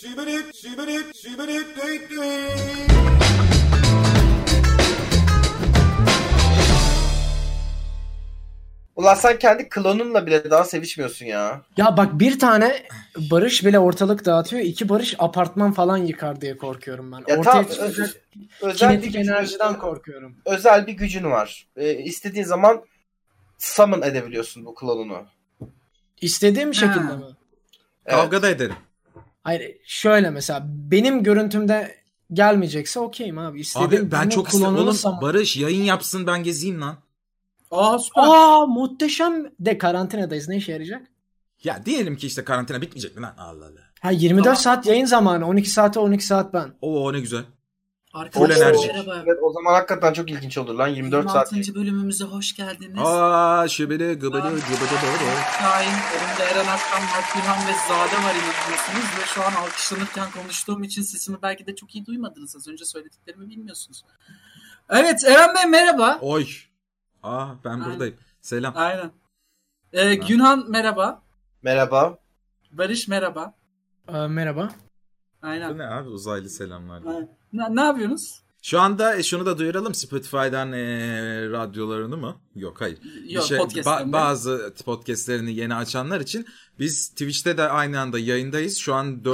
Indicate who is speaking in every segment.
Speaker 1: Şibirik, şibirik, şibirik, düt
Speaker 2: Ulan sen kendi klonunla bile daha sevişmiyorsun ya.
Speaker 3: Ya bak bir tane Barış bile ortalık dağıtıyor. iki Barış apartman falan yıkar diye korkuyorum ben.
Speaker 2: Ya
Speaker 3: Ortaya
Speaker 2: tamam,
Speaker 3: çıkacak
Speaker 2: öz- özel bir şey
Speaker 3: kinetik
Speaker 2: gücün,
Speaker 3: enerjiden korkuyorum.
Speaker 2: özel bir gücün var. Ee, istediğin zaman summon edebiliyorsun bu klonunu.
Speaker 3: İstediğim şekilde
Speaker 4: Ha.
Speaker 3: mi?
Speaker 2: Evet.
Speaker 1: Kavga da ederim.
Speaker 3: Hayır şöyle mesela benim görüntümde gelmeyecekse okeyim abi. İstediğim
Speaker 1: Abi ben
Speaker 3: bunu
Speaker 1: çok istedim. Oğlum
Speaker 3: kullanırsam-
Speaker 1: Barış yayın yapsın ben gezeyim lan.
Speaker 4: Aa süper.
Speaker 3: Aa muhteşem de karantinadayız ne işe yarayacak?
Speaker 1: Ya diyelim ki işte karantina bitmeyecek mi lan? Allah Allah.
Speaker 3: Ha 24
Speaker 4: Tamam.
Speaker 3: saat yayın zamanı 12 saate 12 saat ben.
Speaker 1: Oo ne güzel.
Speaker 4: Arkadaşlar
Speaker 1: Full enerji.
Speaker 4: merhaba.
Speaker 2: Evet, o zaman hakikaten çok ilginç olur lan 24 saat.
Speaker 4: 26. bölümümüze hoş geldiniz.
Speaker 1: Aa şibiri gıbıdı
Speaker 4: Aa.
Speaker 1: gıbıdı doğru.
Speaker 4: Şahin, önümde Eren Aslan, Mert Gülhan ve Zade var inanıyorsunuz ve şu an alkışlanırken konuştuğum için sesimi belki de çok iyi duymadınız. Az önce söylediklerimi bilmiyorsunuz. Evet Eren Bey merhaba.
Speaker 1: Oy. Aa ben
Speaker 4: Aynen.
Speaker 1: buradayım. Selam.
Speaker 4: Aynen. Ee, Günhan merhaba.
Speaker 2: Merhaba.
Speaker 4: Barış merhaba.
Speaker 3: Ee, merhaba.
Speaker 1: Bu
Speaker 4: Aynen.
Speaker 1: ne abi uzaylı selamlar.
Speaker 4: Aynen. Ne, ne yapıyorsunuz?
Speaker 1: Şu anda e, şunu da duyuralım Spotify'dan e, radyolarını mı? Yok hayır. Bir
Speaker 4: Yok
Speaker 1: şey- ba-
Speaker 4: podcast'ten.
Speaker 1: bazı podcastlerini yeni açanlar için biz Twitch'te de aynı anda yayındayız. Şu an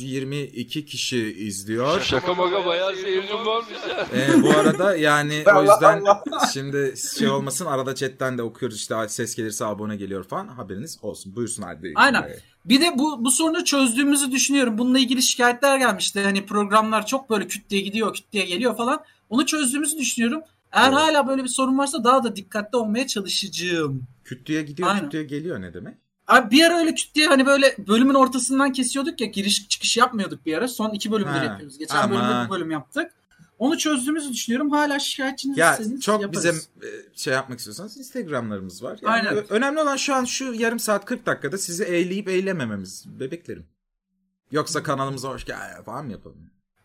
Speaker 1: 422 kişi izliyor.
Speaker 5: Şaka maka bayağı seyircim varmış ya.
Speaker 1: E, bu arada yani o
Speaker 2: Allah
Speaker 1: yüzden
Speaker 2: Allah.
Speaker 1: şimdi şey olmasın arada chatten de okuyoruz işte ses gelirse abone geliyor falan haberiniz olsun. Buyursun hadi.
Speaker 4: Aynen.
Speaker 1: E,
Speaker 4: Bir de bu bu sorunu çözdüğümüzü düşünüyorum. Bununla ilgili şikayetler gelmişti. Hani programlar çok böyle kütleye gidiyor, kütleye geliyor falan. Onu çözdüğümüzü düşünüyorum. Eğer
Speaker 1: Evet.
Speaker 4: hala böyle bir sorun varsa daha da dikkatli olmaya çalışacağım.
Speaker 1: Kütlüye gidiyor
Speaker 4: Aynen.
Speaker 1: kütlüye geliyor ne demek?
Speaker 4: Abi bir ara öyle kütleye hani böyle bölümün ortasından kesiyorduk ya giriş çıkış yapmıyorduk bir ara. Son iki bölümdür
Speaker 1: Ha,
Speaker 4: yapıyoruz. Geçen
Speaker 1: aman.
Speaker 4: bölümde bu bölüm yaptık. Onu çözdüğümüzü düşünüyorum. Hala şikayetçiniz
Speaker 1: Ya
Speaker 4: iseniz
Speaker 1: çok
Speaker 4: yaparız.
Speaker 1: bizim e, şey yapmak istiyorsanız Instagram'larımız var. Yani
Speaker 4: Aynen.
Speaker 1: ö- Önemli olan şu an şu yarım saat 40 dakikada sizi eğleyip eğlemememiz bebeklerim. Yoksa kanalımıza hoş gel falan mı yapalım?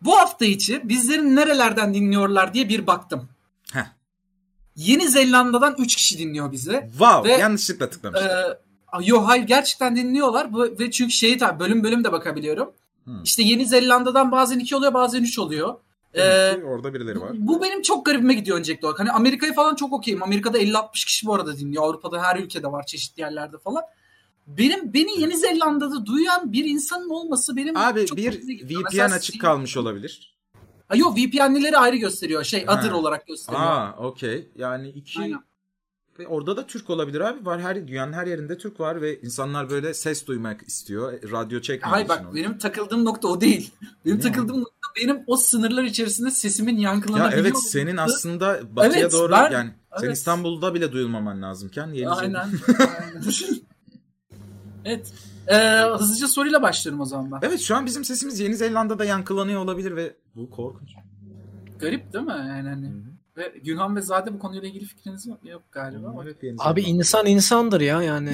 Speaker 4: Bu hafta içi bizleri nerelerden dinliyorlar diye bir baktım.
Speaker 1: Heh.
Speaker 4: Yeni Zelanda'dan 3 kişi dinliyor bizi.
Speaker 1: Wow
Speaker 4: Ve-
Speaker 1: yanlışlıkla tıklamışlar.
Speaker 4: Ee, yo hayır gerçekten dinliyorlar Bu- ve çünkü şeyi tabii bölüm bölüm de bakabiliyorum.
Speaker 1: Hmm.
Speaker 4: İşte Yeni Zelanda'dan bazen iki oluyor bazen üç oluyor.
Speaker 1: Demek
Speaker 4: ee,
Speaker 1: ki orada birileri var.
Speaker 4: Bu benim çok garibime gidiyor öncelikli olarak. Hani Amerika'yı falan çok okeyim. Amerika'da 50-60 kişi bu arada dinliyor. Avrupa'da her ülkede var çeşitli yerlerde falan. Benim beni Yeni Zelanda'da duyan bir insanın olması benim
Speaker 1: Abi
Speaker 4: çok
Speaker 1: bir
Speaker 4: garibime gidiyor. Mesela
Speaker 1: VPN açık
Speaker 4: sizin-
Speaker 1: kalmış olabilir.
Speaker 4: Ha, Yok VPN'lileri ayrı gösteriyor. Şey
Speaker 1: Ha.
Speaker 4: adır olarak gösteriyor.
Speaker 1: Aa okey. Yani iki
Speaker 4: Aynen.
Speaker 1: Ve orada da Türk olabilir abi. Var her dünyanın her yerinde Türk var ve insanlar böyle ses duymak istiyor. E, Radyo çekmek
Speaker 4: Hayır
Speaker 1: için.
Speaker 4: bak
Speaker 1: oluyor.
Speaker 4: benim takıldığım nokta o değil. Benim
Speaker 1: Ne
Speaker 4: takıldığım nokta benim o sınırlar içerisinde sesimin
Speaker 1: Ya
Speaker 4: yankılanabiliyor.
Speaker 1: evet
Speaker 4: olması.
Speaker 1: senin aslında batıya
Speaker 4: Evet,
Speaker 1: doğru
Speaker 4: ben-
Speaker 1: yani sen
Speaker 4: evet.
Speaker 1: İstanbul'da bile duyulmaman lazımken Yeni Zelanda.
Speaker 4: Aynen. aynen. evet. Ee, hızlıca soruyla başlıyorum o zaman ben.
Speaker 1: Evet şu an bizim sesimiz Yeni Zelanda'da yankılanıyor olabilir ve bu korkunç.
Speaker 4: Garip değil mi? Yani hani.
Speaker 1: Hı.
Speaker 4: Ve Günhan ve Zade bu konuyla ilgili fikriniz yok, yok galiba.
Speaker 1: Evet, Yeni
Speaker 3: Abi
Speaker 1: Zelanda.
Speaker 3: insan insandır ya yani.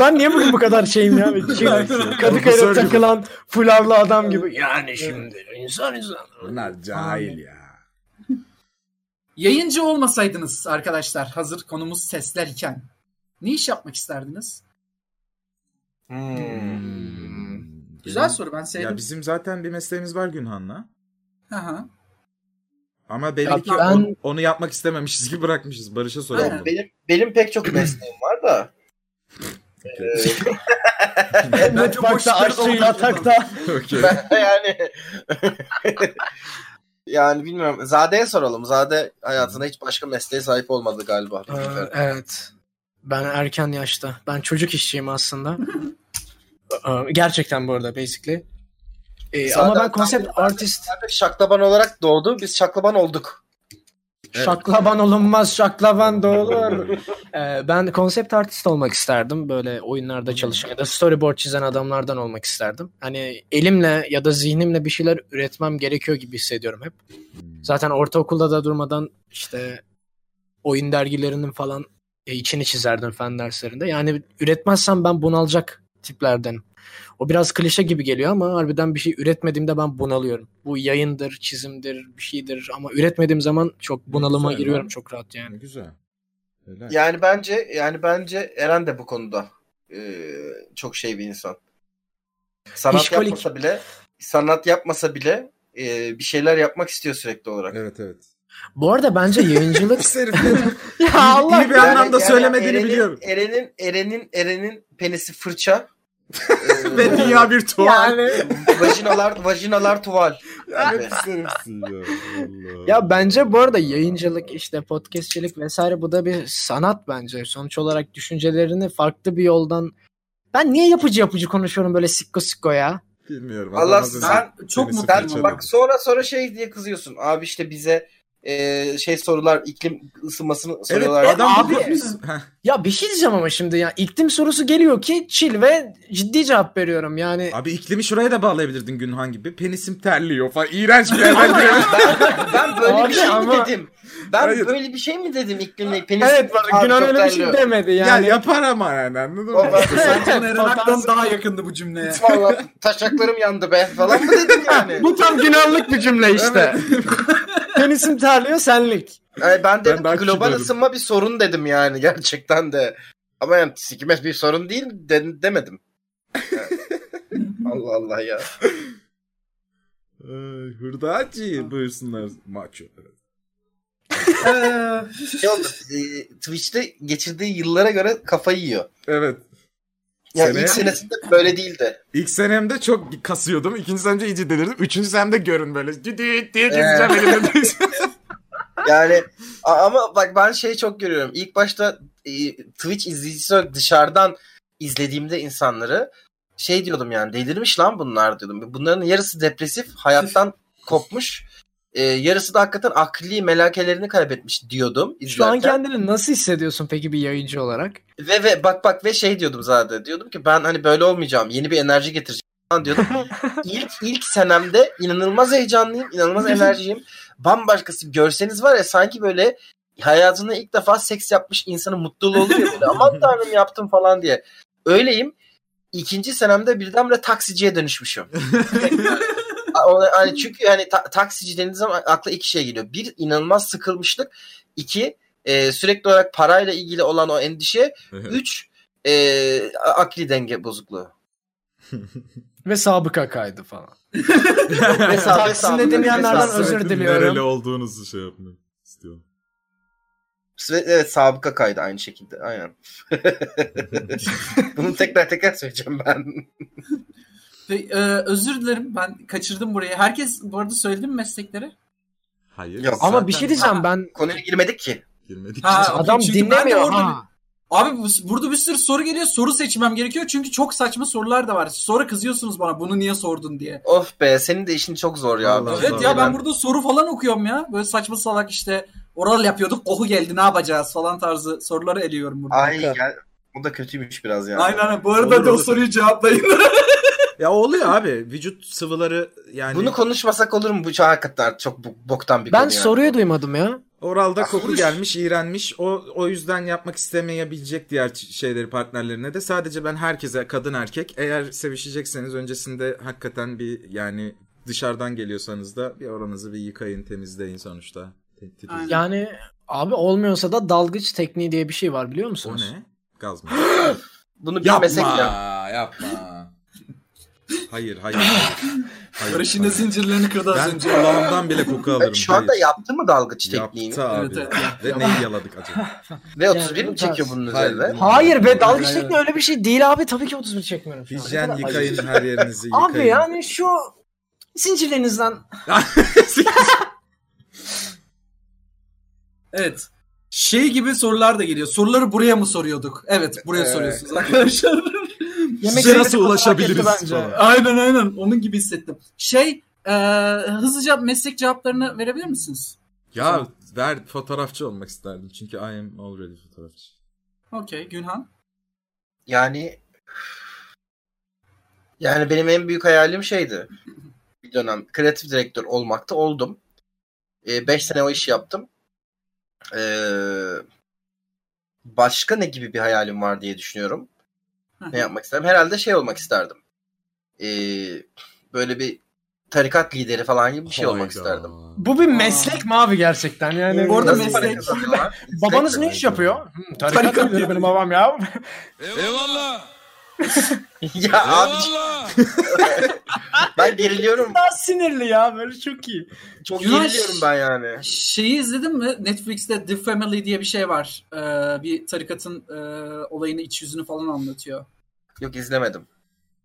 Speaker 3: ben niye bugün bu kadar şeyim ya? Şey,
Speaker 1: Profesör
Speaker 3: Kadıköy'de
Speaker 1: gibi.
Speaker 3: takılan fularlı adam gibi. Yani şimdi insan insan.
Speaker 1: Bunlar cahil ya.
Speaker 4: Yayıncı olmasaydınız arkadaşlar hazır konumuz sesler iken ne iş yapmak isterdiniz?
Speaker 2: Hmm.
Speaker 4: Güzel
Speaker 1: Benim-
Speaker 4: soru ben
Speaker 1: Ya
Speaker 4: sevdim.
Speaker 1: bizim zaten bir mesleğimiz var Günhan'la.
Speaker 4: Hı hı.
Speaker 1: Ama belli
Speaker 3: Ya
Speaker 1: ki
Speaker 3: ben-
Speaker 1: onu, onu yapmak istememişiz ki bırakmışız. Barış'a soralım.
Speaker 4: Aynen.
Speaker 1: bunu.
Speaker 2: Benim benim pek çok mesleğim var da. Ee,
Speaker 4: Ee,
Speaker 3: Mutfakta aşçı yatakta.
Speaker 1: Okey.
Speaker 2: yani yani bilmiyorum. Zade'ye soralım. Zade hayatında hiç başka mesleğe sahip olmadı galiba.
Speaker 3: Ee, evet. Ben erken yaşta. Ben çocuk işçiyim aslında. Ee, Gerçekten bu arada basically. Ee,
Speaker 2: Zaten
Speaker 3: ama ben
Speaker 2: tam
Speaker 3: konsept
Speaker 2: bir-
Speaker 3: artist
Speaker 2: Zaten şaklaban olarak doğdu. Biz şaklaban olduk.
Speaker 1: Evet.
Speaker 3: Şaklaban olunmaz, şaklaban da olur. Ee, ben konsept artist olmak isterdim. Böyle oyunlarda çalışan ya da storyboard çizen adamlardan olmak isterdim. Hani elimle ya da zihnimle bir şeyler üretmem gerekiyor gibi hissediyorum hep.
Speaker 1: Hmm.
Speaker 3: Zaten ortaokulda da durmadan işte oyun dergilerinin falan e, içini çizerdim fen derslerinde. Yani üretmezsem ben bunalacak tiplerden. O biraz klişe gibi geliyor ama harbiden bir şey üretmediğimde ben bunalıyorum. Bu yayındır, çizimdir, bir şeydir ama üretmediğim zaman çok bunalıma
Speaker 1: güzel
Speaker 3: giriyorum
Speaker 1: lan.
Speaker 3: çok rahat yani.
Speaker 1: Güzel. Helal.
Speaker 2: Yani bence yani bence Eren de bu konuda e, çok şey bir insan. Sanat
Speaker 3: İşkolik.
Speaker 2: yapmasa bile sanat yapmasa bile e, bir şeyler yapmak istiyor sürekli olarak.
Speaker 1: Evet evet.
Speaker 3: Bu arada bence yayıncılık
Speaker 6: Ya
Speaker 1: Allah
Speaker 6: Allah
Speaker 1: iyi bir anlamda söylemediğini
Speaker 2: Eren'in-
Speaker 1: biliyorum.
Speaker 2: Eren'in Eren'in Eren'in penisi fırça. Ee,
Speaker 1: Ve dünya bir tuval.
Speaker 6: yani.
Speaker 2: vajinalar vajinalar tuval. Evet.
Speaker 3: Ya bence bu arada yayıncılık işte podcastçilik vesaire bu da bir sanat bence. Sonuç olarak düşüncelerini farklı bir yoldan ben niye yapıcı yapıcı konuşuyorum böyle sikko sikko ya?
Speaker 1: Bilmiyorum.
Speaker 2: Allah
Speaker 1: Allah'ın
Speaker 2: sen-
Speaker 1: izniyle.
Speaker 4: çok
Speaker 1: Penisi
Speaker 4: mutluyum.
Speaker 2: Sen
Speaker 1: fırça
Speaker 4: ama.
Speaker 2: bak sonra sonra şey diye kızıyorsun. Abi işte bize e, şey sorular iklim ısınmasını
Speaker 1: Evet
Speaker 2: soruyorlar.
Speaker 1: adam
Speaker 3: Abi- Ya bir şey diyeceğim ama şimdi ya iklim sorusu geliyor ki çil ve ciddi cevap veriyorum yani.
Speaker 1: Abi iklimi şuraya da bağlayabilirdin Günhan gibi. Penisim terliyor falan. İğrenç bir yerden
Speaker 2: ben, ben böyle
Speaker 3: Abi
Speaker 2: bir şey mi
Speaker 3: ama-
Speaker 2: dedim? Ben
Speaker 1: Hayır.
Speaker 2: böyle bir şey mi dedim iklimle penis?
Speaker 3: Evet bak
Speaker 2: Abi
Speaker 3: Günan
Speaker 2: çok
Speaker 3: öyle bir şey
Speaker 2: terliyor.
Speaker 3: demedi yani.
Speaker 1: Ya yapar ama yani anladın mı?
Speaker 2: Baba,
Speaker 4: Serkan Eren Ak'tan daha yakındı bu cümleye.
Speaker 2: Vallahi taşaklarım yandı be falan mı dedim yani?
Speaker 3: Bu tam Günanlık bir cümle işte. Penisim terliyor senlik.
Speaker 2: Yani Ee, ben dedim
Speaker 1: daha
Speaker 2: ki global
Speaker 1: küçük
Speaker 2: ısınma bir sorun dedim yani gerçekten de. Ama yani sikmez bir sorun değil de- demedim. Yani. Allah Allah ya.
Speaker 1: Ay, Hurdacı buyursunlar. Maço.
Speaker 4: Ee,
Speaker 2: Şey oldu, e, Twitch'te geçirdiği yıllara göre kafayı yiyor.
Speaker 1: Evet.
Speaker 2: Yani
Speaker 1: Sene-
Speaker 2: ilk senesinde böyle değildi.
Speaker 1: İlk senemde çok kasıyordum. İkinci senemde iyice delirdim. Üçüncü senemde görün böyle. Düt düt diye gezeceğim elimde.
Speaker 2: Yani a- ama bak ben şeyi çok görüyorum. İlk başta e, Twitch izleyicisi olarak dışarıdan izlediğimde insanları şey diyordum yani delirmiş lan bunlar diyordum. Bunların yarısı depresif, hayattan kopmuş. e, yarısı da hakikaten akli melakelerini kaybetmiş diyordum
Speaker 3: Şu an
Speaker 2: izlerken.
Speaker 3: kendini nasıl hissediyorsun peki bir yayıncı olarak?
Speaker 2: Ve ve bak bak ve şey diyordum zaten. Diyordum ki ben hani böyle olmayacağım. Yeni bir enerji getireceğim falan diyordum. ilk ilk senemde inanılmaz heyecanlıyım, inanılmaz enerjiyim. Bambaşkası görseniz var ya sanki böyle hayatında ilk defa seks yapmış insanın mutluluğu oluyor ya böyle. Aman tanrım yaptım falan diye. Öyleyim. İkinci senemde birdenbire taksiciye dönüşmüşüm. O- hani çünkü yani ta- taksici dediğiniz zaman akla iki şey geliyor. Bir inanılmaz sıkılmışlık. İki e, sürekli olarak parayla ilgili olan o endişe. Üç e, a- akli denge bozukluğu.
Speaker 3: Ve sabıka kaydı falan.
Speaker 2: Vesaire,
Speaker 3: Taksim'de
Speaker 2: vesaire,
Speaker 3: dinleyenlerden
Speaker 2: vesaire.
Speaker 3: özür diliyorum.
Speaker 1: Nereli olduğunuzu şey yapmak istiyorum.
Speaker 2: Ve- Evet sabıka kaydı aynı şekilde. Aynen. Bunu tekrar tekrar söyleyeceğim ben.
Speaker 4: Pe- e, özür dilerim ben kaçırdım burayı. Herkes bu arada söyledi mi meslekleri?
Speaker 1: Hayır.
Speaker 2: Yok.
Speaker 3: Ama
Speaker 2: Zaten
Speaker 3: bir şey diyeceğim ben
Speaker 2: Konuya girmedik ki.
Speaker 1: Girmedik.
Speaker 4: Ha, okey.
Speaker 3: adam
Speaker 4: Çünkü ben de
Speaker 3: dinlemiyor
Speaker 4: orada
Speaker 3: ha.
Speaker 4: Abi bu- burada bir sürü soru geliyor. Soru seçmem gerekiyor çünkü çok saçma sorular da var. Sonra kızıyorsunuz bana bunu niye sordun diye.
Speaker 2: Of be senin de işin çok zor ya.
Speaker 1: Vallahi
Speaker 4: Evet
Speaker 1: Doğru,
Speaker 4: ya ben
Speaker 1: ben-
Speaker 4: burada soru falan okuyorum ya. Böyle saçma salak işte oral yapıyorduk koku geldi ne yapacağız falan tarzı soruları eliyorum burada.
Speaker 2: Ay ya, bu da kötüymüş biraz yani.
Speaker 4: Aynen aynen. Bu arada
Speaker 1: Olur,
Speaker 4: da o
Speaker 1: olur.
Speaker 4: soruyu cevaplayın.
Speaker 1: Ya oluyor abi. Vücut sıvıları yani
Speaker 2: Bunu konuşmasak olur mu? Bu çok- hakikaten çok bu- boktan bir
Speaker 3: Ben
Speaker 2: konu yani.
Speaker 3: soruyu duymadım ya.
Speaker 1: oralda
Speaker 2: Ah,
Speaker 1: koku
Speaker 2: konuş.
Speaker 1: gelmiş, iğrenmiş. O o yüzden yapmak istemeyebilecek diğer ç- şeyleri partnerlerine de. Sadece ben herkese kadın erkek eğer sevişecekseniz öncesinde hakikaten bir yani dışarıdan geliyorsanız da bir oranızı bir yıkayın, temizleyin sonuçta. Te- titiz-
Speaker 4: Aynen.
Speaker 3: Yani abi olmuyorsa da dalgıç tekniği diye bir şey var biliyor
Speaker 1: O
Speaker 3: musunuz?
Speaker 1: ne? Gaz mı?
Speaker 2: Bunu bilmesek
Speaker 1: yapma,
Speaker 2: ya.
Speaker 1: yapma. Hayır, hayır. hayır. Hayır,
Speaker 4: Barış'ın da
Speaker 1: hayır.
Speaker 4: zincirlerini kırdı az
Speaker 1: Ben
Speaker 4: önce.
Speaker 1: kulağımdan bile koku alırım.
Speaker 2: Şu anda
Speaker 1: hayır.
Speaker 2: yaptı mı dalgıç tekniğini?
Speaker 1: Yaptı abi.
Speaker 4: Evet,
Speaker 1: Ve neyi yaladık acaba?
Speaker 2: Ve 31
Speaker 3: Yani
Speaker 2: mi çekiyor bunun
Speaker 1: Hayır.
Speaker 2: üzerinde?
Speaker 3: Hayır be dalgıç
Speaker 4: Hayır,
Speaker 3: tekniği öyle bir şey değil abi. Tabii ki 31 çekmiyorum. şu an. Ne
Speaker 1: Hijyen
Speaker 3: kadar
Speaker 1: yıkayın
Speaker 3: ayıp.
Speaker 1: her yerinizi yıkayın.
Speaker 3: Abi yani şu zincirlerinizden
Speaker 4: Evet. Şey gibi sorular da geliyor. Soruları buraya mı soruyorduk? Evet buraya
Speaker 2: Evet.
Speaker 4: soruyorsunuz arkadaşlar.
Speaker 3: yemek
Speaker 1: Size
Speaker 3: sepeti
Speaker 1: nasıl
Speaker 3: kadar
Speaker 1: ulaşabiliriz
Speaker 3: hareketli bence.
Speaker 1: falan.
Speaker 4: aynen aynen onun gibi hissettim. Şey e, hızlıca meslek cevaplarını verebilir misiniz?
Speaker 1: Ya ver fotoğrafçı olmak isterdim. Çünkü I am already fotoğrafçı.
Speaker 4: Okey Günhan.
Speaker 2: Yani yani benim en büyük hayalim şeydi. Bir dönem kreatif direktör olmakta oldum. 5 sene o işi yaptım. Ee, başka ne gibi bir hayalim var diye düşünüyorum. Ne yapmak isterdim? Herhalde şey olmak isterdim. Ee, böyle bir tarikat lideri falan gibi bir şey olmak
Speaker 1: Hayda.
Speaker 2: isterdim.
Speaker 3: Bu bir meslek mi abi gerçekten? Yani
Speaker 4: Bu arada
Speaker 2: Nasıl para
Speaker 4: meslek-
Speaker 2: kazanıyorlar?
Speaker 3: Babanız ne iş yapıyor? Hmm, tarikat müdürü benim babam ya.
Speaker 5: Eyvallah.
Speaker 2: ya abi
Speaker 5: Eyvallah.
Speaker 2: ben geriliyorum.
Speaker 3: Daha sinirli ya böyle çok iyi.
Speaker 2: Çok
Speaker 4: Yunan-
Speaker 2: geriliyorum ben yani.
Speaker 4: Şeyi izledin mi? Netflix'te The Family diye bir şey var. Ee, bir tarikatın e, olayını iç yüzünü falan anlatıyor.
Speaker 2: Yok izlemedim.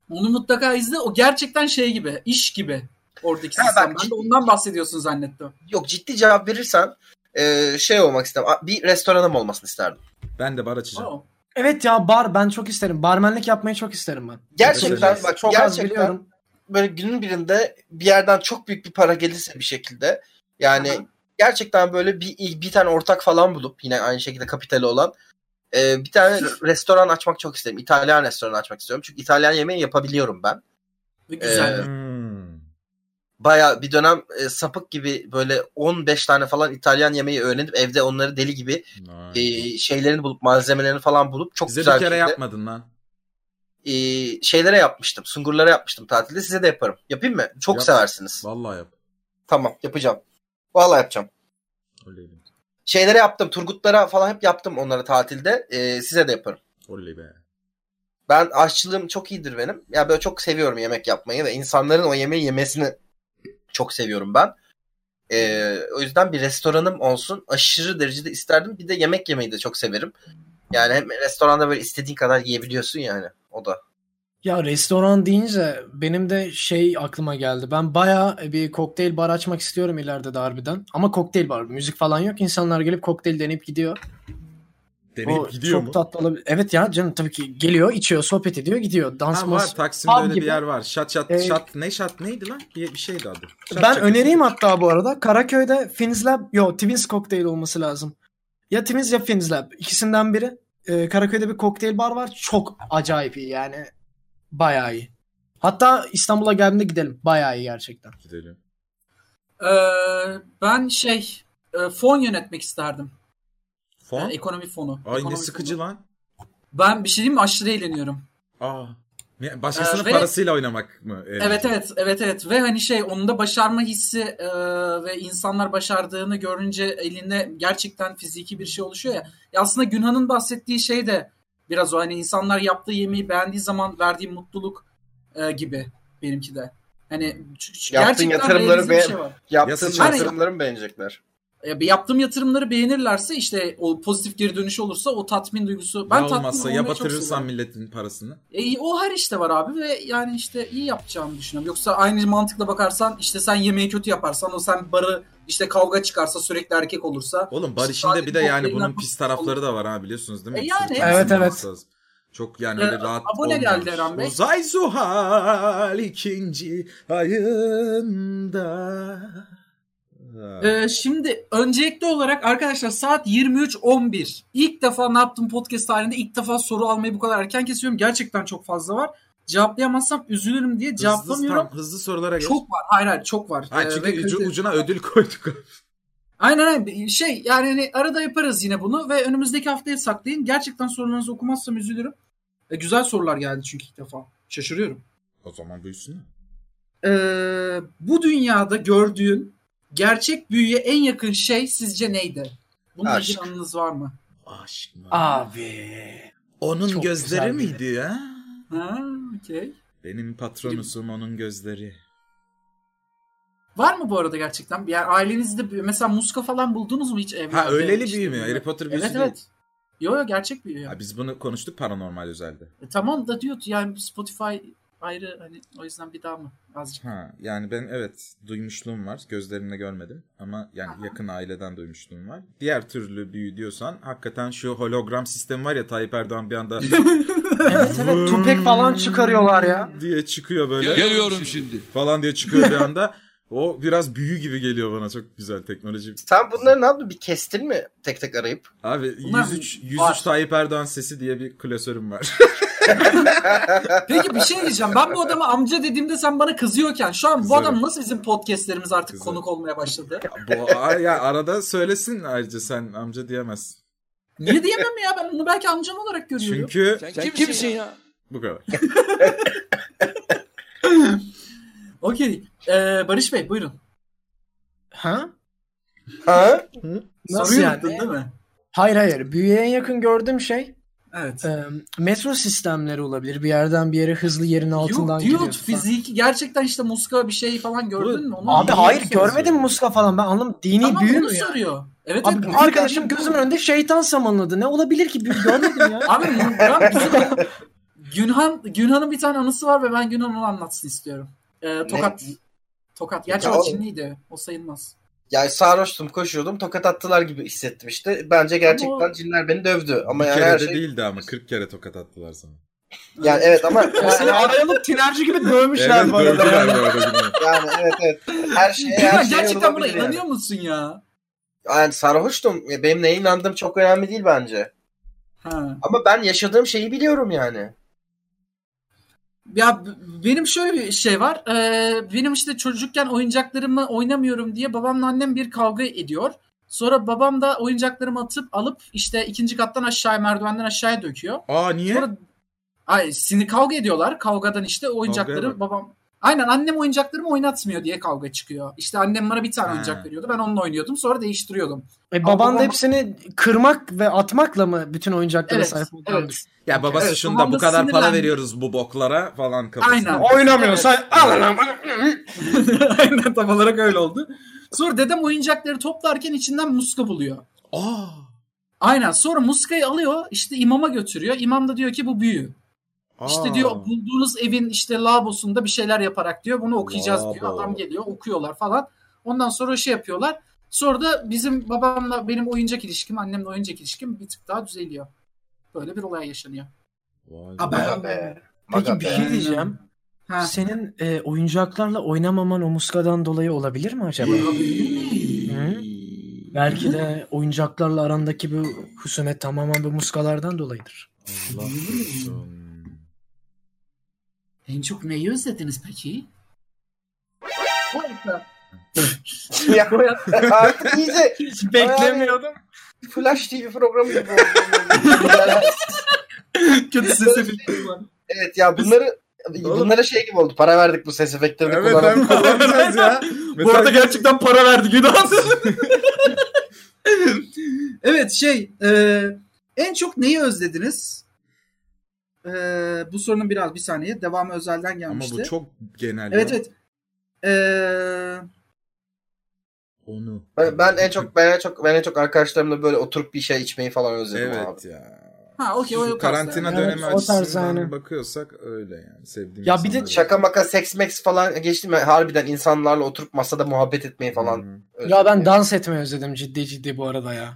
Speaker 4: Onu mutlaka izle. O gerçekten şey gibi, iş gibi oradaki
Speaker 2: Ha,
Speaker 4: sistem.
Speaker 2: bak,
Speaker 4: Ben de
Speaker 2: ciddi-
Speaker 4: ondan bahsediyorsun zannettim.
Speaker 2: Yok ciddi cevap verirsen e, şey olmak istem. A, Bir restoranım olmasını isterdim.
Speaker 1: Ben de bar açacağım.
Speaker 4: Aa,
Speaker 3: Evet ya bar ben çok isterim. Barmenlik yapmayı çok isterim ben.
Speaker 2: Gerçekten
Speaker 1: Evet.
Speaker 2: bak
Speaker 3: Çok az
Speaker 2: gerçekten
Speaker 3: biliyorum.
Speaker 2: böyle günün birinde bir yerden çok büyük bir para gelirse bir şekilde yani
Speaker 4: Aha.
Speaker 2: gerçekten böyle bir bir tane ortak falan bulup yine aynı şekilde kapitali olan e, bir tane restoran açmak çok isterim. İtalyan restoranı açmak istiyorum. Çünkü İtalyan yemeği yapabiliyorum ben.
Speaker 4: ve güzel.
Speaker 2: Ee,
Speaker 1: Hmm.
Speaker 2: Baya bir dönem e, sapık gibi böyle 15 tane falan İtalyan yemeği öğrenip evde onları deli gibi
Speaker 1: Nice.
Speaker 2: e, şeylerini bulup malzemelerini falan bulup çok
Speaker 1: Bize bir
Speaker 2: güzel
Speaker 1: kere
Speaker 2: şekilde,
Speaker 1: yapmadın lan.
Speaker 2: e, şeylere yapmıştım. Sungurlara yapmıştım tatilde. Size de yaparım. Yapayım mı? Çok
Speaker 1: Yap.
Speaker 2: seversiniz.
Speaker 1: Vallahi yap.
Speaker 2: Tamam yapacağım. Vallahi yapacağım.
Speaker 1: Oley be.
Speaker 2: Şeylere yaptım. Turgutlara falan hep yaptım onları tatilde. Ee, size de yaparım.
Speaker 1: Oley be.
Speaker 2: Ben aşçılığım çok iyidir benim. Ya böyle çok seviyorum yemek yapmayı ve insanların o yemeği yemesini çok seviyorum ben. Ee, o yüzden bir restoranım olsun. Aşırı derecede isterdim. Bir de yemek yemeyi de çok severim. Yani hem restoranda böyle istediğin kadar yiyebiliyorsun yani. O da.
Speaker 3: Ya restoran deyince benim de şey aklıma geldi. Ben baya bir kokteyl bar açmak istiyorum ileride de harbiden. Ama kokteyl bar, müzik falan yok. İnsanlar gelip kokteyl deneyip gidiyor.
Speaker 1: Deneyip
Speaker 3: O
Speaker 1: gidiyor
Speaker 3: çok
Speaker 1: mu?
Speaker 3: tatlı olabilir. Evet ya canım tabii ki geliyor, içiyor, sohbet ediyor, gidiyor. Dans
Speaker 1: Ha,
Speaker 3: mas-
Speaker 1: var Taksim'de
Speaker 3: Pub
Speaker 1: öyle bir
Speaker 3: gibi.
Speaker 1: yer var. Şat şat
Speaker 3: Ee,
Speaker 1: şat ne şat neydi lan? Bir, bir şeydi adı. Şat
Speaker 3: Ben
Speaker 1: şat-
Speaker 3: önereyim hatta bu arada. Karaköy'de Finns Lab, yo Twins kokteyl olması lazım. Ya Twins ya Finns Lab. İkisinden biri. Ee, Karaköy'de bir kokteyl bar var. Çok acayip iyi yani. Bayağı iyi. Hatta İstanbul'a geldiğinde gidelim. Bayağı iyi gerçekten.
Speaker 1: Gidelim.
Speaker 4: Ee, ben şey e, fon yönetmek isterdim.
Speaker 1: Fon?
Speaker 4: Yani ekonomi fonu.
Speaker 1: Ay ne
Speaker 4: Ekonomi
Speaker 1: sıkıcı
Speaker 4: fonu.
Speaker 1: lan.
Speaker 4: Ben bir şey diyeyim mi? Aşırı eğleniyorum.
Speaker 1: Aa. Ne, başkasının
Speaker 4: Ee, ve-
Speaker 1: parasıyla oynamak mı? eğlenceli?
Speaker 4: Evet evet evet evet ve hani şey onun da başarma hissi e, ve insanlar başardığını görünce elinde gerçekten fiziki bir şey oluşuyor ya. Ya aslında Günhan'ın bahsettiği şey de biraz o hani insanlar yaptığı yemeği beğendiği zaman verdiği mutluluk e, gibi benimki de. Hani ç- ç-
Speaker 2: Yaptığın
Speaker 4: gerçekten
Speaker 2: yatırımları
Speaker 4: realize bir
Speaker 2: beğen-
Speaker 4: şey var.
Speaker 2: Yaptığın
Speaker 1: sıçan.
Speaker 2: yatırımları mı beğenecekler?
Speaker 4: Ya bir yaptığım yatırımları beğenirlerse işte o pozitif geri dönüş olursa o tatmin duygusu. Ben
Speaker 1: ya
Speaker 4: tatmin
Speaker 1: olmazsa
Speaker 4: olmayı
Speaker 1: ya
Speaker 4: çok
Speaker 1: batırırsan
Speaker 4: seviyorum.
Speaker 1: milletin parasını.
Speaker 4: E, o her işte var abi ve yani işte iyi yapacağımı düşünüyorum. Yoksa aynı mantıkla bakarsan işte sen yemeği kötü yaparsan o sen barı işte kavga çıkarsa sürekli erkek olursa.
Speaker 1: Oğlum bar
Speaker 4: İşte
Speaker 1: işinde bir de
Speaker 4: sadece
Speaker 1: yani
Speaker 4: kokteyller-
Speaker 1: bunun pis tarafları da var ha biliyorsunuz değil mi?
Speaker 4: E yani.
Speaker 1: Sırf
Speaker 3: Evet,
Speaker 1: insanın
Speaker 3: evet.
Speaker 1: hassas. Çok yani
Speaker 4: Ee,
Speaker 1: öyle rahat
Speaker 4: abone
Speaker 1: olmuyormuş.
Speaker 4: geldi Eren Bey.
Speaker 1: Uzay Zuhal ikinci ayında. Ha.
Speaker 4: Ee, şimdi öncelikli olarak arkadaşlar saat 23.11. İlk defa ne yaptım podcast halinde ilk defa soru almayı bu kadar erken kesiyorum. Gerçekten çok fazla var. Cevaplayamazsam üzülürüm diye
Speaker 1: hızlı,
Speaker 4: cevaplamıyorum.
Speaker 1: tam, hızlı sorulara geç.
Speaker 4: Çok var. Hayır hayır çok var.
Speaker 1: Ha,
Speaker 4: Ee,
Speaker 1: çünkü
Speaker 4: ve
Speaker 1: ucu-
Speaker 4: kalite-
Speaker 1: ucuna ödül koyduk.
Speaker 4: Aynen aynen. Şey yani hani arada yaparız yine bunu ve önümüzdeki haftaya saklayın. Gerçekten sorularınızı okumazsam üzülürüm. E, güzel sorular geldi çünkü ilk defa. Şaşırıyorum.
Speaker 1: o zaman büyüsün.
Speaker 4: Ee, bu dünyada gördüğün gerçek büyüye en yakın şey sizce neydi? Bununla ilgili
Speaker 2: Aşk.
Speaker 4: anınız var mı?
Speaker 1: Aşk mı?
Speaker 3: Abi.
Speaker 1: Onun
Speaker 3: Çok
Speaker 1: gözleri
Speaker 3: güzel bir-
Speaker 1: miydi ya?
Speaker 4: Ha, okey.
Speaker 1: Benim patronusum onun gözleri.
Speaker 4: Var mı bu arada gerçekten? Yani ailenizde bir- mesela muska falan buldunuz mu hiç evlerde?
Speaker 1: Ha öyleli
Speaker 4: İşte
Speaker 1: büyü mü?
Speaker 4: böyle-
Speaker 1: Harry Potter büyüsü
Speaker 4: Evet
Speaker 1: değil.
Speaker 4: evet. Yo yo gerçek büyü. yani.
Speaker 1: Ha, biz bunu konuştuk paranormal özelde.
Speaker 4: E, tamam da diyor yani Spotify ayrı hani o yüzden bir daha mı? Azıcık.
Speaker 1: Ha yani ben evet duymuşluğum var. Gözlerimle görmedim ama yani yakın aileden duymuşluğum var. Diğer türlü büyü diyorsan hakikaten şu hologram sistemi var ya Tayyip Erdoğan bir anda
Speaker 3: Evet evet tupek falan çıkarıyorlar ya.
Speaker 1: diye çıkıyor böyle.
Speaker 5: Geliyorum şimdi.
Speaker 1: Falan diye çıkıyor bir anda. O biraz büyü gibi geliyor bana çok güzel teknoloji.
Speaker 2: Sen bunları ne yaptın? Bir kestin mi tek tek arayıp?
Speaker 1: Abi
Speaker 4: Bunlar
Speaker 1: 103
Speaker 4: var.
Speaker 1: 103 Tayyip Erdoğan sesi diye bir klasörüm var.
Speaker 4: Peki bir şey diyeceğim. Ben bu adama amca dediğimde sen bana kızıyorken şu an bu
Speaker 1: Kızarım.
Speaker 4: adam nasıl bizim podcastlerimiz artık
Speaker 1: Kızarım.
Speaker 4: konuk olmaya başladı?
Speaker 1: Bu a- ya arada söylesin ayrıca sen amca diyemezsin.
Speaker 4: Niye diyemem ya ben onu belki amcam olarak görüyorum.
Speaker 1: Çünkü
Speaker 5: Sen, kimsin, ya?
Speaker 1: bu kadar.
Speaker 4: Okey. Ee, Barış Bey buyurun.
Speaker 3: Ha?
Speaker 2: Ha?
Speaker 3: Nasıl
Speaker 4: Soruyu
Speaker 3: yani?
Speaker 4: unuttun değil mi?
Speaker 3: Hayır hayır. Büyüye en yakın gördüğüm şey
Speaker 4: Evet.
Speaker 3: Ee, metro sistemleri olabilir. Bir yerden bir yere hızlı yerin altından
Speaker 4: Yok
Speaker 3: gidiyor.
Speaker 4: dude fiziki gerçekten işte muska bir şey falan gördün mü? Onu
Speaker 3: Abi
Speaker 4: anlayamıyorsun.
Speaker 3: hayır görmedim muska falan ben anladım. Dini
Speaker 4: Tamam
Speaker 3: büyü
Speaker 4: onu
Speaker 3: mü ya?
Speaker 4: soruyor. Evet
Speaker 3: Abi
Speaker 4: evet.
Speaker 3: arkadaşım gözümün önünde şeytan samanladı. Ne olabilir ki? Bir Görmedim ya.
Speaker 4: Abi Murat bizim- Günhan Günhan'ın bir tane anısı var ve ben Günhan onu anlatsın istiyorum. Ee, tokat. Tokat. Gerçi
Speaker 2: Ya
Speaker 4: o
Speaker 2: oğlum.
Speaker 4: Çinliydi. O sayılmaz.
Speaker 2: Yani sarhoştum koşuyordum tokat attılar gibi hissettim işte. Bence gerçekten
Speaker 4: Ama-
Speaker 2: cinler beni dövdü. Ama
Speaker 1: bir
Speaker 2: yani
Speaker 1: kere
Speaker 2: her
Speaker 1: de
Speaker 2: şey...
Speaker 1: değildi ama 40 kere tokat attılar sana.
Speaker 2: Yani evet ama
Speaker 3: Seni
Speaker 2: yani,
Speaker 3: araya alıp tinerci gibi dövmüşler
Speaker 1: Evet
Speaker 3: bu arada.
Speaker 1: dövdüler bu arada bunu.
Speaker 2: yani evet evet. Her şeye her
Speaker 4: Günhan
Speaker 2: şeye
Speaker 4: gerçekten buna
Speaker 2: yorulabilir
Speaker 4: inanıyor
Speaker 2: yani.
Speaker 4: musun ya?
Speaker 2: yani sarhoştum. Ya Benim neye inandığım çok önemli değil bence.
Speaker 4: Ha.
Speaker 2: Ama ben yaşadığım şeyi biliyorum yani.
Speaker 4: Ya b- benim şöyle bir şey var. Ee, benim işte çocukken oyuncaklarımı oynamıyorum diye babamla annem bir kavga ediyor. Sonra babam da oyuncaklarımı atıp alıp işte ikinci kattan aşağıya merdivenden aşağıya döküyor.
Speaker 1: Aa niye?
Speaker 4: Sonra ay sinir kavga ediyorlar. Kavgadan işte oyuncakları
Speaker 1: Kavgaya bak.
Speaker 4: babam Aynen annem oyuncaklarımı oynatmıyor diye kavga çıkıyor. İşte annem bana bir tane
Speaker 1: Ha.
Speaker 4: oyuncak veriyordu. Ben onunla oynuyordum. Sonra değiştiriyordum.
Speaker 3: E, baban
Speaker 4: Babam-
Speaker 3: da hepsini kırmak ve atmakla mı bütün oyuncaklara
Speaker 4: Evet,
Speaker 3: sahip olduğunu
Speaker 4: evet.
Speaker 3: düşünüyorsun?
Speaker 1: Ya babası
Speaker 4: Evet,
Speaker 1: şunu da
Speaker 4: babam
Speaker 1: bu
Speaker 4: da
Speaker 1: kadar para
Speaker 4: sinirlendi.
Speaker 1: veriyoruz bu boklara falan kafasına.
Speaker 4: Aynen.
Speaker 3: Oynamıyorsan al lan.
Speaker 4: Aynen tam olarak öyle oldu. Sonra dedem oyuncakları toplarken içinden muska buluyor.
Speaker 1: Aa.
Speaker 4: Aynen sonra muskayı alıyor işte imama götürüyor. İmam da diyor ki bu büyü.
Speaker 1: Aa.
Speaker 4: İşte diyor bulduğunuz evin işte labosunda bir şeyler yaparak diyor bunu okuyacağız diyor.
Speaker 1: Labo.
Speaker 4: Adam geliyor okuyorlar falan. Ondan sonra şey yapıyorlar. Sonra da bizim babamla benim oyuncak ilişkim, annemle oyuncak ilişkim bir tık daha düzeliyor. Böyle bir olay yaşanıyor.
Speaker 1: Vay
Speaker 4: Aa,
Speaker 2: Maga
Speaker 4: ben-
Speaker 1: be.
Speaker 2: be.
Speaker 3: Peki
Speaker 2: Maga
Speaker 3: bir
Speaker 2: be.
Speaker 3: şey diyeceğim.
Speaker 4: Ha.
Speaker 3: Senin e, oyuncaklarla oynamaman o muskadan dolayı olabilir mi acaba? Hı? Belki de oyuncaklarla arandaki bu husumet tamamen bu muskalardan dolayıdır.
Speaker 1: Allah korusun.
Speaker 4: En çok neyi özlediniz peki? Bu arada- şey
Speaker 2: Ya, artık iyice
Speaker 3: Hiç
Speaker 2: beklemiyordum. Flash TV programı gibi oldu.
Speaker 4: Kötü ses efekti var.
Speaker 2: evet ya bunları bunlara şey gibi oldu. Para verdik bu ses efektlerini
Speaker 1: Evet
Speaker 2: kullanalım.
Speaker 1: hem kullanacağız ya.
Speaker 4: Bu arada gerçekten para verdi Güdan. evet şey e, en çok neyi özlediniz? E, bu sorunun biraz bir saniye devamı özelden
Speaker 1: Ama
Speaker 4: gelmişti.
Speaker 1: bu çok hani genel.
Speaker 4: Evet
Speaker 1: ya.
Speaker 4: evet. E,
Speaker 1: Onu.
Speaker 2: Ben, ben en çok ben en çok ben en çok arkadaşlarımla böyle oturup bir şey içmeyi falan özledim abi.
Speaker 1: Evet ya.
Speaker 4: ha okey o
Speaker 1: Şu
Speaker 4: yok aslında.
Speaker 1: karantina
Speaker 3: yani.
Speaker 1: dönemi
Speaker 3: Evet, o tarz
Speaker 1: açısından
Speaker 3: yani.
Speaker 1: bakıyorsak öyle yani. Sevdiğim
Speaker 3: Ya bir de
Speaker 1: insanlar.
Speaker 2: Şaka maka seks max falan geçtim. ya, Harbiden insanlarla oturup masada muhabbet etmeyi
Speaker 4: Hmm.
Speaker 2: falan.
Speaker 1: Hı.
Speaker 2: özledim.
Speaker 3: Ya ben dans etmeyi özledim ciddi ciddi bu arada ya.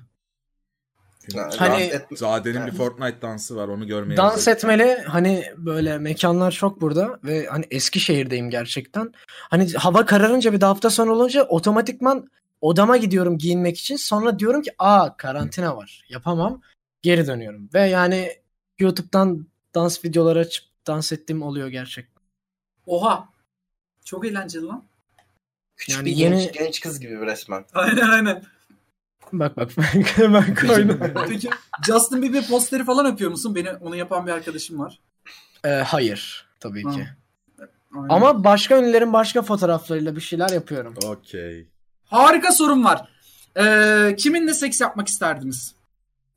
Speaker 2: Yani dans
Speaker 3: Hani-
Speaker 2: et-
Speaker 1: Zade'nin bir Fortnite dansı var onu görmeye.
Speaker 3: Dans
Speaker 1: hazırım.
Speaker 3: etmeli hani böyle mekanlar çok burada ve hani Eskişehir'deyim gerçekten. Hani hava kararınca bir de hafta sonu olunca otomatikman odama gidiyorum giyinmek için. Sonra diyorum ki aa karantina var yapamam geri dönüyorum. Ve yani YouTube'dan dans videoları açıp dans ettiğim oluyor gerçekten.
Speaker 4: Oha. Çok eğlenceli lan.
Speaker 2: küçük
Speaker 3: yani
Speaker 2: bir
Speaker 3: yeni-
Speaker 2: genç, genç kız gibi resmen.
Speaker 4: Aynen aynen.
Speaker 3: Bak bak ben koydum.
Speaker 4: Peki Justin Bieber posteri falan öpüyor musun? Beni onu yapan bir arkadaşım var.
Speaker 3: Ee, hayır tabii
Speaker 4: Ha.
Speaker 3: ki.
Speaker 4: Aynen.
Speaker 3: Ama başka ünlülerin başka fotoğraflarıyla bir şeyler yapıyorum.
Speaker 1: Okey.
Speaker 4: harika sorun var. E, kiminle seks yapmak isterdiniz?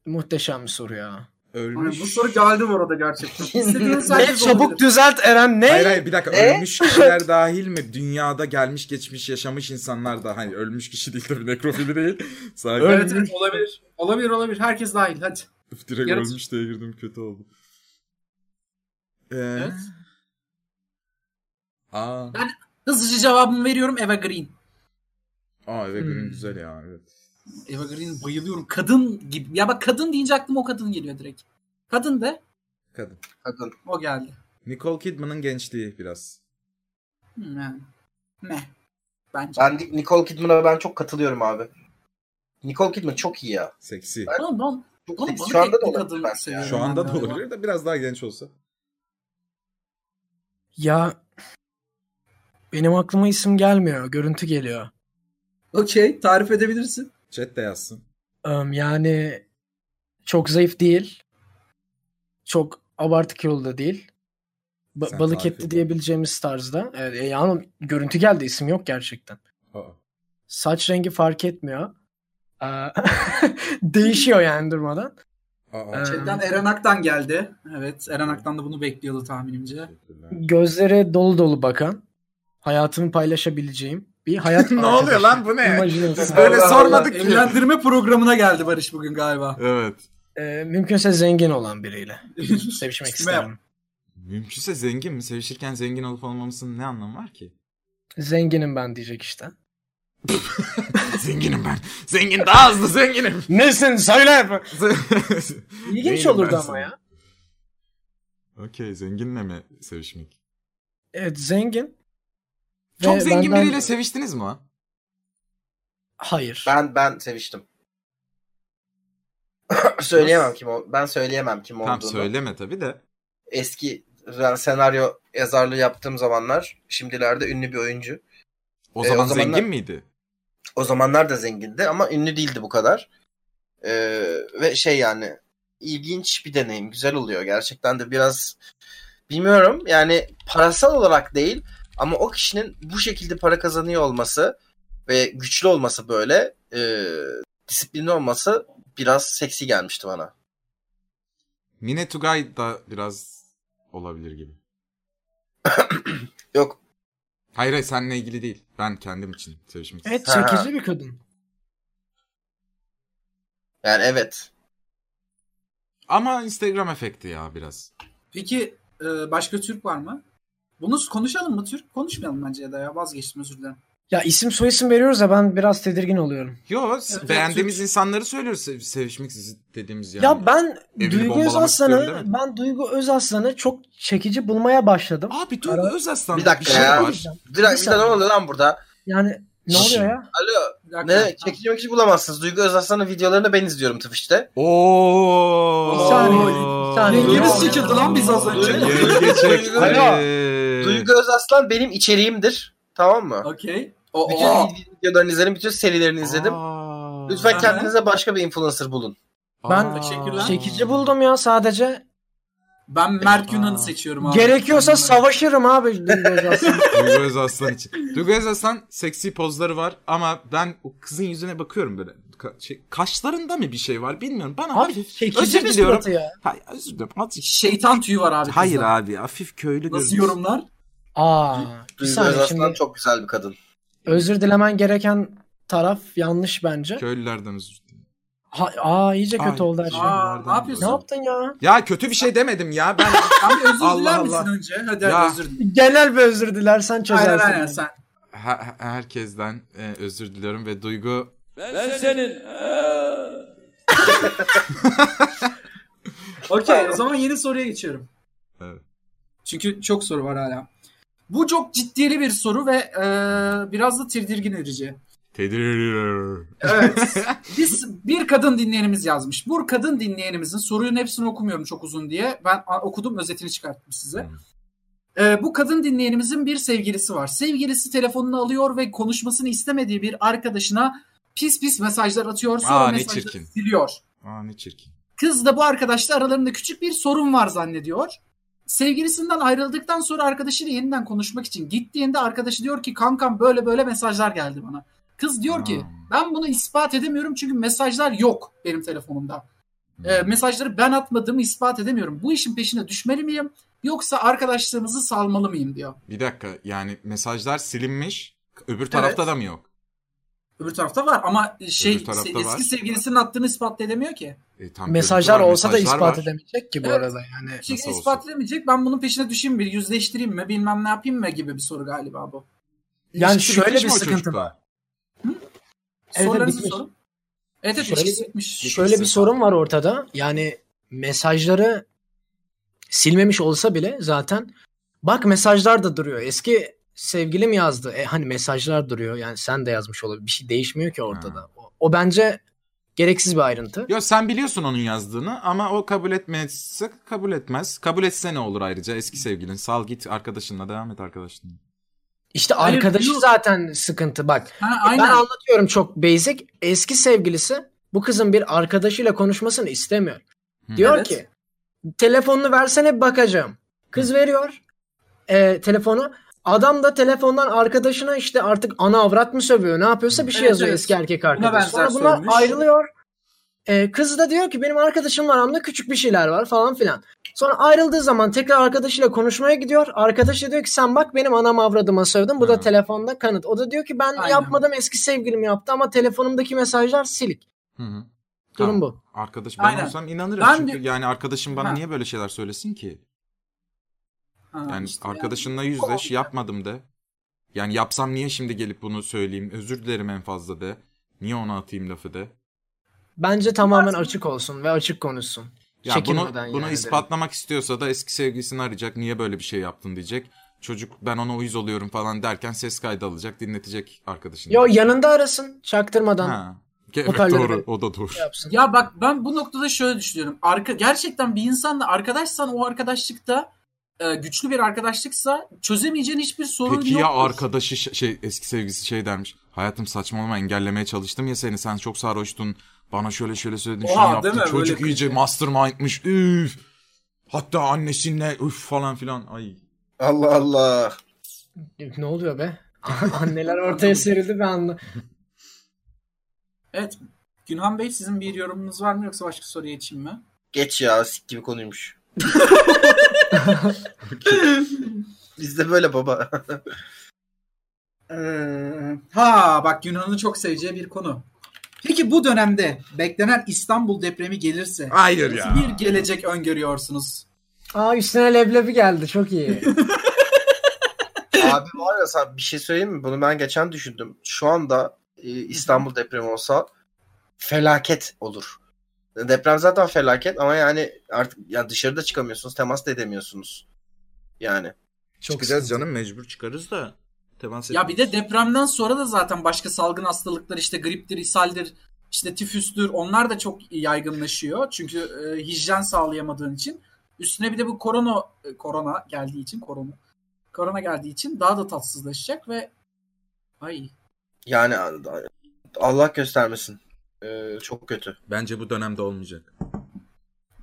Speaker 3: Muhteşem bir soru ya.
Speaker 1: Ölmüş.
Speaker 4: Ay, bu soru geldi bu arada gerçekten. İstediğiniz
Speaker 3: Ne
Speaker 4: herkes
Speaker 3: çabuk
Speaker 4: olabilir.
Speaker 3: düzelt Eren ne?
Speaker 1: Hayır hayır bir dakika
Speaker 2: Ne?
Speaker 1: ölmüş kişiler dahil mi? Dünyada gelmiş geçmiş yaşamış insanlar da hani ölmüş kişi değil tabii nekrofili değil. Sadece
Speaker 4: Evet, evet, olabilir. Olabilir olabilir. Herkes dahil. Hadi.
Speaker 1: Üf, direkt
Speaker 4: Yarısı-
Speaker 1: ölmüş diye girdim kötü oldu. Ee,
Speaker 4: Evet.
Speaker 1: Aa,
Speaker 4: Hızlıca cevabımı veriyorum Eva Green.
Speaker 1: aa evet
Speaker 3: Hmm.
Speaker 1: Green güzel ya evet.
Speaker 4: Eva Green bayılıyorum. Kadın gibi. Ya bak kadın deyince aklıma o kadın geliyor direkt. Kadın de
Speaker 1: Kadın.
Speaker 2: Kadın.
Speaker 4: o geldi.
Speaker 1: Nicole Kidman'ın gençliği biraz.
Speaker 4: Hmm, yani. Ne? Bence.
Speaker 2: Ben Ni- Nicole Kidman'a ben çok katılıyorum abi. Nicole Kidman çok iyi ya.
Speaker 1: Seksi.
Speaker 4: Oğlum, oğlum,
Speaker 2: Çok
Speaker 4: oğlum,
Speaker 2: seksi.
Speaker 4: bana
Speaker 2: Şu anda da
Speaker 4: teknik
Speaker 2: olabilir
Speaker 4: kadın
Speaker 2: bence
Speaker 4: seviyorum
Speaker 2: yani.
Speaker 1: Şu
Speaker 4: ben
Speaker 1: anda da
Speaker 4: galiba.
Speaker 1: olabilir de biraz daha genç olsa.
Speaker 3: Ya benim aklıma isim gelmiyor. Görüntü geliyor.
Speaker 4: Okey. Tarif edebilirsin.
Speaker 1: Chat de yazsın.
Speaker 3: Em, yani çok zayıf değil. Çok abartı kilolu da değil. Ba-
Speaker 1: Sen
Speaker 3: balık
Speaker 1: tarif
Speaker 3: etli
Speaker 1: et.
Speaker 3: diyebileceğimiz tarzda. Evet, e, yani görüntü geldi isim yok gerçekten.
Speaker 1: Aa.
Speaker 3: Saç rengi fark etmiyor. Aa, Değişiyor yani durmadan.
Speaker 1: Aa,
Speaker 4: Chatten Eren Ak'tan geldi. Evet Eren Ak'tan da bunu bekliyordu tahminimce.
Speaker 1: teşekkürler.
Speaker 3: Gözlere dolu dolu bakan, hayatımı paylaşabileceğim bir hayat
Speaker 1: ne oluyor lan bu ne?
Speaker 3: Amacınız.
Speaker 1: Biz böyle
Speaker 2: Allah
Speaker 1: sormadık ki.
Speaker 4: Evlendirme programına geldi Barış bugün galiba.
Speaker 1: Evet.
Speaker 3: Ee, mümkünse zengin olan biriyle sevişmek isterim.
Speaker 1: Mümkünse zengin mi? Sevişirken zengin olup olmamasının ne anlamı var ki?
Speaker 3: Zenginim ben diyecek işte.
Speaker 1: Zenginim ben. Zengin daha hızlı zenginim.
Speaker 3: Nesin söyle. İlginç
Speaker 1: Zenginim
Speaker 3: olurdu
Speaker 1: ben
Speaker 3: ama
Speaker 1: sana.
Speaker 3: ya.
Speaker 1: Okey zenginle mi sevişmek?
Speaker 3: Evet zengin.
Speaker 1: Çok
Speaker 3: Ve
Speaker 1: zengin
Speaker 3: benden-
Speaker 1: biriyle seviştiniz mi?
Speaker 3: Hayır.
Speaker 2: Ben ben seviştim. söyleyemem kim o. Ben söyleyemem kim
Speaker 1: Tamam
Speaker 2: olduğunu.
Speaker 1: söyleme tabii de.
Speaker 2: Eski ben senaryo yazarlığı yaptığım zamanlar şimdilerde ünlü bir oyuncu.
Speaker 1: O
Speaker 2: E, o
Speaker 1: zaman
Speaker 2: zamanlar-
Speaker 1: zengin miydi?
Speaker 2: O zamanlar da zengindi ama ünlü değildi bu kadar. Ee, ve şey yani ilginç bir deneyim. Güzel oluyor gerçekten de biraz bilmiyorum yani parasal olarak değil ama o kişinin bu şekilde para kazanıyor olması ve güçlü olması böyle e, disiplinli olması biraz seksi gelmişti bana.
Speaker 1: Mine Tugay da biraz olabilir gibi.
Speaker 2: Yok
Speaker 1: Hayır hayır seninle ilgili değil. Ben kendim için sevişmek istedim.
Speaker 3: Evet
Speaker 2: Ha.
Speaker 3: çekici bir kadın.
Speaker 2: yani evet.
Speaker 1: Ama Instagram efekti ya biraz.
Speaker 4: Peki e, başka Türk var mı? Bunu konuşalım mı Türk? Konuşmayalım bence ya da ya vazgeçtim özür dilerim.
Speaker 3: Ya isim soyisim veriyoruz ya ben biraz tedirgin oluyorum.
Speaker 1: Yo s-
Speaker 4: Evet,
Speaker 1: beğendiğimiz
Speaker 4: çünkü-
Speaker 1: insanları söylüyoruz sev- sevişmek sizi- dediğimiz yani.
Speaker 3: ya ben
Speaker 1: evini
Speaker 3: Duygu
Speaker 1: bombalamak
Speaker 3: Özaslan'ı
Speaker 1: istiyorum değil mi?
Speaker 3: ben Duygu Özaslan'ı çok çekici bulmaya başladım.
Speaker 1: Abi Duygu
Speaker 3: Ara-
Speaker 1: Özaslan'da
Speaker 2: Bir dakika
Speaker 1: şey
Speaker 2: ya.
Speaker 1: var.
Speaker 2: Bir dakika, bir dakika, ne
Speaker 3: saniye.
Speaker 2: oluyor lan burada?
Speaker 3: Yani ne oluyor ya?
Speaker 2: Alo
Speaker 4: Bir dakika.
Speaker 2: ne çekici mekici bulamazsınız. Duygu Özaslan'ın videolarını ben izliyorum Twitch'te.
Speaker 1: Oo.
Speaker 4: Bir saniye,
Speaker 3: bir saniye.
Speaker 4: Yengemiz çekildi lan biz az önce.
Speaker 1: Yenge çekti.
Speaker 2: Alo. Duygu Özaslan benim içeriğimdir. Tamam mı?
Speaker 4: Okey. O,
Speaker 2: Bütün
Speaker 4: o.
Speaker 2: videolarını izledim, bütün serilerini izledim.
Speaker 1: Aa.
Speaker 2: Lütfen
Speaker 4: Aha.
Speaker 2: kendinize başka bir influencer bulun.
Speaker 3: Ben-
Speaker 4: Teşekkürler.
Speaker 3: Çekici buldum ya sadece.
Speaker 4: Ben Mert Yunan'ı seçiyorum abi.
Speaker 3: Gerekiyorsa savaşırım abi Duygu Özaslan.
Speaker 1: Duygu Özaslan için. Duygu Özaslan seksi pozları var ama ben o kızın yüzüne bakıyorum böyle. Ka- şey- kaşlarında mı bir şey var bilmiyorum. Bana
Speaker 3: abi
Speaker 1: hafif.
Speaker 3: çekici
Speaker 1: Özür
Speaker 3: bir
Speaker 1: diliyorum.
Speaker 3: suratı ya.
Speaker 1: Hayır özür dilerim. Azıcık- şey-
Speaker 4: Şeytan tüyü var abi.
Speaker 1: Hayır
Speaker 4: kızda.
Speaker 1: abi hafif köylü
Speaker 4: Nasıl
Speaker 1: görünüyor.
Speaker 4: yorumlar?
Speaker 3: Aa, bir
Speaker 2: Duygu
Speaker 3: saniye
Speaker 2: Özaslan
Speaker 3: şimdi.
Speaker 2: çok güzel bir kadın.
Speaker 3: Özür dilemen gereken taraf yanlış bence.
Speaker 1: Köylülerden özür dilerim.
Speaker 3: Ha, aa iyice Şey kötü
Speaker 1: Ay,
Speaker 3: oldu her şey.
Speaker 1: Aa.
Speaker 4: ne yapıyorsun?
Speaker 3: Ne yaptın ya?
Speaker 1: Ya kötü bir şey demedim ya. Ben
Speaker 4: Sen bir özür
Speaker 1: Allah
Speaker 4: diler misin
Speaker 1: Allah.
Speaker 4: önce? Hadi
Speaker 1: Ya.
Speaker 4: hadi özür dilerim.
Speaker 3: Genel bir özür dilersen çözersin.
Speaker 4: Aynen aynen sen.
Speaker 1: Her- her- herkesten e, özür diliyorum ve Duygu
Speaker 5: Ben senin.
Speaker 4: Okey o zaman yeni soruya geçiyorum.
Speaker 1: Evet.
Speaker 4: Çünkü çok soru var hala. Bu çok ciddiyeli bir soru ve e, biraz da tirdirgin edici.
Speaker 1: tedir.
Speaker 4: Evet. Biz bir kadın dinleyenimiz yazmış. Bu kadın dinleyenimizin soruyun hepsini okumuyorum çok uzun diye. Ben a- okudum özetini çıkarttım size.
Speaker 1: Hmm.
Speaker 4: Ee, bu kadın dinleyenimizin bir sevgilisi var. Sevgilisi telefonunu alıyor ve konuşmasını istemediği bir arkadaşına pis pis mesajlar atıyor. Sonra
Speaker 1: Aa, ne
Speaker 4: mesajları
Speaker 1: çirkin.
Speaker 4: siliyor.
Speaker 1: Aa ne çirkin.
Speaker 4: Kız da bu arkadaşla aralarında küçük bir sorun var zannediyor. Sevgilisinden ayrıldıktan sonra arkadaşıyla yeniden konuşmak için gittiğinde arkadaşı diyor ki kankam böyle böyle mesajlar geldi bana. Kız diyor ki
Speaker 1: Hmm.
Speaker 4: ben bunu ispat edemiyorum çünkü mesajlar yok benim telefonumda.
Speaker 3: e,
Speaker 4: Ee,
Speaker 1: hmm.
Speaker 4: mesajları ben atmadığımı ispat edemiyorum. Bu işin peşine düşmeli miyim yoksa arkadaşlığımızı salmalı mıyım diyor.
Speaker 1: Bir dakika yani mesajlar silinmiş. Öbür tarafta da mı yok?
Speaker 4: Öbür tarafta var ama şey
Speaker 1: Öbür tarafta
Speaker 4: se-
Speaker 1: var.
Speaker 4: eski sevgilisinin attığını ispat edemiyor ki.
Speaker 1: E, tam
Speaker 3: Mesajlar
Speaker 1: görüntü var,
Speaker 3: olsa da
Speaker 1: mesajlar
Speaker 3: ispat
Speaker 1: var.
Speaker 3: edemeyecek ki bu
Speaker 4: Evet.
Speaker 3: arada yani.
Speaker 4: Çünkü
Speaker 1: Nasıl
Speaker 4: Şey, ispat
Speaker 1: olsun?
Speaker 4: edemeyecek ben bunun peşine düşeyim mi yüzleştireyim mi bilmem ne yapayım mı gibi bir soru galiba bu.
Speaker 3: Yani
Speaker 1: İlişkisi
Speaker 3: şöyle
Speaker 1: bitmiş
Speaker 3: bir
Speaker 1: mi o
Speaker 3: sıkıntı
Speaker 1: çocukla?
Speaker 3: Evet,
Speaker 4: Sorularınızı
Speaker 3: bitmiş.
Speaker 4: sorun. Evet evet
Speaker 3: Şöyle
Speaker 4: ilişkisi
Speaker 3: bir-
Speaker 4: bitmiş.
Speaker 3: Şöyle bir sorun var ortada. Yani mesajları silmemiş olsa bile zaten bak mesajlar da duruyor. Eski sevgilim yazdı. E, hani mesajlar duruyor. Yani sen de yazmış olabilir. Bir şey değişmiyor ki ortada. O, o bence gereksiz bir ayrıntı.
Speaker 1: Yok sen biliyorsun onun yazdığını ama o kabul etmezse kabul etmez. Kabul etse ne olur ayrıca eski sevgilin. Sal git arkadaşınla devam et arkadaşınla.
Speaker 3: İşte
Speaker 4: Hayır,
Speaker 3: arkadaşı
Speaker 4: bu-
Speaker 3: zaten sıkıntı bak.
Speaker 4: Ha, aynen.
Speaker 3: Ben anlatıyorum çok basic. Eski sevgilisi bu kızın bir arkadaşıyla konuşmasını istemiyor.
Speaker 1: Hı.
Speaker 3: Diyor
Speaker 4: Evet.
Speaker 3: ki telefonunu versene bir bakacağım. Kız veriyor e, telefonu. Adam da telefondan arkadaşına işte artık ana avrat mı sövüyor ne yapıyorsa bir şey
Speaker 4: Evet,
Speaker 3: yazıyor
Speaker 4: evet.
Speaker 3: eski erkek
Speaker 4: benzer
Speaker 3: arkadaş. Sonra bunlar
Speaker 4: sövmüş.
Speaker 3: ayrılıyor. E, kız da diyor ki benim arkadaşımla aramda küçük bir şeyler var falan filan. Sonra ayrıldığı zaman tekrar arkadaşıyla konuşmaya gidiyor. Arkadaş da diyor ki sen bak benim anam avradıma sövdün. Bu da
Speaker 1: Ha.
Speaker 3: telefonda kanıt. O da diyor ki ben
Speaker 4: Aynen.
Speaker 3: yapmadım eski sevgilim yaptı ama telefonumdaki mesajlar silik.
Speaker 1: Hı hı.
Speaker 3: Durum
Speaker 1: Tamam.
Speaker 3: bu.
Speaker 1: Arkadaş ben
Speaker 4: Aynen.
Speaker 1: olsam inanırım
Speaker 4: Ben
Speaker 1: çünkü
Speaker 4: bir-
Speaker 1: yani arkadaşım bana
Speaker 4: Ha.
Speaker 1: niye böyle şeyler söylesin ki?
Speaker 4: Ha,
Speaker 1: Yani
Speaker 4: işte
Speaker 1: arkadaşınla
Speaker 4: Kolay
Speaker 1: yüzleş yapmadım de. Yani yapsam niye şimdi gelip bunu söyleyeyim? Özür dilerim en fazla de. Niye ona atayım lafı de.
Speaker 3: Bence tamamen açık olsun ve açık konuşsun.
Speaker 1: Ya bunu,
Speaker 3: Çekinmeden
Speaker 1: bunu
Speaker 3: yani
Speaker 1: ispatlamak istiyorsa da eski sevgilisini arayacak. Niye böyle bir şey yaptın diyecek. Çocuk ben ona uyuz oluyorum falan derken ses kaydı alacak. Dinletecek arkadaşını.
Speaker 3: Yo yanında arasın çaktırmadan
Speaker 1: Ha. Ge- Evet,
Speaker 3: Hoparlörü-
Speaker 1: doğru. O da doğru.
Speaker 3: yapsın.
Speaker 4: Ya bak ben bu noktada şöyle düşünüyorum. Arka, gerçekten bir insanla arkadaşsan o arkadaşlıkta e, güçlü bir arkadaşlıksa çözemeyeceğin hiçbir sorun
Speaker 1: Peki
Speaker 4: yoktur.
Speaker 1: ya arkadaşı ş- şey eski sevgilisi şey dermiş. Hayatım saçmalama engellemeye çalıştım ya seni. Sen çok sarhoştun. Bana şöyle şöyle söyledin şunu
Speaker 4: Oha,
Speaker 1: yaptın.
Speaker 4: değil mi? Böyle şey.
Speaker 1: Çocuk
Speaker 4: klişe.
Speaker 1: iyice mastermindmiş. Üf. Hatta annesinle üf falan filan. Ay.
Speaker 2: Allah Allah.
Speaker 3: Ne oluyor be? Anneler ortaya serildi ben anla.
Speaker 4: Evet. Günhan Bey sizin bir yorumunuz var mı yoksa başka soruya geçeyim mi?
Speaker 2: Geç ya sik gibi konuymuş. Bizde böyle baba.
Speaker 4: Ee, ha bak Yunan'ı çok seveceği bir konu. Peki bu dönemde beklenen İstanbul depremi gelirse
Speaker 1: Hayır
Speaker 4: nasıl
Speaker 1: ya.
Speaker 4: bir gelecek öngörüyorsunuz?
Speaker 3: Aa üstüne leblebi geldi çok iyi.
Speaker 2: Abi var ya sana bir şey söyleyeyim mi? Bunu ben geçen düşündüm. Şu anda e, İstanbul depremi olsa felaket olur. Deprem zaten felaket ama yani artık ya dışarıda çıkamıyorsunuz, temas da edemiyorsunuz. Yani
Speaker 3: Çok
Speaker 1: Çıkacağız
Speaker 3: sıkıntı.
Speaker 1: canım mecbur çıkarız da. Temas
Speaker 4: Ya bir de depremden sonra da zaten başka salgın hastalıklar işte griptir, ishaldir, işte tifüstür onlar da çok yaygınlaşıyor. Çünkü e, hijyen sağlayamadığın için. Üstüne bir de bu korona e, korona geldiği için korona korona geldiği için daha da tatsızlaşacak ve ay
Speaker 2: yani Allah göstermesin. E, çok kötü.
Speaker 1: Bence bu dönemde olmayacak.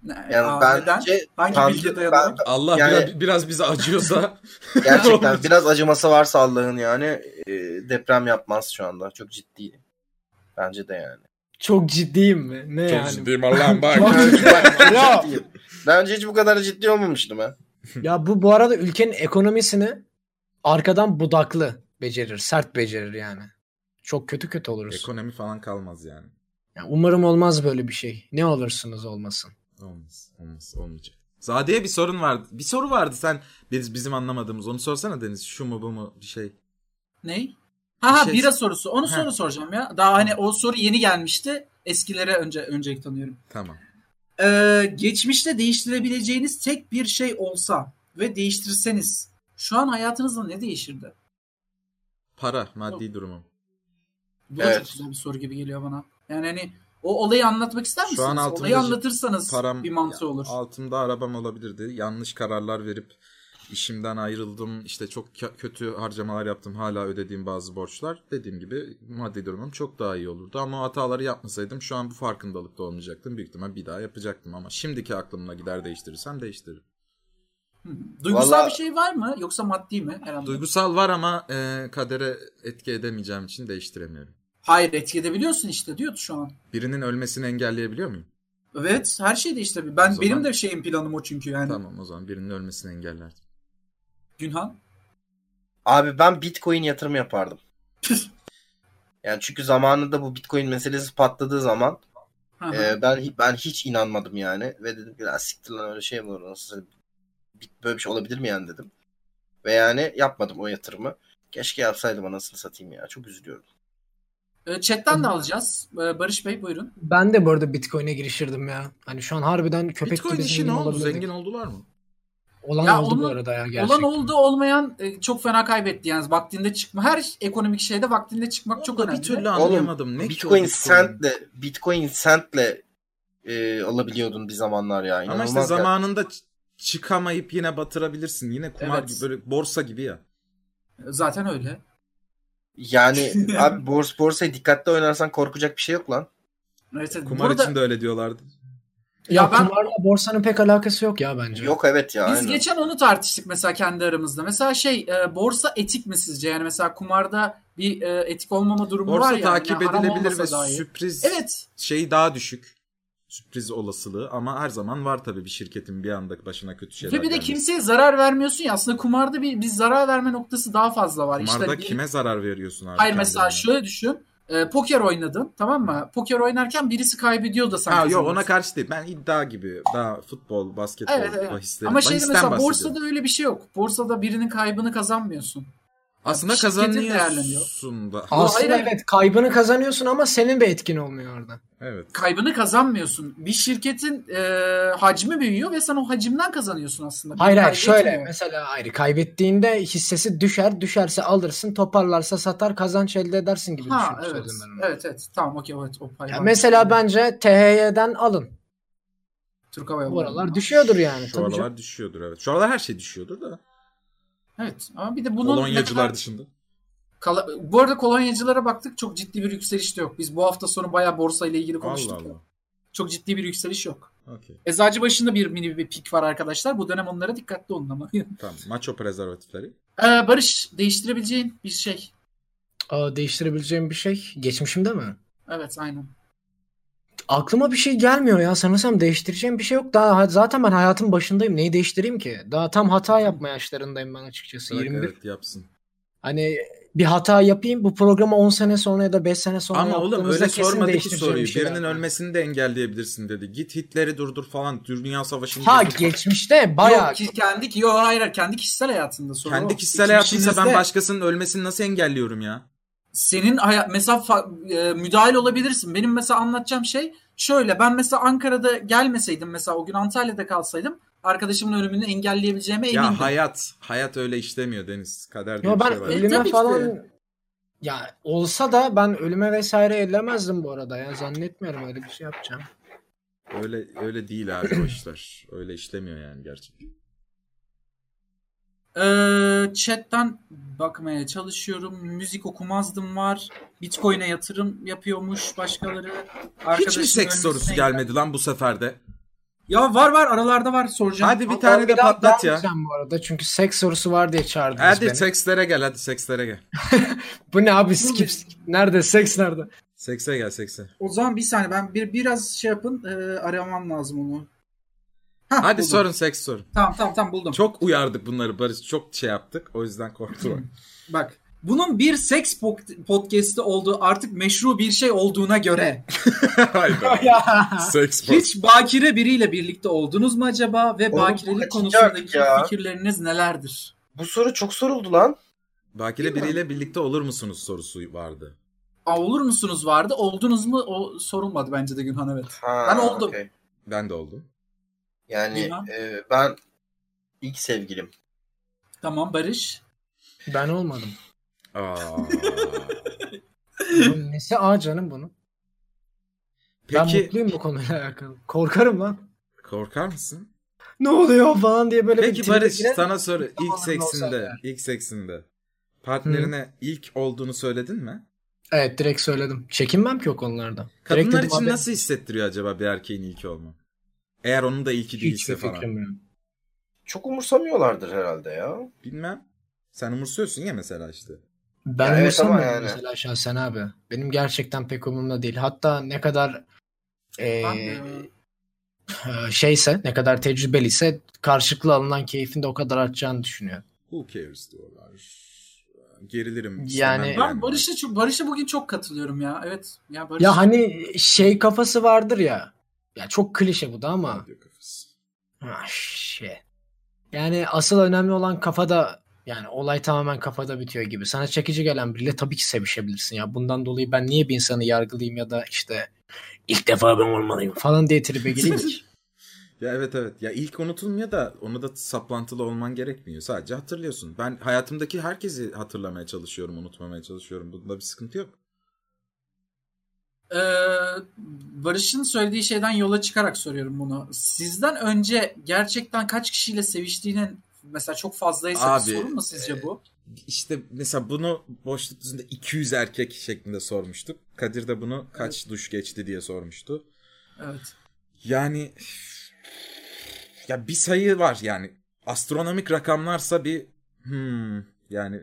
Speaker 4: ne,
Speaker 2: Yani
Speaker 4: E, aa, neden?
Speaker 2: bence
Speaker 4: Hangi
Speaker 2: şey ben- ben,
Speaker 4: bilgiye dayanarak?
Speaker 1: Allah
Speaker 2: Yani-
Speaker 1: biraz, biraz bizi acıyorsa.
Speaker 2: Gerçekten biraz acıması varsa Allah'ın yani e, deprem yapmaz şu anda. Çok ciddi. Bence de yani.
Speaker 3: Çok ciddiyim mi? Ne yani?
Speaker 1: Allah'ım
Speaker 3: Çok ciddiyim. Ya.
Speaker 2: Ciddiyim. Daha önce hiç bu kadar ciddi olmamıştım ha.
Speaker 3: Ya bu bu arada ülkenin ekonomisini arkadan budaklı becerir, sert becerir yani. Çok kötü kötü oluruz.
Speaker 1: Ekonomi falan kalmaz yani.
Speaker 3: Yani umarım olmaz böyle bir şey. Ne olursunuz olmasın.
Speaker 1: Olmaz. Olmaz. Olmayacak. Zade'ye bir sorun vardı. Bir soru vardı sen biz bizim anlamadığımız onu sorsana Deniz. Şu mu bu mu bir şey.
Speaker 4: Ne? Ha ha
Speaker 1: Şey-
Speaker 4: bira sorusu. Onu
Speaker 1: Ha.
Speaker 4: soru soracağım ya. Daha hani o soru yeni gelmişti. Eskilere önce öncelik tanıyorum.
Speaker 1: Tamam.
Speaker 4: Ee, geçmişte değiştirebileceğiniz tek bir şey olsa ve değiştirseniz şu an hayatınızda ne değişirdi?
Speaker 1: Para maddi durumum.
Speaker 4: Bu da
Speaker 2: Evet.
Speaker 4: çok güzel bir soru gibi geliyor bana. Yani hani o olayı anlatmak ister
Speaker 1: Şu
Speaker 4: misiniz?
Speaker 1: an altımda
Speaker 4: olayı
Speaker 1: cep-
Speaker 4: anlatırsanız
Speaker 1: Param
Speaker 4: bir mantığı olur.
Speaker 1: altımda arabam olabilirdi. Yanlış kararlar verip işimden ayrıldım. İşte çok kö- kötü harcamalar yaptım. Hala ödediğim bazı borçlar. Dediğim gibi maddi durumum çok daha iyi olurdu. Ama o hataları yapmasaydım şu an bu farkındalıkta olmayacaktım. Büyük ihtimal bir daha yapacaktım ama şimdiki aklımla gider değiştirirsem değiştiririm.
Speaker 4: Duygusal
Speaker 2: Vallahi-
Speaker 4: bir şey var mı yoksa maddi mi? Herhalde.
Speaker 1: Duygusal var ama e, kadere etki edemeyeceğim için değiştiremiyorum.
Speaker 4: Hayır etki edebiliyorsun işte diyordu şu an.
Speaker 1: Birinin ölmesini engelleyebiliyor muyum?
Speaker 4: Evet her şey değiştirebilir. Ben
Speaker 1: O zaman-
Speaker 4: benim de şeyim planım o çünkü yani.
Speaker 1: Tamam o zaman birinin ölmesini engellerdim.
Speaker 4: Günhan.
Speaker 2: Abi ben Bitcoin yatırım yapardım. Yani çünkü zamanında bu Bitcoin meselesi patladığı zaman
Speaker 4: Hı hı.
Speaker 1: Ee,
Speaker 2: e, ben hi- ben hiç inanmadım yani ve dedim ki "Lan siktir lan öyle şey mi olur nasıl bit- böyle bir şey olabilir mi yani dedim. Ve yani yapmadım o yatırımı. Keşke yapsaydım anasını satayım ya. Çok üzülüyorum.
Speaker 4: Ee, Chat'ten de alacağız. Ee, Barış Bey buyurun.
Speaker 3: Ben de bu arada Bitcoin'e girişirdim ya. Hani şu an harbiden köpek
Speaker 1: Bitcoin
Speaker 3: gibi
Speaker 1: işi
Speaker 3: zengin
Speaker 1: ne oldu?
Speaker 3: olabilirdik.
Speaker 1: Zengin oldular mı?
Speaker 3: Olan
Speaker 4: Ya
Speaker 3: oldu bu
Speaker 4: olan-
Speaker 3: arada ya gerçekten.
Speaker 4: Olan oldu olmayan e, çok fena kaybetti yani vaktinde çıkma. Her ekonomik şeyde vaktinde çıkmak çok
Speaker 1: Onu da
Speaker 4: önemli.
Speaker 1: Bir türlü
Speaker 2: Oğlum,
Speaker 1: anlayamadım. ne ki o
Speaker 2: Bitcoin, centle Bitcoin centle e, alabiliyordun bir zamanlar ya.
Speaker 1: Ama
Speaker 2: İnanılmaz
Speaker 1: işte
Speaker 2: ya.
Speaker 1: zamanında ç- çıkamayıp yine batırabilirsin. Yine kumar
Speaker 4: Evet.
Speaker 1: gibi böyle borsa gibi ya.
Speaker 4: Zaten öyle.
Speaker 2: Yani abi bors borsaya dikkatli oynarsan korkacak bir şey yok lan.
Speaker 4: Evet, evet.
Speaker 1: Kumar
Speaker 4: Burada
Speaker 1: için de öyle diyorlardı.
Speaker 3: Ya,
Speaker 4: Ya ben-
Speaker 3: kumarla borsanın pek alakası yok ya bence.
Speaker 2: Yok evet ya.
Speaker 4: biz
Speaker 2: aynen.
Speaker 4: geçen onu tartıştık mesela kendi aramızda. Mesela şey e, borsa etik mi sizce? Yani mesela kumarda bir e, etik olmama durumu
Speaker 1: Borsa
Speaker 4: var ya.
Speaker 1: takip
Speaker 4: yani haram
Speaker 1: edilebilir
Speaker 4: olmasa
Speaker 1: ve
Speaker 4: dahi.
Speaker 1: sürpriz
Speaker 4: Evet.
Speaker 1: şeyi daha düşük. sürpriz olasılığı ama her zaman var tabii bir şirketin bir anda başına kötü şeyler
Speaker 4: Ve bir de
Speaker 1: gelmesi.
Speaker 4: kimseye zarar vermiyorsun ya. Aslında kumarda bir, bir zarar verme noktası daha fazla var.
Speaker 1: Kumarda
Speaker 4: bir-
Speaker 1: kime zarar veriyorsun abi?
Speaker 4: Hayır mesela
Speaker 1: kendine?
Speaker 4: şöyle düşün. E, poker oynadın tamam mı? Poker oynarken birisi kaybediyor da sen
Speaker 1: Ha, yok
Speaker 4: kazanıyorsun.
Speaker 1: ona karşı değil. Ben iddia gibi daha futbol, basketbol,
Speaker 4: Evet, evet.
Speaker 1: bahisleri.
Speaker 4: Ama şeyde
Speaker 1: bahisten
Speaker 4: mesela
Speaker 1: bahsediyorum.
Speaker 4: borsada öyle bir şey yok. Borsada birinin kaybını kazanmıyorsun.
Speaker 1: aslında
Speaker 4: şirketin
Speaker 1: kazanıyorsun da.
Speaker 4: Hayır,
Speaker 3: Aslında
Speaker 4: hayır.
Speaker 3: evet kaybını kazanıyorsun ama senin bir etkin olmuyor orada.
Speaker 1: Evet.
Speaker 4: Kaybını kazanmıyorsun. Bir şirketin e, hacmi büyüyor ve sen o hacimden kazanıyorsun aslında.
Speaker 3: Hayır
Speaker 4: Biri
Speaker 3: hayır şöyle
Speaker 4: kaybetmiyor.
Speaker 3: mesela ayrı kaybettiğinde hissesi düşer düşerse alırsın toparlarsa satar kazanç elde edersin gibi
Speaker 4: Ha
Speaker 3: düşünüp
Speaker 4: evet.
Speaker 3: şey söyledim ben onu.
Speaker 4: Evet evet. Tamam okey evet. O pay
Speaker 3: Ya
Speaker 4: var.
Speaker 3: mesela bence THY'den alın.
Speaker 4: Türk Hava
Speaker 3: Bu
Speaker 4: Yolları.
Speaker 3: aralar düşüyordur yani.
Speaker 1: Şu
Speaker 3: Tabii canım.
Speaker 1: aralar düşüyordur evet. Şu aralar her şey düşüyordur da.
Speaker 4: Evet. Ama bir de bunun ne
Speaker 1: Kolonyacılar
Speaker 4: kadar-
Speaker 1: dışında.
Speaker 4: Kala- bu arada kolonyacılara baktık çok ciddi bir yükseliş de yok. Biz bu hafta sonu bayağı borsa ile ilgili konuştuk.
Speaker 1: Allah
Speaker 4: ya.
Speaker 1: Allah.
Speaker 4: Çok ciddi bir yükseliş yok.
Speaker 1: Okey.
Speaker 4: Eczacı başında bir mini bir pik var arkadaşlar. Bu dönem onlara dikkatli olun ama.
Speaker 1: Tamam. Maço prezervatifleri.
Speaker 4: Ee, Barış değiştirebileceğin bir şey.
Speaker 3: Aa, değiştirebileceğim bir şey. Geçmişimde mi?
Speaker 4: Evet aynen.
Speaker 3: Aklıma bir şey gelmiyor ya. Sanırsam değiştireceğim bir şey yok. Daha zaten ben hayatın başındayım. Neyi değiştireyim ki? Daha tam hata yapma yaşlarındayım ben açıkçası.
Speaker 1: Bırak,
Speaker 3: 21.
Speaker 1: Evet yapsın.
Speaker 3: Hani bir hata yapayım. Bu programı 10 sene sonra ya da 5 sene sonra
Speaker 1: Ama oğlum
Speaker 3: yaptığımızda
Speaker 1: öyle
Speaker 3: kesin
Speaker 1: sormadı ki
Speaker 3: değiştireceğim
Speaker 1: soruyu.
Speaker 3: bir şey
Speaker 1: Birinin
Speaker 3: var.
Speaker 1: ölmesini de engelleyebilirsin dedi. Git Hitler'i durdur falan. Dünya Savaşı'nı
Speaker 3: Ha
Speaker 1: durdur.
Speaker 3: geçmişte bayağı
Speaker 4: Yok, ki- kendi yo hayır hayır, kendi kişisel hayatında sorun.
Speaker 1: Kendi
Speaker 4: o.
Speaker 1: kişisel hayatımsa ben
Speaker 4: İkimizde
Speaker 1: başkasının ölmesini nasıl engelliyorum ya?
Speaker 4: Senin hayat mesela fa- e, müdahil olabilirsin. Benim mesela anlatacağım şey şöyle ben mesela Ankara'da gelmeseydim mesela o gün Antalya'da kalsaydım arkadaşımın ölümünü engelleyebileceğime emindim.
Speaker 1: Ya hayat, hayat öyle işlemiyor Deniz. Kader diye
Speaker 3: Yo
Speaker 1: bir
Speaker 3: ben
Speaker 1: şey var.
Speaker 4: E,
Speaker 3: ölüme
Speaker 4: tabii ki.
Speaker 3: falan ya olsa da ben ölüme vesaire ellemezdim bu arada ya zannetmiyorum öyle bir şey yapacağım.
Speaker 1: Öyle öyle değil abi o işler. Öyle işlemiyor yani gerçekten.
Speaker 4: Ee, chatten bakmaya çalışıyorum. Müzik okumazdım var. Bitcoin'e yatırım yapıyormuş başkaları.
Speaker 1: Hiç
Speaker 4: Arkadaşın
Speaker 1: mi seks
Speaker 4: ölmesine
Speaker 1: sorusu
Speaker 4: engel-
Speaker 1: gelmedi lan bu sefer de?
Speaker 4: Ya var var aralarda var soracağım.
Speaker 1: Hadi bir tane de
Speaker 3: Biraz
Speaker 1: patlat ya.
Speaker 3: vermeyeceğim bu arada çünkü seks sorusu var diye çağırdınız
Speaker 1: Hadi
Speaker 3: beni.
Speaker 1: sekslere gel hadi sekslere gel.
Speaker 3: Bu ne abi skip skip. Nerede seks nerede?
Speaker 1: Sekse gel sekse.
Speaker 4: O zaman bir saniye ben bir biraz şey yapın e, aramam lazım onu. Hah,
Speaker 1: Hadi
Speaker 4: buldum.
Speaker 1: sorun seks sorun.
Speaker 4: Tamam tamam tamam buldum.
Speaker 1: Çok uyardık bunları Barış. Çok şey yaptık. O yüzden korktum.
Speaker 4: Bak bunun bir seks pod- podcast'i olduğu artık meşru bir şey olduğuna göre
Speaker 1: Hayda. seks bak.
Speaker 4: hiç bakire biriyle birlikte oldunuz mu acaba ve
Speaker 2: Oğlum,
Speaker 4: bakirelik
Speaker 2: kaçacak
Speaker 4: konusundaki
Speaker 2: ya.
Speaker 4: fikirleriniz nelerdir?
Speaker 2: Bu soru çok soruldu lan.
Speaker 1: Bakire biriyle birlikte olur musunuz sorusu vardı.
Speaker 4: Aa, olur musunuz vardı. Oldunuz mu? O sorulmadı bence de Günhan evet.
Speaker 2: Ha,
Speaker 4: Ben oldum.
Speaker 2: okey.
Speaker 1: Ben de oldum.
Speaker 2: Yani
Speaker 4: Bilmem.
Speaker 2: e, ben ilk sevgilim.
Speaker 4: Tamam Barış.
Speaker 3: Ben olmadım.
Speaker 1: Aa.
Speaker 3: Bunun nesi a canım bunu. Ben
Speaker 1: Peki
Speaker 3: mutluyum bu konuyla alakalı. Korkarım lan.
Speaker 1: korkar mısın?
Speaker 3: Ne oluyor falan diye böyle bir
Speaker 1: Peki
Speaker 3: tribe
Speaker 1: Barış
Speaker 3: girer.
Speaker 1: sana soru. İlk
Speaker 3: Zamanında olsa
Speaker 1: seksinde,
Speaker 3: yani.
Speaker 1: ilk seksinde partnerine ilk olduğunu söyledin mi?
Speaker 3: Evet direkt söyledim. Çekinmem ki o konularda. direkt
Speaker 1: Kadınlar
Speaker 3: dedim
Speaker 1: için
Speaker 3: abi,
Speaker 1: nasıl hissettiriyor acaba bir erkeğin ilki olma? Eğer onun da ilki değilse
Speaker 3: hiçbir
Speaker 1: falan.
Speaker 3: fikrim yok.
Speaker 2: Çok umursamıyorlardır herhalde ya.
Speaker 1: Bilmem. Sen umursuyorsun ya mesela işte.
Speaker 3: Ben
Speaker 2: Ya evet
Speaker 3: umursamıyorum
Speaker 2: ama yani.
Speaker 3: mesela şahsen abi. Benim gerçekten pek umurumda değil. Hatta ne kadar e,
Speaker 4: Ben de-
Speaker 3: e, şeyse, ne kadar tecrübeliyse karşılıklı alınan keyfin de o kadar artacağını düşünüyor.
Speaker 1: Who cares diyorlar. Gerilirim.
Speaker 3: Yani-
Speaker 1: istemem
Speaker 4: ben
Speaker 1: bilemem.
Speaker 4: Barış'a çok Barış'a bugün çok katılıyorum ya. Evet. Ya Barış.
Speaker 3: Ya hani şey kafası vardır ya. Ya çok klişe bu da ama.
Speaker 1: Diyor kafası.
Speaker 3: Ah, şey. Yani asıl önemli olan kafada yani olay tamamen kafada bitiyor gibi. Sana çekici gelen biriyle tabii ki sevişebilirsin ya. Bundan dolayı ben niye bir insanı yargılayayım ya da işte ilk defa ben olmalıyım falan diye tribe gireyim hiç.
Speaker 1: Ya evet evet. Ya ilk unutulmuyor da onu da saplantılı olman gerekmiyor. Sadece hatırlıyorsun. Ben hayatımdaki herkesi hatırlamaya çalışıyorum, unutmamaya çalışıyorum. Bunda bir sıkıntı yok.
Speaker 4: Ee, Barış'ın söylediği şeyden yola çıkarak soruyorum bunu. Sizden önce gerçekten kaç kişiyle seviştiğinin mesela çok fazlaysa
Speaker 1: Abi, e,
Speaker 4: bir sorun mu sizce bu?
Speaker 1: İşte mesela bunu boşluk düzünde 200 erkek şeklinde sormuştuk. Kadir de bunu kaç duş geçti diye sormuştu.
Speaker 4: Evet.
Speaker 1: Yani ya bir sayı var yani. Astronomik rakamlarsa bir hmm, yani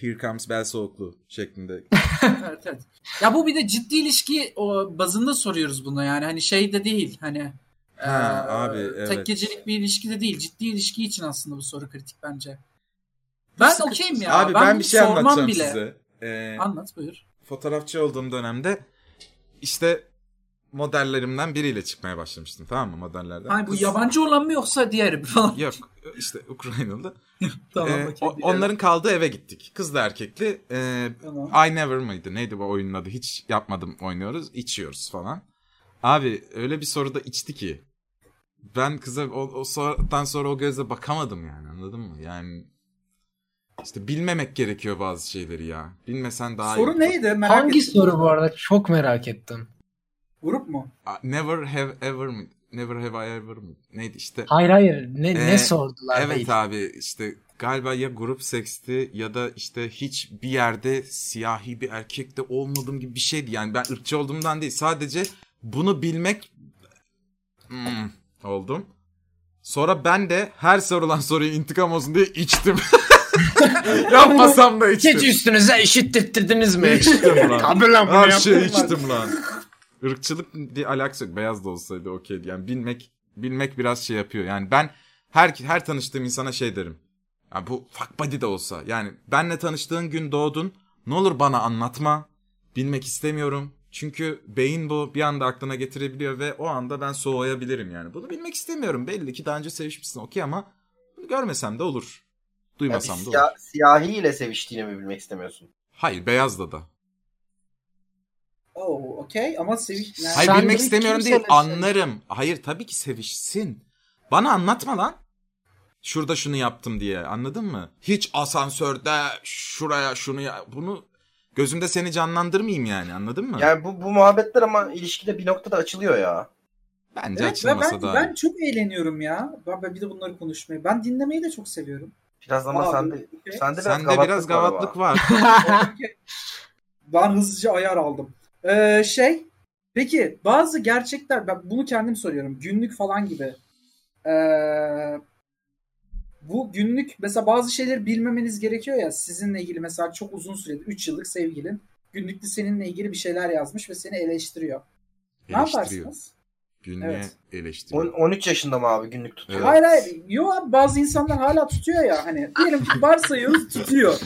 Speaker 1: Here Comes Bel Soğuklu şeklinde.
Speaker 4: evet, evet. Ya bu bir de ciddi ilişki o bazında soruyoruz bunu yani hani şey de değil hani
Speaker 1: Ha,
Speaker 4: eee,
Speaker 1: abi, evet.
Speaker 4: tek gecelik bir ilişki de değil ciddi ilişki için aslında bu soru kritik bence. Ben
Speaker 1: Sıkı-
Speaker 4: okeyim ya.
Speaker 1: Abi ben,
Speaker 4: bunu
Speaker 1: bir şey
Speaker 4: sormam
Speaker 1: anlatacağım
Speaker 4: bile.
Speaker 1: size. Ee,
Speaker 4: Anlat buyur.
Speaker 1: fotoğrafçı olduğum dönemde işte modellerimden biriyle çıkmaya başlamıştım tamam mı modellerden?
Speaker 4: Hayır bu
Speaker 1: Kız-
Speaker 4: yabancı olan mı yoksa diğeri mi falan.
Speaker 1: Yok işte Ukraynalı.
Speaker 4: tamam
Speaker 1: Ee,
Speaker 4: okey.
Speaker 1: o- onların kaldığı eve gittik. Kızla erkekli. Ee,
Speaker 4: Tamam.
Speaker 1: I Never mıydı? Neydi bu oyunun adı? Hiç yapmadım oynuyoruz. içiyoruz falan. Abi öyle bir soruda içti ki. Ben kıza o, o sorudan sonra o gözle bakamadım yani anladın mı? Yani işte bilmemek gerekiyor bazı şeyleri ya. Bilmesen daha iyi.
Speaker 4: Soru neydi? Merak
Speaker 3: Hangi
Speaker 4: ettim.
Speaker 3: soru bu arada? Çok merak ettim.
Speaker 4: Grup mu?
Speaker 1: A- Never have ever mı? Never have I ever mı? Neydi işte?
Speaker 3: Hayır hayır. Ne,
Speaker 1: Ee,
Speaker 3: ne sordular?
Speaker 1: Evet
Speaker 3: değil.
Speaker 1: abi işte galiba ya grup seksti ya da işte hiç bir yerde siyahi bir erkek de olmadığım gibi bir şeydi. Yani ben ırkçı olduğumdan değil sadece bunu bilmek Hmm, oldum. Sonra ben de her sorulan soruya intikam olsun diye içtim. Yapmasam da içtim.
Speaker 3: Hiç üstünüze işittirdiniz mi?
Speaker 1: İçtim şey lan.
Speaker 3: Abi lan
Speaker 1: Her şeyi içtim lan. Irkçılık diye alakası yok. Beyaz da olsaydı okeydi. Yani bilmek bilmek biraz şey yapıyor. Yani ben her her tanıştığım insana şey derim. Ya bu fuck buddy de olsa. Yani benle tanıştığın gün doğdun. Ne olur bana anlatma. Bilmek istemiyorum. Çünkü beyin bu bir anda aklına getirebiliyor ve o anda ben soğuyabilirim yani. Bunu bilmek istemiyorum. Belli ki daha önce sevişmişsin okey ama bunu görmesem de olur.
Speaker 2: Yani
Speaker 1: Duymasam da olur.
Speaker 2: siya- siyahi ile seviştiğini mi bilmek istemiyorsun?
Speaker 1: Hayır beyazla da.
Speaker 4: Oo okey Oh, ama sevik yani.
Speaker 1: Hayır
Speaker 3: Sen
Speaker 1: bilmek
Speaker 3: de
Speaker 1: istemiyorum
Speaker 3: kimse
Speaker 1: değil
Speaker 3: de
Speaker 1: anlarım. Hayır tabii ki sevişsin. Bana anlatma lan. Şurada şunu yaptım diye anladın mı? Hiç asansörde şuraya şunu ya bunu gözümde seni canlandırmayayım yani anladın mı?
Speaker 2: Yani bu, bu muhabbetler ama ilişkide bir noktada açılıyor ya.
Speaker 1: Bence
Speaker 4: Evet, ben,
Speaker 1: açılmasa
Speaker 4: ben,
Speaker 1: da.
Speaker 4: ben çok eğleniyorum ya. Ben, ben bir de bunları konuşmayı. Ben dinlemeyi de çok seviyorum.
Speaker 2: Biraz ama
Speaker 4: Abi,
Speaker 2: sende,
Speaker 4: okey.
Speaker 2: sende biraz
Speaker 1: Sende
Speaker 2: gavatlık
Speaker 1: biraz
Speaker 2: var ama.
Speaker 1: gavatlık var.
Speaker 4: ben hızlıca ayar aldım. Ee, şey peki bazı gerçekler ben bunu kendim soruyorum. Günlük falan gibi. Ee, bu günlük mesela bazı şeyleri bilmemeniz gerekiyor ya sizinle ilgili mesela çok uzun süreli 3 yıllık sevgilin günlükte seninle ilgili bir şeyler yazmış ve seni eleştiriyor. Ne
Speaker 1: eleştiriyor.
Speaker 4: yaparsınız?
Speaker 1: Günlüğe
Speaker 4: Evet.
Speaker 1: eleştiriyor.
Speaker 2: On- 13 yaşında mı abi günlük tutuyor?
Speaker 1: Evet.
Speaker 4: Hayır hayır. Yo abi, bazı insanlar hala tutuyor ya hani. Diyelim ki varsayıyoruz tutuyor.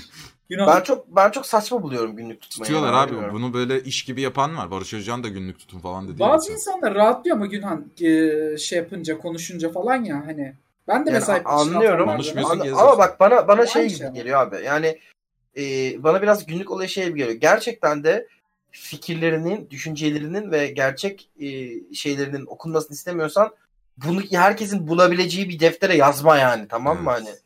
Speaker 4: Günah.
Speaker 2: Ben çok ben çok saçma buluyorum günlük tutmayı.
Speaker 1: Tutuyorlar
Speaker 2: Ben
Speaker 1: abi
Speaker 2: bilmiyorum.
Speaker 1: bunu böyle iş gibi yapan var. Barış Özcan da günlük tutun falan dedi. ya
Speaker 4: Bazı
Speaker 1: geçen.
Speaker 4: insanlar rahatlıyor ama Günhan e, şey yapınca konuşunca falan ya hani. Ben de
Speaker 2: Yani
Speaker 4: mesela
Speaker 2: a- anlıyorum.
Speaker 1: Konuşmuyorsun,
Speaker 2: An-
Speaker 1: geziyorsun.
Speaker 2: ama bak bana bana
Speaker 4: Aynı
Speaker 2: şey
Speaker 4: şey
Speaker 2: gibi
Speaker 4: ama.
Speaker 2: geliyor abi. Yani e, bana biraz günlük olayı şey gibi geliyor. Gerçekten de fikirlerinin, düşüncelerinin ve gerçek e, şeylerinin okunmasını istemiyorsan bunu herkesin bulabileceği bir deftere yazma yani tamam mı
Speaker 1: Evet.
Speaker 2: hani?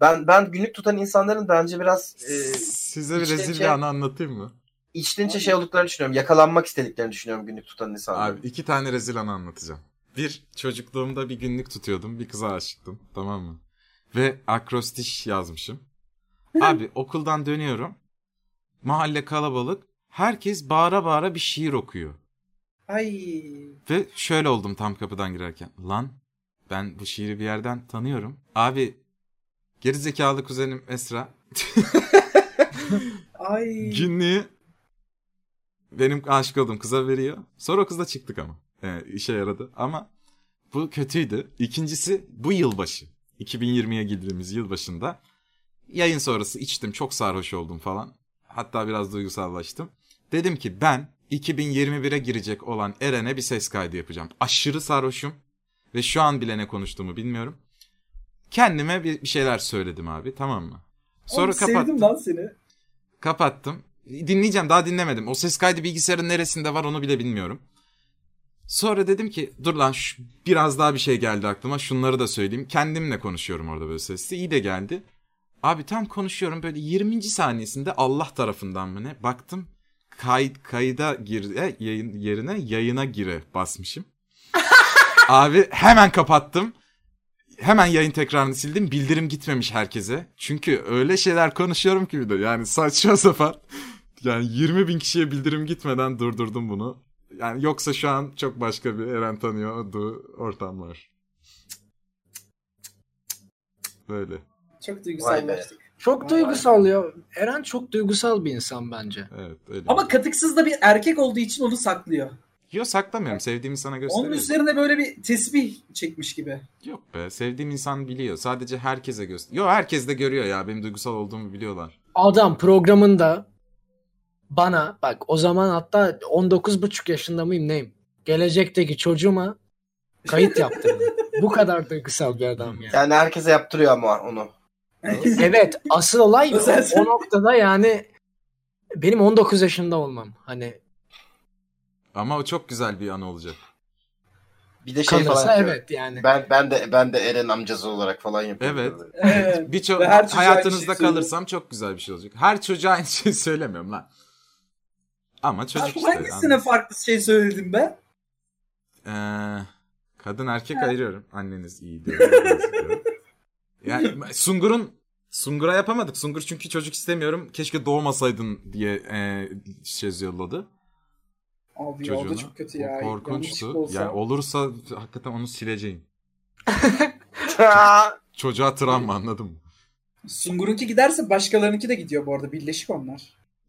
Speaker 2: Ben ben günlük tutan insanların bence biraz e,
Speaker 1: Size bir
Speaker 2: işte
Speaker 1: rezil
Speaker 2: şey-
Speaker 1: bir anı anlatayım mı?
Speaker 2: içten içe şey olduklarını düşünüyorum. Yakalanmak istediklerini düşünüyorum günlük tutan insanların.
Speaker 1: Abi iki tane rezil anı anlatacağım. Bir, çocukluğumda bir günlük tutuyordum. Bir kıza aşıktım. Tamam mı? Ve akrostiş yazmışım. Abi okuldan dönüyorum. Mahalle kalabalık. Herkes bağıra bağıra bir şiir okuyor.
Speaker 4: Ay.
Speaker 1: Ve şöyle oldum tam kapıdan girerken. Lan ben bu şiiri bir yerden tanıyorum. Abi gerizekalı kuzenim Esra
Speaker 4: Ay.
Speaker 1: Günlüğü benim aşık olduğum kıza veriyor. Sonra o kızla çıktık ama. Ee, işe yaradı. Ama bu kötüydü. İkincisi bu yılbaşı. 2020'ye girdiğimiz yılbaşında. Yayın sonrası içtim. Çok sarhoş oldum falan. Hatta biraz duygusallaştım. Dedim ki ben 2021'e girecek olan Eren'e bir ses kaydı yapacağım. Aşırı sarhoşum. Ve şu an bile ne konuştuğumu bilmiyorum. Kendime bir bir şeyler söyledim abi tamam mı? Sonra
Speaker 4: Oğlum,
Speaker 1: kapattım.
Speaker 4: Sevdim lan seni.
Speaker 1: Kapattım. Dinleyeceğim daha dinlemedim. O ses kaydı bilgisayarın neresinde var onu bile bilmiyorum. Sonra dedim ki dur lan şu, biraz daha bir şey geldi aklıma şunları da söyleyeyim. Kendimle konuşuyorum orada böyle sesli. İyi de geldi. Abi tam konuşuyorum böyle 20. saniyesinde Allah tarafından mı ne baktım. Kay, kayda gir e, yayın, yerine yayına gire basmışım. Abi hemen kapattım. Hemen yayın tekrarını sildim. Bildirim gitmemiş herkese. Çünkü öyle şeyler konuşuyorum ki bir de. Yani saçma sapan. Yani 20 bin kişiye bildirim gitmeden durdurdum bunu. Yani yoksa şu an çok başka bir Eren tanıyordu ortam var. Böyle.
Speaker 4: Çok
Speaker 2: Vay be.
Speaker 4: duygusallaştık.
Speaker 3: Çok duygusal ya. Eren çok duygusal bir insan bence.
Speaker 1: Evet, öyle.
Speaker 4: Ama katıksız da bir erkek olduğu için onu saklıyor.
Speaker 1: Yok saklamıyorum. Sevdiğim insana
Speaker 4: Onun
Speaker 1: gösteriyorum.
Speaker 4: üzerine böyle bir tesbih çekmiş gibi.
Speaker 1: Yok be. Sevdiğim insan biliyor. Sadece herkese göster. Yok herkes de görüyor ya. Benim duygusal olduğumu biliyorlar.
Speaker 3: Adam programında bana bak o zaman hatta 19,5 yaşında mıyım neyim? Gelecekteki çocuğuma kayıt yaptırdım. Bu kadar duygusal bir adam yani.
Speaker 2: Yani herkese yaptırıyor ama onu.
Speaker 3: Evet asıl olay
Speaker 4: Özel-
Speaker 3: o noktada yani benim 19 yaşında olmam. Hani
Speaker 1: Ama o çok güzel bir an olacak.
Speaker 2: Bir de şey
Speaker 3: kalırsa
Speaker 2: falan.
Speaker 3: evet yani.
Speaker 2: Ben ben de ben de Eren amcası olarak falan yapıyorum.
Speaker 1: Evet.
Speaker 4: Evet.
Speaker 1: Birçok
Speaker 4: Ve her çocuğa
Speaker 1: hayatınızda
Speaker 4: aynı şey
Speaker 1: kalırsam çok güzel bir şey olacak. Her çocuğa aynı şeyi söylemiyorum lan. Ama çocuk
Speaker 4: Abi
Speaker 1: işte.
Speaker 4: Hangisine
Speaker 1: anladın.
Speaker 4: farklı şey söyledim ben?
Speaker 1: Ee, kadın erkek ayırıyorum. Anneniz iyi diyor. babanız iyi diyor. yani Sungur'un Sungur'a yapamadık. Sungur çünkü çocuk istemiyorum. Keşke doğmasaydın diye e, şey yolladı.
Speaker 4: Abi ya, o da
Speaker 1: Çocuğuna.
Speaker 4: çok kötü
Speaker 1: Bu
Speaker 4: ya. Yanlışlıkla
Speaker 1: Korkunçtu.
Speaker 4: olsa-
Speaker 1: Yani olursa hakikaten onu sileceğim.
Speaker 2: Ha!
Speaker 1: Çocuğa travma anladın mı?
Speaker 4: Sungur'unki giderse başkalarınınki de gidiyor bu arada. Birleşik onlar.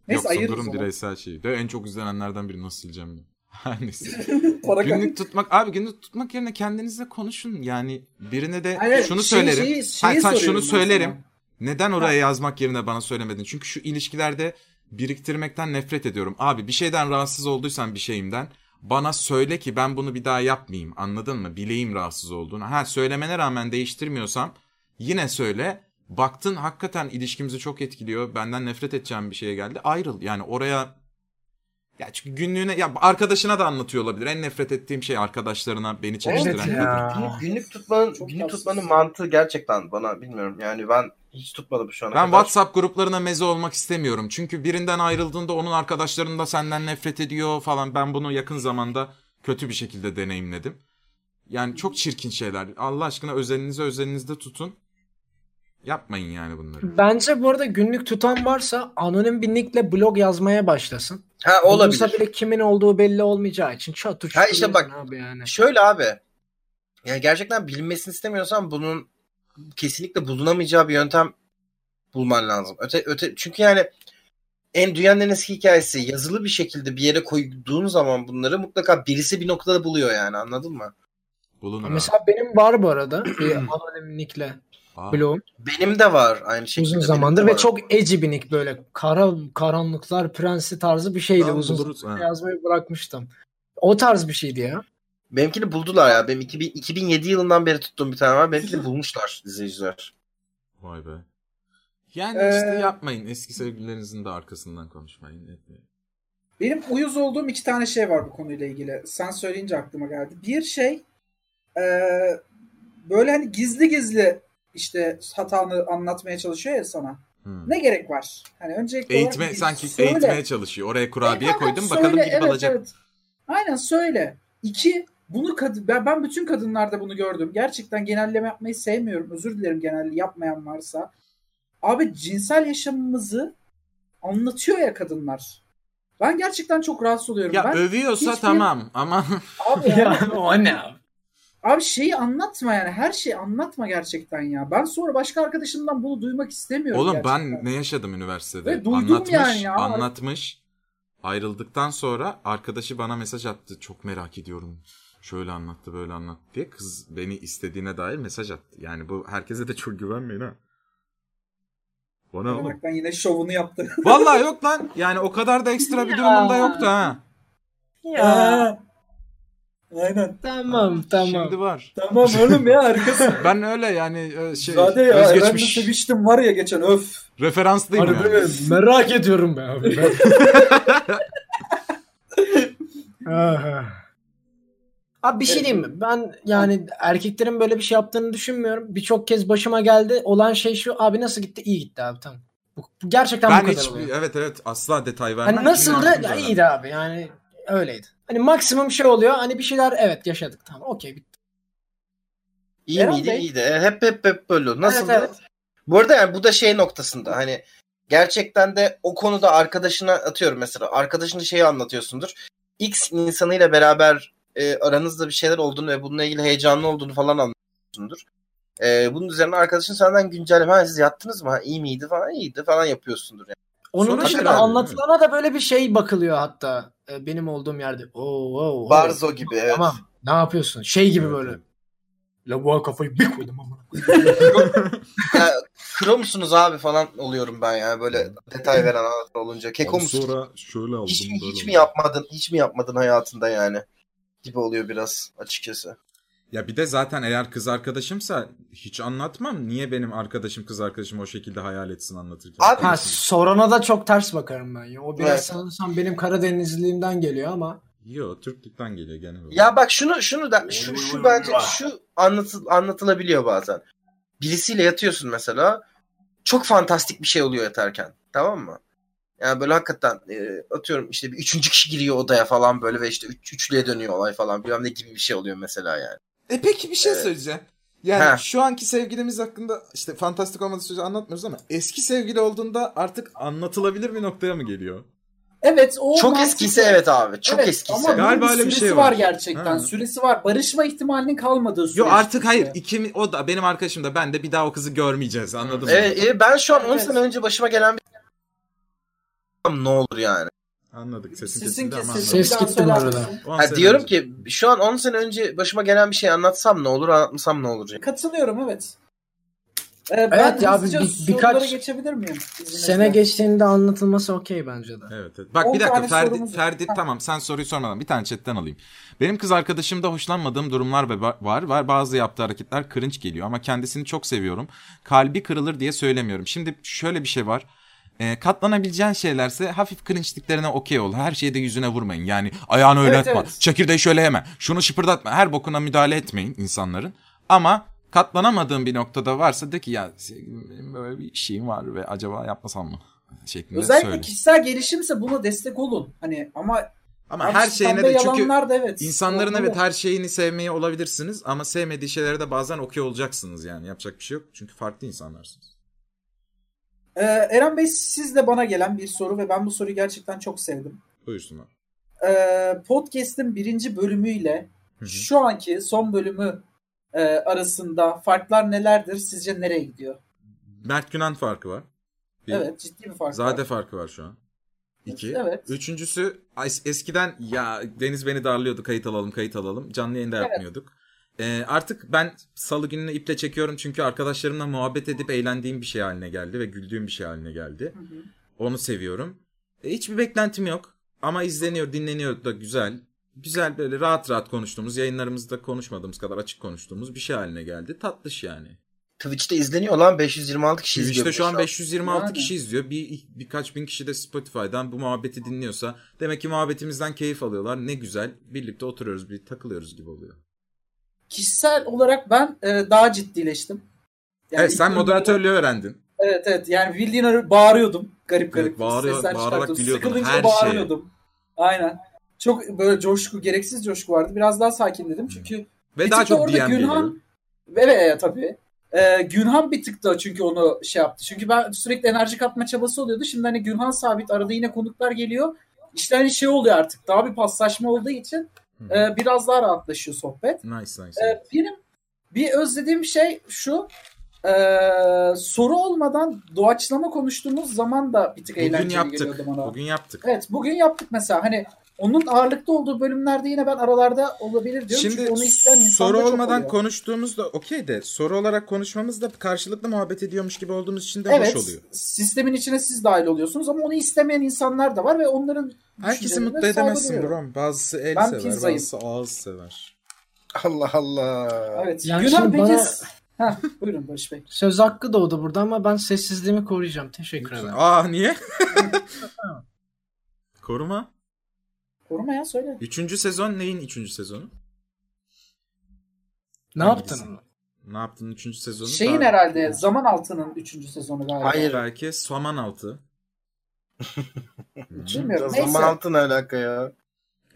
Speaker 4: Neyse
Speaker 1: Yok
Speaker 4: ayırırız
Speaker 1: Sungur'un
Speaker 4: onu.
Speaker 1: bireysel şeyi. De en çok izlenenlerden biri nasıl sileceğim ben. Her neyse.
Speaker 4: Para
Speaker 1: günlük tutmak abi günlük tutmak yerine kendinizle konuşun yani birine de
Speaker 4: Hayır,
Speaker 1: şunu
Speaker 4: şey-
Speaker 1: söylerim.
Speaker 4: şeyi-
Speaker 1: Hayır,
Speaker 4: şeyi
Speaker 1: sen
Speaker 4: soruyorum
Speaker 1: şunu
Speaker 4: ben
Speaker 1: söylerim.
Speaker 4: sana.
Speaker 1: Neden oraya yazmak yerine bana söylemedin? Çünkü şu ilişkilerde biriktirmekten nefret ediyorum. Abi bir şeyden rahatsız olduysan bir şeyimden bana söyle ki ben bunu bir daha yapmayayım. Anladın mı? Bileyim rahatsız olduğunu. Ha söylemene rağmen değiştirmiyorsam yine söyle. Baktın hakikaten ilişkimizi çok etkiliyor. Benden nefret edeceğim bir şeye geldi. Ayrıl. Yani oraya ya çünkü günlüğüne ya arkadaşına da anlatıyor olabilir. En nefret ettiğim şey arkadaşlarına beni çekiştiren.
Speaker 3: ya.
Speaker 1: kadın.
Speaker 2: Günlük, günlük tutmanın
Speaker 4: Çok
Speaker 2: günlük
Speaker 4: tatsız.
Speaker 2: tutmanın mantığı gerçekten bana bilmiyorum. Yani ben hiç tutmadım şu ana
Speaker 1: Ben
Speaker 2: kadar.
Speaker 1: WhatsApp gruplarına meze olmak istemiyorum. Çünkü birinden ayrıldığında onun arkadaşlarının da senden nefret ediyor falan. Ben bunu yakın zamanda kötü bir şekilde deneyimledim. Yani çok çirkin şeyler. Allah aşkına özelinizi özelinizde tutun. Yapmayın yani bunları.
Speaker 3: Bence bu arada günlük tutan varsa anonim bir nickle blog yazmaya başlasın.
Speaker 2: Ha olabilir.
Speaker 3: Bulunsa bile kimin olduğu belli olmayacağı için çatır
Speaker 2: Ha işte
Speaker 3: çutur
Speaker 2: bak,
Speaker 3: yazın abi yani.
Speaker 2: Şöyle abi. Yani gerçekten bilinmesini istemiyorsan bunun kesinlikle bulunamayacağı bir yöntem bulman lazım. Öte öte çünkü yani en dünyanın en eski hikayesi yazılı bir şekilde bir yere koyduğun zaman bunları mutlaka birisi bir noktada buluyor yani anladın mı?
Speaker 1: Bulun
Speaker 3: Mesela benim var bu arada bir anonim nickle blogum.
Speaker 2: Benim de var aynı şekilde.
Speaker 3: Uzun
Speaker 2: benim Şey, de
Speaker 3: zamandır
Speaker 2: var.
Speaker 3: ve çok eci bir nick böyle kara karanlıklar prensi tarzı bir şeydi
Speaker 1: Tamam,
Speaker 3: uzun
Speaker 1: buluruz,
Speaker 3: zamandır
Speaker 1: ha.
Speaker 3: yazmayı bırakmıştım. O tarz bir şeydi ya.
Speaker 2: Benimkini buldular ya. Benim 2000, 2007 yılından beri tuttuğum bir tane var. Benimkini bulmuşlar izleyiciler.
Speaker 1: Vay be. Yani
Speaker 4: Ee,
Speaker 1: işte yapmayın. Eski sevgililerinizin de arkasından konuşmayın. etmeyin.
Speaker 4: Benim uyuz olduğum iki tane şey var bu konuyla ilgili. Sen söyleyince aklıma geldi. Bir şey e, böyle hani gizli gizli işte hatanı anlatmaya çalışıyor ya sana.
Speaker 1: Hmm.
Speaker 4: Ne gerek var? Hani öncelikle olarak
Speaker 1: Eğitme
Speaker 4: bir
Speaker 1: sanki
Speaker 4: söyle.
Speaker 1: eğitmeye çalışıyor. Oraya kurabiye
Speaker 4: Evet,
Speaker 1: koydum
Speaker 4: söyle,
Speaker 1: bakalım gibi
Speaker 4: evet,
Speaker 1: alacak.
Speaker 4: evet. Aynen söyle. İki, bunu kad- ben, ben bütün kadınlarda bunu gördüm. Gerçekten genelleme yapmayı sevmiyorum. Özür dilerim genel yapmayan varsa. Abi cinsel yaşamımızı anlatıyor ya kadınlar. Ben gerçekten çok rahatsız oluyorum.
Speaker 1: Ya
Speaker 4: ben,
Speaker 1: övüyorsa
Speaker 4: hiçbir-
Speaker 1: tamam ama
Speaker 4: abi, ya,
Speaker 3: o ne?
Speaker 4: abi şeyi anlatma yani. Her şeyi anlatma gerçekten ya. Ben sonra başka arkadaşımdan bunu duymak istemiyorum
Speaker 1: Oğlum
Speaker 4: gerçekten.
Speaker 1: ben ne yaşadım üniversitede?
Speaker 4: Ve duydum
Speaker 1: anlatmış,
Speaker 4: yani ya.
Speaker 1: anlatmış. Ayrıldıktan sonra arkadaşı bana mesaj attı. Çok merak ediyorum. Şöyle anlattı, böyle anlattı diye kız beni istediğine dair mesaj attı. Yani bu herkese de çok güvenmeyin ha. Bana oğlum.
Speaker 4: Bak ben yine şovunu yaptı.
Speaker 1: Vallahi yok lan. Yani o kadar da ekstra bir durumunda yoktu ha.
Speaker 4: Aynen.
Speaker 3: Tamam tamam.
Speaker 1: Şimdi var.
Speaker 4: Tamam oğlum ya arkası.
Speaker 1: Ben öyle yani e, şey
Speaker 4: Zade ya ben de
Speaker 1: özgeçmiş
Speaker 4: seviştim var ya geçen öf.
Speaker 1: referanslıyım
Speaker 3: Harbi
Speaker 1: yani.
Speaker 3: merak ediyorum ben abi. Abi bir şey diyeyim mi? Ben yani erkeklerin böyle bir şey yaptığını düşünmüyorum. Birçok kez başıma geldi. Olan şey şu. Abi nasıl gitti? İyi gitti abi tamam. Bu- bu Gerçekten bu
Speaker 1: Ben
Speaker 3: kadar
Speaker 1: hiç
Speaker 3: oluyor.
Speaker 1: evet evet asla detay vermem.
Speaker 3: Hani nasıl
Speaker 1: Çünkü
Speaker 3: da
Speaker 1: aklımda
Speaker 3: ya
Speaker 1: zaten.
Speaker 3: iyiydi abi yani öyleydi. Hani maksimum şey oluyor hani bir şeyler evet yaşadık tamam okey bitti.
Speaker 2: İyi
Speaker 4: Eren
Speaker 2: miydi?
Speaker 4: Bey.
Speaker 2: İyiydi. E, Hep hep hep böyle. Nasıl?
Speaker 3: Evet, evet.
Speaker 2: Bu arada yani bu da şey noktasında hani gerçekten de o konuda arkadaşına atıyorum mesela. Arkadaşına şeyi anlatıyorsundur. X insanıyla beraber e, aranızda bir şeyler olduğunu ve bununla ilgili heyecanlı olduğunu falan anlatıyorsundur. Ee, bunun üzerine arkadaşın senden güncelleme. Ha, siz yattınız mı? Ha, iyi miydi falan iyiydi falan yapıyorsundur. Yani.
Speaker 3: Onun
Speaker 1: Sonra
Speaker 3: dışında
Speaker 1: tekrar-
Speaker 3: anlatılana da böyle bir şey bakılıyor hatta. E, benim olduğum yerde. Oo, oo, oo.
Speaker 2: Barzo gibi evet.
Speaker 3: Tamam. Ne yapıyorsun? Şey gibi böyle. Lavuğa kafayı bir koydum ama.
Speaker 2: Kro musunuz abi falan oluyorum ben yani böyle detay veren anlatma olunca. Keko
Speaker 6: Abi
Speaker 2: musun?
Speaker 6: sonra şöyle aldım.
Speaker 2: Hiç mi,
Speaker 6: böyle
Speaker 2: hiç mi
Speaker 6: aldım.
Speaker 2: yapmadın? Hiç mi yapmadın hayatında yani? Gibi oluyor biraz açıkçası.
Speaker 1: Ya bir de zaten eğer kız arkadaşımsa hiç anlatmam. Niye benim arkadaşım kız arkadaşım o şekilde hayal etsin anlatırken?
Speaker 2: Abi-
Speaker 3: Ha, sorana da çok ters bakarım ben. ya. O biraz
Speaker 2: Evet.
Speaker 3: sanırsam benim Karadenizliğimden geliyor ama.
Speaker 1: Yo Türklükten geliyor genel olarak.
Speaker 2: Ya bak şunu şunu da şu, şu bence şu anlatıl, anlatılabiliyor bazen. Birisiyle yatıyorsun mesela. Çok fantastik bir şey oluyor yatarken. Tamam mı? Yani böyle hakikaten e, atıyorum işte bir üçüncü kişi giriyor odaya falan böyle ve işte üç, üçlüye dönüyor olay falan bilmem ne gibi bir şey oluyor mesela yani.
Speaker 1: E peki bir şey
Speaker 2: Evet.
Speaker 1: söyleyeceğim. Yani
Speaker 2: Ha.
Speaker 1: şu anki sevgilimiz hakkında işte fantastik olmadığı sürece anlatmıyoruz ama eski sevgili olduğunda artık anlatılabilir bir noktaya mı geliyor?
Speaker 4: Evet o
Speaker 2: Çok
Speaker 4: mantıklı.
Speaker 2: eskisi evet abi. Çok
Speaker 4: Evet,
Speaker 2: eskisi.
Speaker 4: Ama bunun
Speaker 1: Galiba öyle bir
Speaker 4: süresi
Speaker 1: şey
Speaker 4: var.
Speaker 1: var.
Speaker 4: gerçekten.
Speaker 1: Ha.
Speaker 4: Süresi var. Barışma ihtimalinin kalmadığı süresi.
Speaker 1: Yo artık hayır
Speaker 4: işte.
Speaker 1: ikimi o da benim arkadaşım da ben de bir daha o kızı görmeyeceğiz anladın mı?
Speaker 2: Evet, e, ben şu an 10
Speaker 4: Evet.
Speaker 2: sene önce başıma gelen bir Tamam, ne olur yani.
Speaker 1: Anladık sesin,
Speaker 4: Sesin
Speaker 1: kesildi ama
Speaker 4: kesildi.
Speaker 1: anladık.
Speaker 3: Ses
Speaker 4: Bir daha
Speaker 3: gitti bu
Speaker 4: söyler
Speaker 3: arada.
Speaker 4: misin?
Speaker 1: O an
Speaker 2: Ha,
Speaker 1: sen
Speaker 2: diyorum
Speaker 1: anlayacaksın.
Speaker 2: ki şu an 10 sene önce başıma gelen bir şey anlatsam ne olur, anlatmasam ne olur. Yani.
Speaker 4: Katılıyorum evet. Ee, ben
Speaker 3: ya,
Speaker 4: hızlıca
Speaker 3: bir-
Speaker 4: sorulara
Speaker 3: birkaç
Speaker 4: geçebilir miyim? İzninizle.
Speaker 3: Sene geçtiğinde anlatılması okey bence de.
Speaker 1: Evet, evet. Bak
Speaker 4: On
Speaker 1: bir dakika
Speaker 4: tane
Speaker 1: Ferdi,
Speaker 4: sorumuz var.
Speaker 1: Ferdi tamam sen soruyu sormadan bir tane chatten alayım. Benim kız arkadaşımda hoşlanmadığım durumlar ve ba- var. Var bazı yaptığı hareketler cringe geliyor ama kendisini çok seviyorum. Kalbi kırılır diye söylemiyorum. Şimdi şöyle bir şey var. Ee, katlanabileceğin şeylerse hafif cringe'liklerine okey ol. Her şeye de yüzüne vurmayın. Yani ayağını öyle
Speaker 4: Evet,
Speaker 1: atma.
Speaker 4: evet.
Speaker 1: Çekirdeği şöyle yeme. Şunu şıpırdatma. Her bokuna müdahale etmeyin insanların. Ama katlanamadığın bir noktada varsa de ki ya sevgilim benim böyle bir şeyim var ve acaba yapmasam mı? Şeklinde
Speaker 4: Özellikle
Speaker 1: söyle.
Speaker 4: kişisel gelişimse buna destek olun. Hani ama
Speaker 1: Ama her şeyine de çünkü
Speaker 4: yalanlar da evet.
Speaker 1: insanların
Speaker 4: Olmalı.
Speaker 1: evet her şeyini sevmeye olabilirsiniz ama sevmediği şeylere de bazen okey olacaksınız yani yapacak bir şey yok çünkü farklı insanlarsınız.
Speaker 4: Ee, Eren Bey siz de bana gelen bir soru ve ben bu soruyu gerçekten çok sevdim.
Speaker 1: Buyursunlar.
Speaker 4: Ee, podcast'in birinci bölümüyle
Speaker 1: Hı hı.
Speaker 4: şu anki son bölümü e, arasında farklar nelerdir? Sizce nereye gidiyor?
Speaker 1: Mert Günan farkı var. Bir-
Speaker 4: Evet ciddi bir fark
Speaker 1: Zade
Speaker 4: var.
Speaker 1: farkı var şu an. İki.
Speaker 4: Evet.
Speaker 1: Üçüncüsü es- eskiden ya Deniz beni darlıyordu kayıt alalım kayıt alalım. Canlı yayında yapmıyorduk. Ee, artık ben salı gününü iple çekiyorum çünkü arkadaşlarımla muhabbet edip eğlendiğim bir şey haline geldi ve güldüğüm bir şey haline geldi.
Speaker 4: Hı hı.
Speaker 1: Onu seviyorum. E, hiçbir beklentim yok. Ama izleniyor, dinleniyor da güzel. Güzel böyle rahat rahat konuştuğumuz, yayınlarımızda konuşmadığımız kadar açık konuştuğumuz bir şey haline geldi. Tatlış yani.
Speaker 2: Twitch'te izleniyor lan 526 kişi izliyor.
Speaker 1: Twitch'te şu an 526
Speaker 4: Yani.
Speaker 1: kişi izliyor. Bir birkaç bin kişi de Spotify'dan bu muhabbeti dinliyorsa demek ki muhabbetimizden keyif alıyorlar. Ne güzel. Birlikte oturuyoruz, bir takılıyoruz gibi oluyor.
Speaker 4: Kişisel olarak ben e, daha ciddileştim. Yani
Speaker 1: evet,
Speaker 4: ilk
Speaker 1: sen
Speaker 4: bölümde-
Speaker 1: moderatörlüğü öğrendin.
Speaker 4: Evet evet yani bildiğin bağırıyordum garip garip.
Speaker 1: Evet, bağırıyor-
Speaker 4: sesler
Speaker 1: bağırarak
Speaker 4: çıkartıyordum.
Speaker 1: biliyordun
Speaker 4: Sıkılınca
Speaker 1: her şeye.
Speaker 4: bağırıyordum. Aynen. Çok böyle coşku gereksiz coşku vardı. Biraz daha sakin dedim çünkü
Speaker 1: Ve
Speaker 4: Bir
Speaker 1: daha
Speaker 4: tık da
Speaker 1: çok DM
Speaker 4: orada
Speaker 1: geliyor.
Speaker 4: Günhan ve ve e, tabii. Ee, Günhan bir tık da çünkü onu şey yaptı. Çünkü ben sürekli enerji katma çabası oluyordu. Şimdi hani Günhan sabit arada yine konuklar geliyor. İşte hani şey oluyor artık. Daha bir paslaşma olduğu için
Speaker 1: Hı.
Speaker 4: e, biraz daha rahatlaşıyor sohbet.
Speaker 1: Nice nice.
Speaker 4: Ee, benim bir özlediğim şey şu. e, soru olmadan doğaçlama konuştuğumuz zaman da bir tık
Speaker 1: Bugün
Speaker 4: eğlenceli
Speaker 1: yaptık.
Speaker 4: geliyordu bana.
Speaker 1: Bugün yaptık.
Speaker 4: Evet bugün yaptık mesela. Hani onun ağırlıkta olduğu bölümlerde yine ben aralarda olabilir diyorum.
Speaker 1: Şimdi
Speaker 4: Çünkü onu isteyen insan da
Speaker 1: soru
Speaker 4: çok
Speaker 1: olmadan
Speaker 4: oluyor.
Speaker 1: konuştuğumuz da okey de soru olarak konuşmamız da karşılıklı muhabbet ediyormuş gibi olduğumuz için de
Speaker 4: Evet.
Speaker 1: hoş oluyor.
Speaker 4: Sistemin içine siz dahil oluyorsunuz ama onu istemeyen insanlar da var ve onların
Speaker 1: Herkesi
Speaker 4: düşüncelerine
Speaker 1: mutlu
Speaker 4: saygı
Speaker 1: edemezsin
Speaker 4: duyuyorum.
Speaker 1: Brom. Bazısı el
Speaker 4: Ben
Speaker 1: sever,
Speaker 4: pizzayım.
Speaker 1: bazısı ağız sever.
Speaker 2: Allah Allah.
Speaker 4: Evet.
Speaker 3: Yani
Speaker 4: Günhan
Speaker 3: şimdi
Speaker 4: peki...
Speaker 3: bana-
Speaker 4: Heh, buyurun Barış Bey.
Speaker 3: Söz hakkı doğdu burada ama ben sessizliğimi koruyacağım. Teşekkür ederim.
Speaker 1: Aa niye? Koruma.
Speaker 4: Koruma ya söyle.
Speaker 1: Üçüncü sezon neyin üçüncü sezonu?
Speaker 3: Ne
Speaker 1: Hangisi?
Speaker 3: yaptın?
Speaker 1: Ne yaptın üçüncü sezonu?
Speaker 4: Şeyin
Speaker 1: Daha-
Speaker 4: herhalde Zaman Altı'nın 3. sezonu galiba.
Speaker 2: Hayır.
Speaker 1: Belki Saman altı.
Speaker 4: Bilmiyorum. Neyse.
Speaker 2: Zaman altın alaka ya.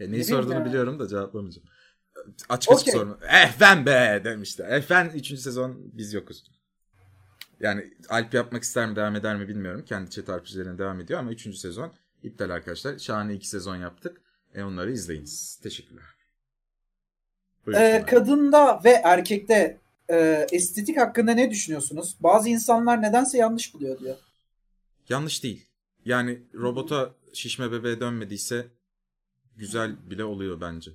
Speaker 1: E,
Speaker 4: Ne
Speaker 1: neyi
Speaker 4: bileyim
Speaker 1: sorduğunu
Speaker 4: ya.
Speaker 1: biliyorum da cevaplamayacağım. Açık açık
Speaker 4: Okey.
Speaker 1: sorma. Eh ben be demişti. Eh ben 3. sezon biz yokuz. Yani Alp yapmak ister mi devam eder mi bilmiyorum. Kendi chat RPG'lerine devam ediyor ama 3. sezon iptal arkadaşlar. Şahane 2 sezon yaptık. E onları izleyiniz. Teşekkürler.
Speaker 4: Ee,
Speaker 1: Buyursunlar.
Speaker 4: kadında ve erkekte e, estetik hakkında ne düşünüyorsunuz? Bazı insanlar nedense yanlış buluyor diyor.
Speaker 1: Yanlış değil. Yani robota şişme bebeğe dönmediyse güzel bile oluyor bence.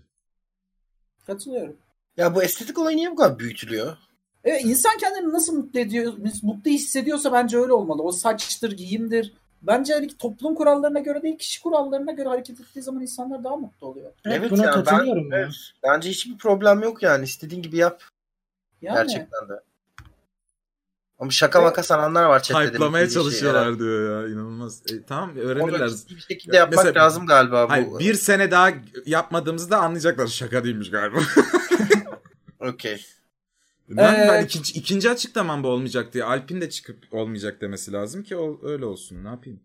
Speaker 4: Katılıyorum.
Speaker 2: Ya bu estetik olay niye bu kadar büyütülüyor?
Speaker 4: Evet, E, insan kendini nasıl mutlu ediyor, mutlu hissediyorsa bence öyle olmalı. O saçtır, giyimdir. Bence hani toplum kurallarına göre değil, kişi kurallarına göre hareket ettiği zaman insanlar daha mutlu oluyor.
Speaker 3: Evet,
Speaker 2: Evet
Speaker 3: buna
Speaker 2: ya, ben-
Speaker 3: katılıyorum ya.
Speaker 2: evet. Bence hiçbir problem yok yani. İstediğin gibi yap
Speaker 4: Yani
Speaker 2: gerçekten de. Ama şaka
Speaker 4: Evet.
Speaker 2: maka sananlar var chatte. demek
Speaker 1: Hype'lamaya
Speaker 2: istediği
Speaker 1: çalışıyorlar
Speaker 2: şeyler.
Speaker 1: diyor ya inanılmaz. E, tamam
Speaker 2: Onu
Speaker 1: öğrenirler.
Speaker 2: ciddi bir şekilde yapmak
Speaker 1: Mesela-
Speaker 2: lazım galiba bu.
Speaker 1: Hayır, bir sene daha yapmadığımızı da anlayacaklar. Şaka değilmiş galiba.
Speaker 2: Okey.
Speaker 1: Ben,
Speaker 4: Ee,
Speaker 1: ben ikinci, ikinci açıklamam bu olmayacak diye. Alp'in de çıkıp olmayacak demesi lazım ki o, öyle olsun. Ne yapayım?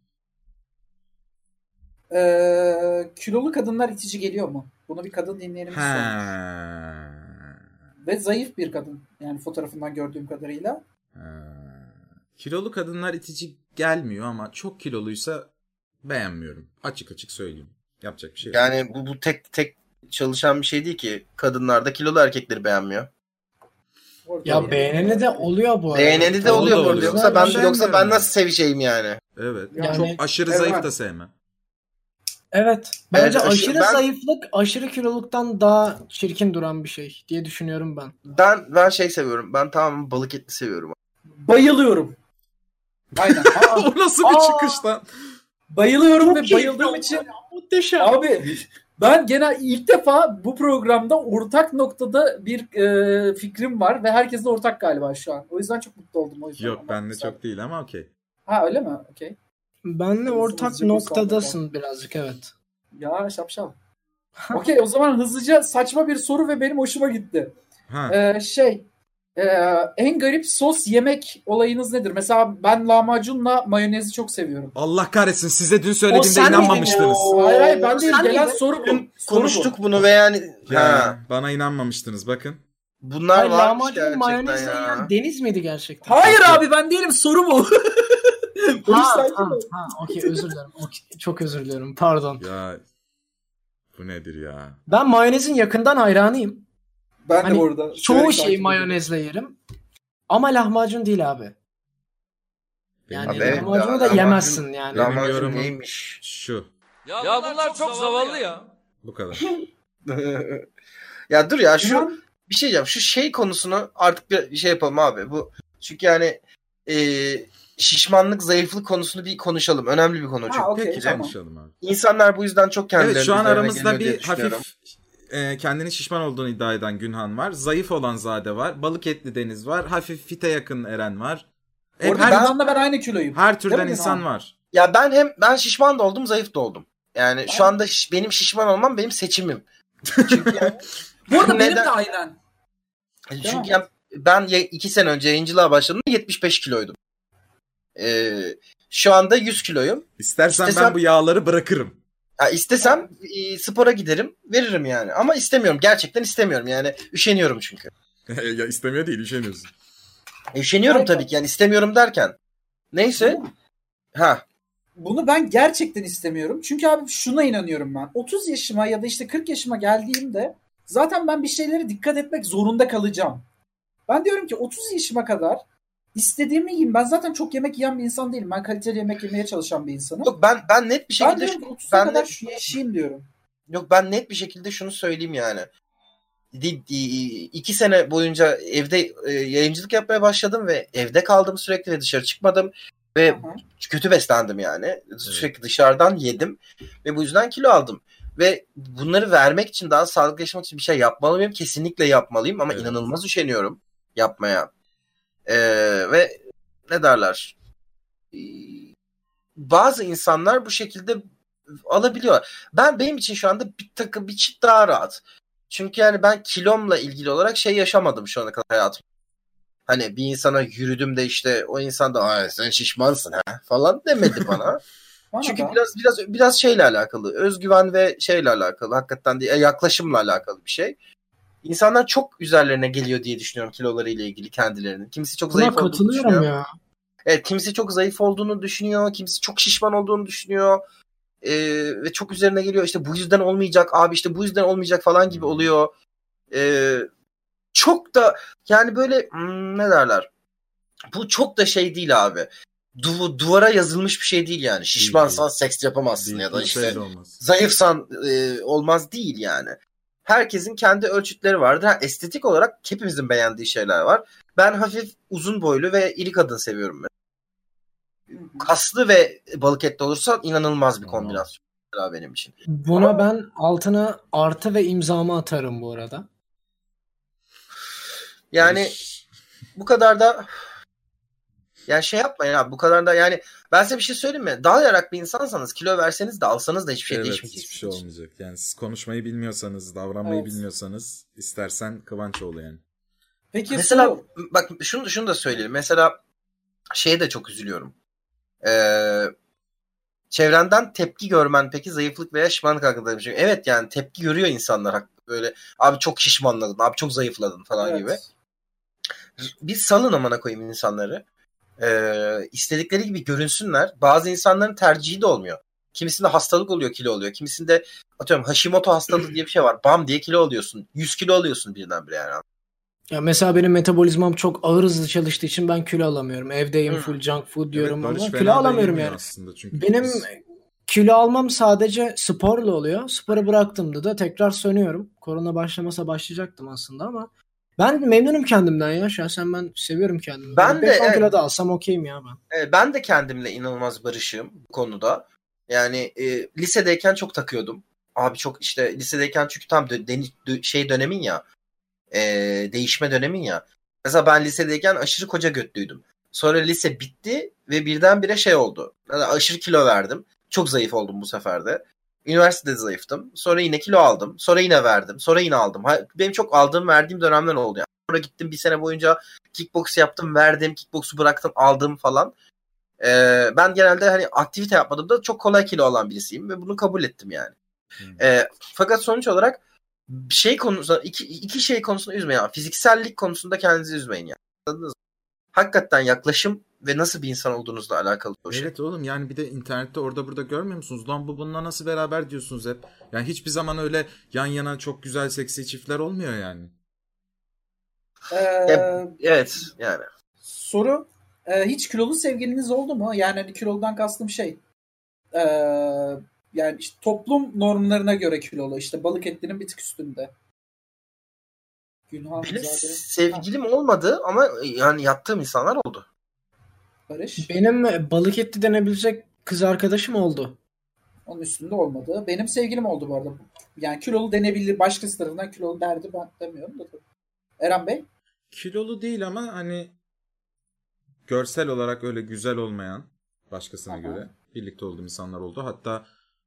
Speaker 4: Ee, kilolu kadınlar itici geliyor mu? Bunu bir kadın dinleyenimiz sormuş.
Speaker 1: Ha.
Speaker 4: Ve zayıf bir kadın. Yani fotoğrafından gördüğüm kadarıyla.
Speaker 1: Ha. Kilolu kadınlar itici gelmiyor ama çok kiloluysa beğenmiyorum. Açık açık söyleyeyim. Yapacak bir şey yok.
Speaker 2: Yani bu, bu tek tek çalışan bir şey değil ki. Kadınlar da kilolu erkekleri beğenmiyor.
Speaker 4: Orada
Speaker 3: Ya
Speaker 4: yani.
Speaker 3: beğeneni de oluyor bu arada.
Speaker 2: Beğeneni E de
Speaker 1: Onu
Speaker 2: oluyor
Speaker 1: da
Speaker 2: bu arada.
Speaker 1: oluyor.
Speaker 2: Yoksa ben
Speaker 1: Ben
Speaker 2: yoksa ben
Speaker 1: beğenmiyorum.
Speaker 2: nasıl seveceğim yani?
Speaker 1: Evet.
Speaker 3: Yani-
Speaker 1: çok aşırı
Speaker 4: Evet.
Speaker 1: zayıf da sevmem.
Speaker 3: Evet. Bence
Speaker 2: Evet, aşı-
Speaker 3: aşırı
Speaker 2: ben-
Speaker 3: zayıflık aşırı kiloluktan daha çirkin duran bir şey diye düşünüyorum ben.
Speaker 2: Ben ben şey seviyorum. Ben tamamen balık etli seviyorum.
Speaker 4: Bayılıyorum. Aynen. Aa,
Speaker 1: o nasıl bir
Speaker 4: Aa!
Speaker 1: çıkış lan?
Speaker 4: bayılıyorum ve
Speaker 3: keyifli
Speaker 4: bayıldığım
Speaker 3: oldu.
Speaker 4: için
Speaker 3: Muhteşem.
Speaker 4: Abi ben genel ilk defa bu programda ortak noktada bir e, fikrim var ve herkes de ortak galiba şu an. O yüzden çok mutlu oldum. O yüzden.
Speaker 1: Yok
Speaker 4: Ama
Speaker 1: bende
Speaker 4: güzel.
Speaker 1: çok değil ama okey.
Speaker 4: Ha öyle mi? Okey.
Speaker 3: Benle ortak
Speaker 4: Hızlıca bir
Speaker 3: noktadasın birazcık evet.
Speaker 4: Ya şapşal. Okey o zaman hızlıca saçma bir soru ve benim hoşuma gitti.
Speaker 1: Ha.
Speaker 4: Ee, şey e, en garip sos yemek olayınız nedir? Mesela ben lahmacunla mayonezi çok seviyorum.
Speaker 1: Allah kahretsin size dün
Speaker 3: O
Speaker 1: söylediğimde
Speaker 3: sen miydin
Speaker 1: inanmamıştınız.
Speaker 2: Oo,
Speaker 4: Hayır hayır ben
Speaker 2: sen
Speaker 4: değil gelen
Speaker 3: miydin?
Speaker 4: soru bu.
Speaker 2: Dün
Speaker 4: Soru bu.
Speaker 2: konuştuk bunu ve yani ha,
Speaker 1: Ya, bana inanmamıştınız bakın.
Speaker 2: bunlar
Speaker 3: Ay,
Speaker 2: varmış
Speaker 3: lahmacun
Speaker 2: gerçekten
Speaker 3: mayonezle
Speaker 2: ya.
Speaker 3: yiyen Deniz miydi gerçekten?
Speaker 4: Hayır abi ben değilim soru bu. Barış
Speaker 3: ha,
Speaker 4: sen
Speaker 3: ha, ha, okey özür dilerim. Okey, çok özür diliyorum. Pardon.
Speaker 1: Ya bu nedir ya?
Speaker 3: Ben mayonezin yakından hayranıyım.
Speaker 4: Ben
Speaker 3: Hani
Speaker 4: de orada.
Speaker 2: şey
Speaker 3: Çoğu şeyi mayonezle yerim. Ama lahmacun değil abi. Yani
Speaker 1: Benim
Speaker 2: Abi,
Speaker 1: yorumum
Speaker 3: lahmacunu da
Speaker 2: lahmacun-
Speaker 3: yemezsin yani.
Speaker 1: Benim
Speaker 2: Lahmacun
Speaker 1: yorumum-
Speaker 2: neymiş?
Speaker 1: Şu.
Speaker 5: Ya, bunlar çok zavallı ya.
Speaker 1: Bu kadar.
Speaker 2: ya dur ya şu
Speaker 4: Şu
Speaker 2: bir şey diyeceğim. Şu şey konusunu artık bir şey yapalım abi. Bu çünkü yani eee, şişmanlık, zayıflık konusunu bir konuşalım. Önemli bir konu çünkü.
Speaker 4: Ha, okey,
Speaker 1: Peki
Speaker 4: tamam.
Speaker 1: konuşalım abi.
Speaker 2: İnsanlar bu yüzden çok kendilerini
Speaker 1: Evet şu an
Speaker 2: üzerine
Speaker 1: aramızda
Speaker 2: geliyor diye
Speaker 1: bir
Speaker 2: düşünüyorum.
Speaker 1: hafif e, kendini şişman olduğunu iddia eden Günhan var. Zayıf olan Zade var. Balık etli Deniz var. Hafif fite yakın Eren var.
Speaker 2: E,
Speaker 1: Hep
Speaker 4: Orada
Speaker 1: her,
Speaker 4: ben, ben aynı kiloyum.
Speaker 1: her türden
Speaker 4: Değil mi
Speaker 1: insan
Speaker 4: Günhan?
Speaker 1: var.
Speaker 2: Ya ben hem ben şişman da oldum, zayıf da oldum. Yani şu
Speaker 4: Ben-
Speaker 2: anda şiş- benim şişman olmam benim seçimim. Çünkü yani-
Speaker 4: Bu arada benim
Speaker 2: Neden?
Speaker 4: de aynen.
Speaker 2: Çünkü yani ben ye- iki sene önce yayıncılığa başladığımda 75 kiloydum. Ee, şu anda 100 kiloyum.
Speaker 1: İstersen
Speaker 2: İstesem-
Speaker 1: ben bu yağları bırakırım.
Speaker 2: Ya istesem e, spora giderim, veririm yani. Ama istemiyorum, gerçekten istemiyorum yani. Üşeniyorum çünkü.
Speaker 1: ya istemiyor değil üşeniyorsun.
Speaker 2: Üşeniyorum
Speaker 4: Aynen.
Speaker 2: tabii ki yani istemiyorum derken. Neyse. Ha.
Speaker 4: Bunu ben gerçekten istemiyorum. Çünkü abi şuna inanıyorum ben. 30 yaşıma ya da işte 40 yaşıma geldiğimde zaten ben bir şeylere dikkat etmek zorunda kalacağım. Ben diyorum ki 30 yaşıma kadar istediğimi yiyeyim. Ben zaten çok yemek yiyen bir insan değilim. Ben kaliteli yemek yemeye çalışan bir insanım.
Speaker 2: Yok ben ben net bir
Speaker 4: ben
Speaker 2: şekilde
Speaker 4: diyorum ki 30'a
Speaker 2: ben de-
Speaker 4: kadar şu yaşayayım diyorum.
Speaker 2: Yok ben net bir şekilde şunu söyleyeyim yani. Di- di- iki sene boyunca evde e, yayıncılık yapmaya başladım ve evde kaldım sürekli ve dışarı çıkmadım ve
Speaker 4: Aha.
Speaker 2: kötü beslendim yani. Sürekli dışarıdan yedim ve bu yüzden kilo aldım. Ve bunları vermek için daha sağlıklı yaşamak için bir şey yapmalı mıyım? Kesinlikle yapmalıyım ama
Speaker 1: Evet.
Speaker 2: inanılmaz üşeniyorum yapmaya. Ee, ve ne derler? Ee, Bazı insanlar bu şekilde alabiliyor. Ben benim için şu anda bir takım bir çift daha rahat. Çünkü yani ben kilomla ilgili olarak şey yaşamadım şu ana kadar hayatım. Hani bir insana yürüdüm de işte o insan da "Ay, sen şişmansın ha falan demedi bana.
Speaker 4: Bana
Speaker 2: Çünkü
Speaker 4: da-
Speaker 2: biraz biraz biraz şeyle alakalı. Özgüven ve şeyle alakalı. Hakikaten de e, yaklaşımla alakalı bir şey. İnsanlar çok üzerlerine geliyor diye düşünüyorum kiloları ile ilgili kendilerinin. Kimisi çok
Speaker 3: Buna
Speaker 2: zayıf olduğunu düşünüyor.
Speaker 3: katılıyorum ya.
Speaker 2: Evet, E, kimisi çok zayıf olduğunu düşünüyor. Kimisi çok şişman olduğunu düşünüyor. Ee, ve çok üzerine Hmm. geliyor. İşte bu yüzden olmayacak abi işte bu yüzden olmayacak falan gibi oluyor. Ee, çok da yani böyle hmm, ne derler? Bu çok da şey değil abi. Du- duvara yazılmış bir şey değil yani. Şişmansan seks yapamazsın ya da
Speaker 1: Bir şey
Speaker 2: işte
Speaker 1: de olmaz.
Speaker 2: zayıfsan e, olmaz değil yani. Herkesin kendi ölçütleri vardır. Ha, estetik olarak hepimizin beğendiği şeyler var. Ben hafif uzun boylu ve iri kadın seviyorum. Ben. Kaslı ve balık etli olursa inanılmaz bir kombinasyon mesela benim için.
Speaker 3: Buna ben altına artı ve imzamı atarım bu arada.
Speaker 2: Yani bu kadar da yani şey yapmayın abi bu kadar da yani ben size bir şey söyleyeyim mi? Dalayarak bir insansanız kilo verseniz de alsanız da hiçbir şey
Speaker 1: evet,
Speaker 2: değişmeyecek.
Speaker 1: hiçbir şey olmayacak. Yani siz konuşmayı bilmiyorsanız, davranmayı
Speaker 4: Evet.
Speaker 1: bilmiyorsanız istersen Kıvançoğlu yani.
Speaker 4: Peki
Speaker 2: Mesela
Speaker 4: Su,
Speaker 2: bak şunu şunu da söyleyeyim. Mesela şeye de çok üzülüyorum. Ee, çevrenden tepki görmen peki zayıflık veya şişmanlık hakkında bir şey. Evet yani tepki görüyor insanlar hak- böyle abi çok şişmanladın, abi çok zayıfladın falan
Speaker 4: evet.
Speaker 2: gibi. Biz salın amına koyayım insanları. Ee, istedikleri gibi görünsünler. Bazı insanların tercihi de olmuyor. Kimisinde hastalık oluyor, kilo oluyor. Kimisinde atıyorum Hashimoto hastalığı diye bir şey var. Bam diye kilo alıyorsun. 100 kilo alıyorsun birdenbire yani.
Speaker 3: Ya mesela benim metabolizmam çok ağır hızlı çalıştığı için ben kilo alamıyorum. Evdeyim
Speaker 2: Hı.
Speaker 3: full junk food
Speaker 1: Evet,
Speaker 3: diyorum
Speaker 1: Barış
Speaker 3: ama
Speaker 1: fena
Speaker 3: kilo
Speaker 1: da
Speaker 3: alamıyorum
Speaker 1: yemiyor
Speaker 3: yani.
Speaker 1: Aslında çünkü
Speaker 3: Benim
Speaker 1: biz-
Speaker 3: kilo almam sadece sporla oluyor. Sporu bıraktığımda da tekrar sönüyorum. Korona başlamasa başlayacaktım aslında ama ben memnunum kendimden ya. Şahsen ben seviyorum kendimi.
Speaker 2: Ben
Speaker 3: Ben
Speaker 2: de,
Speaker 3: de
Speaker 2: evet.
Speaker 3: kilo da alsam okeyim ya ben.
Speaker 2: E, ben de kendimle inanılmaz barışığım bu konuda. Yani e, lisedeyken çok takıyordum. Abi çok işte lisedeyken çünkü tam dö- deni- dö- şey dönemin ya. e, değişme dönemin ya. Mesela ben lisedeyken aşırı koca götlüydüm. Sonra lise bitti ve birdenbire şey oldu. Yani aşırı kilo verdim. Çok zayıf oldum bu sefer de. Üniversitede zayıftım. Sonra yine kilo aldım. Sonra yine verdim. Sonra yine aldım. Ha- Benim çok aldığım verdiğim dönemler oldu. Yani. Sonra gittim bir sene boyunca kickbox yaptım. Verdim. Kickboksu bıraktım. Aldım falan. Ee, ben genelde hani aktivite yapmadığımda çok kolay kilo alan birisiyim ve bunu kabul ettim yani.
Speaker 1: Hı.
Speaker 2: Ee, fakat sonuç olarak bir şey konusunda iki, iki şey konusunda üzmeyin. Yani fiziksellik konusunda kendinizi üzmeyin yani. Anladınız mı? Hakikaten yaklaşım ve nasıl bir insan olduğunuzla alakalı o şey.
Speaker 1: Evet oğlum yani bir de internette orada burada görmüyor musunuz? Lan bu bununla nasıl beraber diyorsunuz hep. Yani hiçbir zaman öyle yan yana çok güzel seksi çiftler olmuyor yani.
Speaker 4: Ee,
Speaker 2: Ya- Evet yani.
Speaker 4: soru Ee, hiç kilolu sevgiliniz oldu mu? Yani hani kiloludan kastım şey. ee, yani işte toplum normlarına göre kilolu. İşte balık etlinin bir tık üstünde. Günhan
Speaker 2: Benim
Speaker 4: Zade,
Speaker 2: sevgilim olmadı ama e, yani yattığım insanlar oldu.
Speaker 4: Barış.
Speaker 3: Benim balık etli denebilecek kız arkadaşım oldu.
Speaker 4: Onun üstünde olmadı. Benim sevgilim oldu bu arada. Yani kilolu denebilir. Başkası tarafından kilolu derdi ben demiyorum da. tabii. Eren Bey.
Speaker 1: Kilolu değil ama hani görsel olarak öyle güzel olmayan başkasına
Speaker 4: Aha.
Speaker 1: göre birlikte olduğum insanlar oldu. Hatta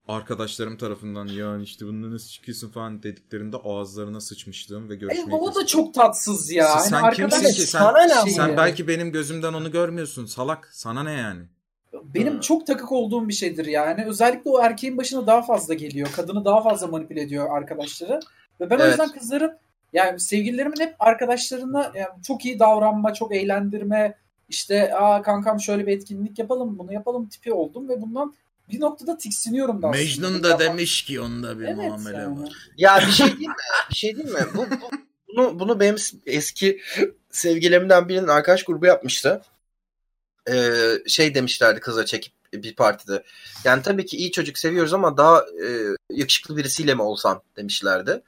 Speaker 1: arkadaşlarım tarafından yani işte bundan nasıl çıkıyorsun falan dediklerinde ağızlarına sıçmıştım ve
Speaker 4: E,
Speaker 1: görüşmeyi
Speaker 4: o da
Speaker 1: kestim.
Speaker 4: çok tatsız ya.
Speaker 1: Sen
Speaker 4: Hani
Speaker 1: kimsin
Speaker 4: arkadan-
Speaker 1: ki? şey, Sen-
Speaker 3: Sana ne ama
Speaker 1: Sen
Speaker 3: ya?
Speaker 1: belki benim gözümden onu görmüyorsun salak. Sana ne yani?
Speaker 4: Benim çok takık olduğum bir şeydir yani. Özellikle o erkeğin başına daha fazla geliyor. Kadını daha fazla manipüle ediyor arkadaşları. Ve ben o
Speaker 2: Evet.
Speaker 4: yüzden kızların yani sevgililerimin hep arkadaşlarına yani çok iyi davranma, çok eğlendirme, işte aa kankam şöyle bir etkinlik yapalım, bunu yapalım tipi oldum ve bundan bir noktada tiksiniyorum da aslında. Ama-
Speaker 1: demiş ki onda bir
Speaker 4: Evet yani.
Speaker 2: Ya bir şey diyeyim mi? Bir şey diyeyim mi? Bu, bu- bunu, bunu benim eski sevgilimden birinin arkadaş grubu yapmıştı. Ee, şey demişlerdi kıza çekip bir partide. Yani tabii ki iyi çocuk seviyoruz ama daha e, yakışıklı birisiyle mi olsam demişlerdi.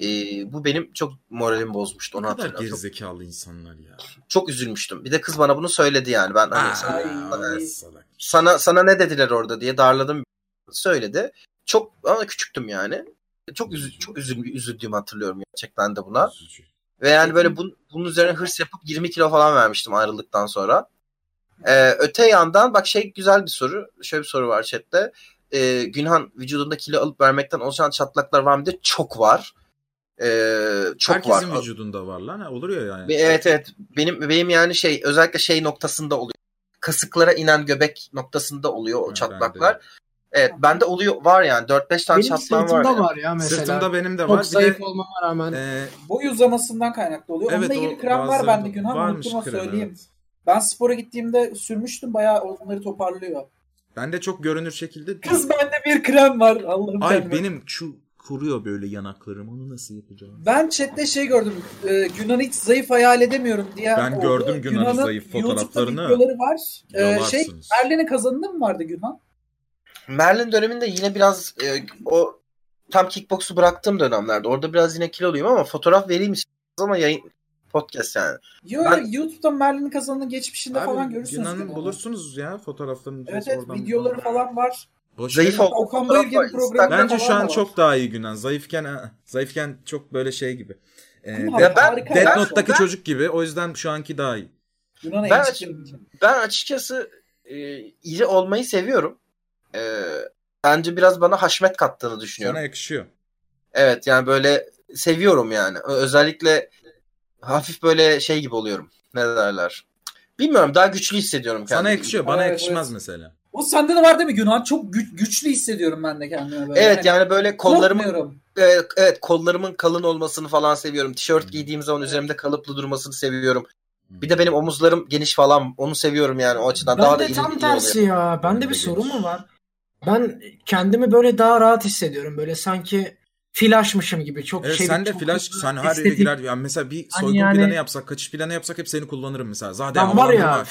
Speaker 2: Ee, bu benim çok moralimi bozmuştu. Onu
Speaker 1: Ne kadar
Speaker 2: hatırlıyorum. Çok,
Speaker 1: gerizekalı insanlar ya.
Speaker 2: çok üzülmüştüm. Bir de kız bana bunu söyledi yani. Ben hani sana-
Speaker 1: Aa,
Speaker 4: Ay.
Speaker 1: salak.
Speaker 2: sana sana ne dediler orada diye darladım söyledi. Çok ama küçüktüm yani. Çok üzü, çok üzül, üzüldüğümü hatırlıyorum gerçekten de buna.
Speaker 1: Üzücü.
Speaker 2: Ve yani böyle bun- bunun üzerine hırs yapıp 20 kilo falan vermiştim ayrıldıktan sonra. Ee, öte yandan bak şey güzel bir soru. Şöyle bir soru var chatte. Ee, Günhan vücudunda kilo alıp vermekten oluşan çatlaklar var mı diye çok var. Ee, çok
Speaker 1: Herkesin
Speaker 2: var.
Speaker 1: vücudunda var lan. Ha, Olur ya yani.
Speaker 2: Be- Evet evet. Benim benim yani şey özellikle şey noktasında oluyor. Kasıklara inen göbek noktasında oluyor o
Speaker 1: Ha,
Speaker 2: çatlaklar.
Speaker 1: bende.
Speaker 2: Evet bende oluyor var yani 4-5 tane
Speaker 3: Benim
Speaker 2: çatlağım var.
Speaker 3: sırtımda var,
Speaker 2: yani.
Speaker 3: ya mesela.
Speaker 1: Sırtımda benim de
Speaker 3: Çok
Speaker 1: var. Bir
Speaker 3: zayıf
Speaker 1: de,
Speaker 3: olmama rağmen.
Speaker 1: e,
Speaker 4: Boy uzamasından kaynaklı oluyor.
Speaker 1: evet
Speaker 4: Onda
Speaker 1: o
Speaker 4: yeni krem var
Speaker 1: bazılarında
Speaker 4: bende Günhan.
Speaker 1: varmış
Speaker 4: Unuttum o
Speaker 1: krem,
Speaker 4: söyleyeyim.
Speaker 1: evet.
Speaker 4: Ben spora gittiğimde sürmüştüm bayağı onları toparlıyor.
Speaker 1: Bende çok görünür şekilde değil.
Speaker 4: Kız bende bir krem var Allah'ım.
Speaker 1: Ay
Speaker 4: sen-
Speaker 1: benim şu kuruyor böyle yanaklarım. Onu nasıl yapacağım?
Speaker 4: Ben chatte şey gördüm. E, Günan'ı hiç zayıf hayal edemiyorum diye.
Speaker 1: Ben gördüm Günan'ın zayıf fotoğraflarını.
Speaker 4: YouTube'da videoları var. E, şey
Speaker 1: Yalarsınız.
Speaker 4: Berlin'e kazanında mı vardı Günan?
Speaker 2: Merlin döneminde yine biraz e, o tam kickboksu bıraktığım dönemlerde orada biraz yine kiloluyum ama fotoğraf vereyim istiyorsanız ama yayın podcast yani.
Speaker 4: Yo,
Speaker 2: Ben-
Speaker 4: YouTube'da Merlin'in kazanının geçmişinde falan görürsünüz.
Speaker 1: Yunan'ın
Speaker 4: Günan'ı.
Speaker 1: bulursunuz ya fotoğraflarını.
Speaker 4: Evet
Speaker 1: direkt
Speaker 4: evet
Speaker 1: oradan.
Speaker 4: videoları falan var.
Speaker 1: Boş
Speaker 2: Zayıf
Speaker 1: ver.
Speaker 2: ol.
Speaker 4: Okan Bayülgen'in
Speaker 2: Fotoğraf var,
Speaker 4: programında
Speaker 1: Bence
Speaker 4: falan
Speaker 1: şu an
Speaker 4: da var.
Speaker 1: çok daha iyi Günan. Zayıfken ı-ı. zayıfken çok böyle şey gibi. Ee,
Speaker 4: Ama
Speaker 1: Death-
Speaker 2: ben-
Speaker 4: harika şey.
Speaker 2: Death
Speaker 4: ya.
Speaker 1: Death Note'daki
Speaker 2: ben-
Speaker 1: çocuk gibi. O yüzden şu anki daha iyi.
Speaker 4: Yunan'a
Speaker 2: Ben-
Speaker 4: yetiştim.
Speaker 2: Ben açıkçası e, iri olmayı seviyorum. E, bence biraz bana haşmet kattığını düşünüyorum.
Speaker 1: Sana yakışıyor.
Speaker 2: Evet yani böyle seviyorum yani. Ö- Özellikle hafif böyle şey gibi oluyorum. Ne derler? Bilmiyorum daha güçlü hissediyorum kendimi.
Speaker 1: Sana yakışıyor. Bana
Speaker 4: Evet,
Speaker 1: yakışmaz
Speaker 4: evet.
Speaker 1: mesela.
Speaker 4: O sende de var değil mi Günan? Çok güç, güçlü hissediyorum ben de kendimi böyle.
Speaker 2: Evet yani böyle kollarımın
Speaker 4: Korkmuyorum.
Speaker 2: evet, evet, kollarımın kalın olmasını falan seviyorum.
Speaker 1: Hı.
Speaker 3: Hmm.
Speaker 2: Tişört giydiğim zaman üzerimde kalıplı durmasını seviyorum. Bir de benim omuzlarım geniş falan. Onu seviyorum yani o açıdan. daha
Speaker 3: Ben
Speaker 2: da
Speaker 3: de
Speaker 2: iri-
Speaker 3: tam
Speaker 2: iyi
Speaker 3: tersi
Speaker 2: oluyor.
Speaker 3: ya. Bende bir
Speaker 1: şey.
Speaker 3: sorun mu var? Ben kendimi böyle daha rahat hissediyorum. Böyle sanki flaşmışım gibi. Çok
Speaker 1: Evet
Speaker 3: çevik,
Speaker 1: sen de
Speaker 3: Şey, çok
Speaker 1: flash
Speaker 3: hızlı,
Speaker 1: sen her yere
Speaker 3: estetik.
Speaker 1: girer. Yani mesela bir
Speaker 3: Hani
Speaker 1: soygun
Speaker 3: yani-
Speaker 1: planı yapsak, kaçış planı yapsak hep seni kullanırım mesela. Zaten
Speaker 3: Ben var ya,
Speaker 1: havalandım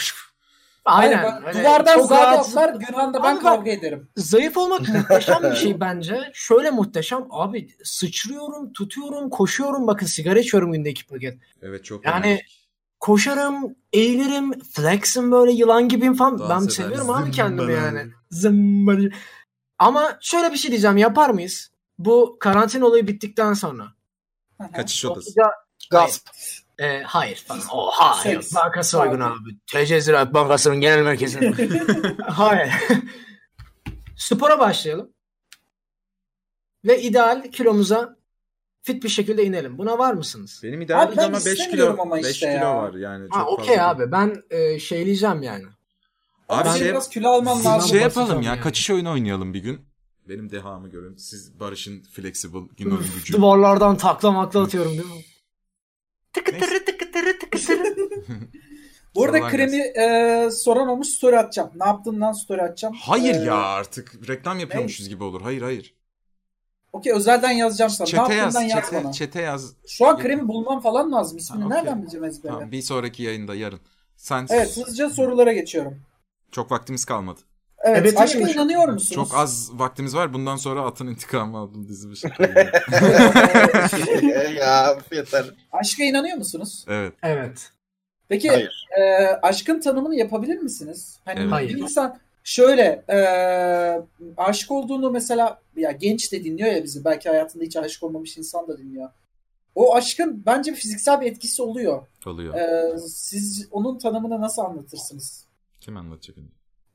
Speaker 3: Aynen.
Speaker 4: Hayır, bak,
Speaker 3: Hani
Speaker 4: duvardan
Speaker 3: çok
Speaker 4: zaten
Speaker 3: rahatsız-
Speaker 4: atlar Günhan'da ben
Speaker 3: Abi bak-
Speaker 4: kavga ederim.
Speaker 3: Zayıf olmak muhteşem bir şey bence. Şöyle muhteşem. Abi sıçrıyorum, tutuyorum, koşuyorum. Bakın sigara içiyorum günde iki paket.
Speaker 1: Evet çok
Speaker 3: Yani
Speaker 1: önemli.
Speaker 3: Koşarım, eğilirim, flexim böyle yılan gibiyim falan.
Speaker 1: Dans
Speaker 3: ben
Speaker 1: eder,
Speaker 3: seviyorum abi kendimi
Speaker 1: zımbırır.
Speaker 3: yani. Zımbırır. Ama şöyle bir şey diyeceğim. Yapar mıyız? Bu karantina olayı bittikten sonra.
Speaker 1: kaçış odası.
Speaker 2: Gasp.
Speaker 3: E, hayır falan. Oha.
Speaker 4: Seks.
Speaker 3: Banka soygunu abi. TC Ziraat Bankası'nın genel merkezine. hayır. Spora başlayalım. Ve ideal kilomuza fit bir şekilde inelim. Buna var mısınız?
Speaker 1: Benim
Speaker 4: Abi
Speaker 1: idealim
Speaker 4: ben
Speaker 1: ama 5 kilo
Speaker 4: istemiyorum ama
Speaker 1: 5
Speaker 4: işte
Speaker 1: kilo
Speaker 4: ya.
Speaker 1: var yani çok
Speaker 3: Ha
Speaker 1: fazla
Speaker 3: okey
Speaker 1: değil.
Speaker 3: abi. Ben e, şeyleyeceğim yani.
Speaker 1: Abi
Speaker 4: Abi
Speaker 1: şey-
Speaker 4: biraz kilo alman
Speaker 1: Siz
Speaker 4: lazım.
Speaker 1: şey yapalım
Speaker 3: Basacağım
Speaker 1: ya
Speaker 3: yani.
Speaker 1: kaçış oyunu oynayalım bir gün. Benim dehamı görün. Siz Barış'ın flexible günün gücü.
Speaker 3: Duvarlardan takla makla atıyorum değil mi? Tıkı
Speaker 1: Neyse.
Speaker 3: tırı tıkı tırı tıkı tırı.
Speaker 4: Bu arada
Speaker 1: Sorular
Speaker 4: kremi e, soran olmuş story atacağım. Ne yaptın lan story atacağım.
Speaker 1: Hayır
Speaker 4: E,
Speaker 3: Ee,
Speaker 1: ya artık reklam yapıyormuşuz gibi olur. Hayır hayır.
Speaker 4: Okey özelden yazacağım sana.
Speaker 1: Çete
Speaker 4: ne
Speaker 1: yaz.
Speaker 4: yaptığından yaz
Speaker 1: Çete,
Speaker 4: bana.
Speaker 1: çete yaz.
Speaker 4: Şu an kremi bulmam falan lazım. İsmini
Speaker 1: Ha, okey.
Speaker 4: nereden bileceğim ezbere?
Speaker 1: Tamam, bir sonraki yayında yarın. Sen
Speaker 4: Evet hızlıca sorulara geçiyorum.
Speaker 1: çok vaktimiz kalmadı.
Speaker 4: Evet,
Speaker 3: Evet,
Speaker 4: aşka
Speaker 3: iyiymiş.
Speaker 4: inanıyor musunuz?
Speaker 1: Çok az vaktimiz var. Bundan sonra Atın İntikamı adlı dizi bir şey.
Speaker 2: Ee, ya yeter.
Speaker 4: E, Aşka inanıyor musunuz?
Speaker 1: evet.
Speaker 3: Evet.
Speaker 4: Peki
Speaker 2: Hayır.
Speaker 4: e, aşkın tanımını yapabilir misiniz? Hani
Speaker 1: Evet.
Speaker 3: Hayır.
Speaker 4: bir insan şöyle e, aşık olduğunu mesela ya genç de dinliyor ya bizi belki hayatında hiç aşık olmamış insan da dinliyor. O aşkın bence bir fiziksel bir etkisi oluyor.
Speaker 1: Oluyor.
Speaker 4: E, siz onun tanımını nasıl anlatırsınız?
Speaker 1: Kim anlatacak? onu?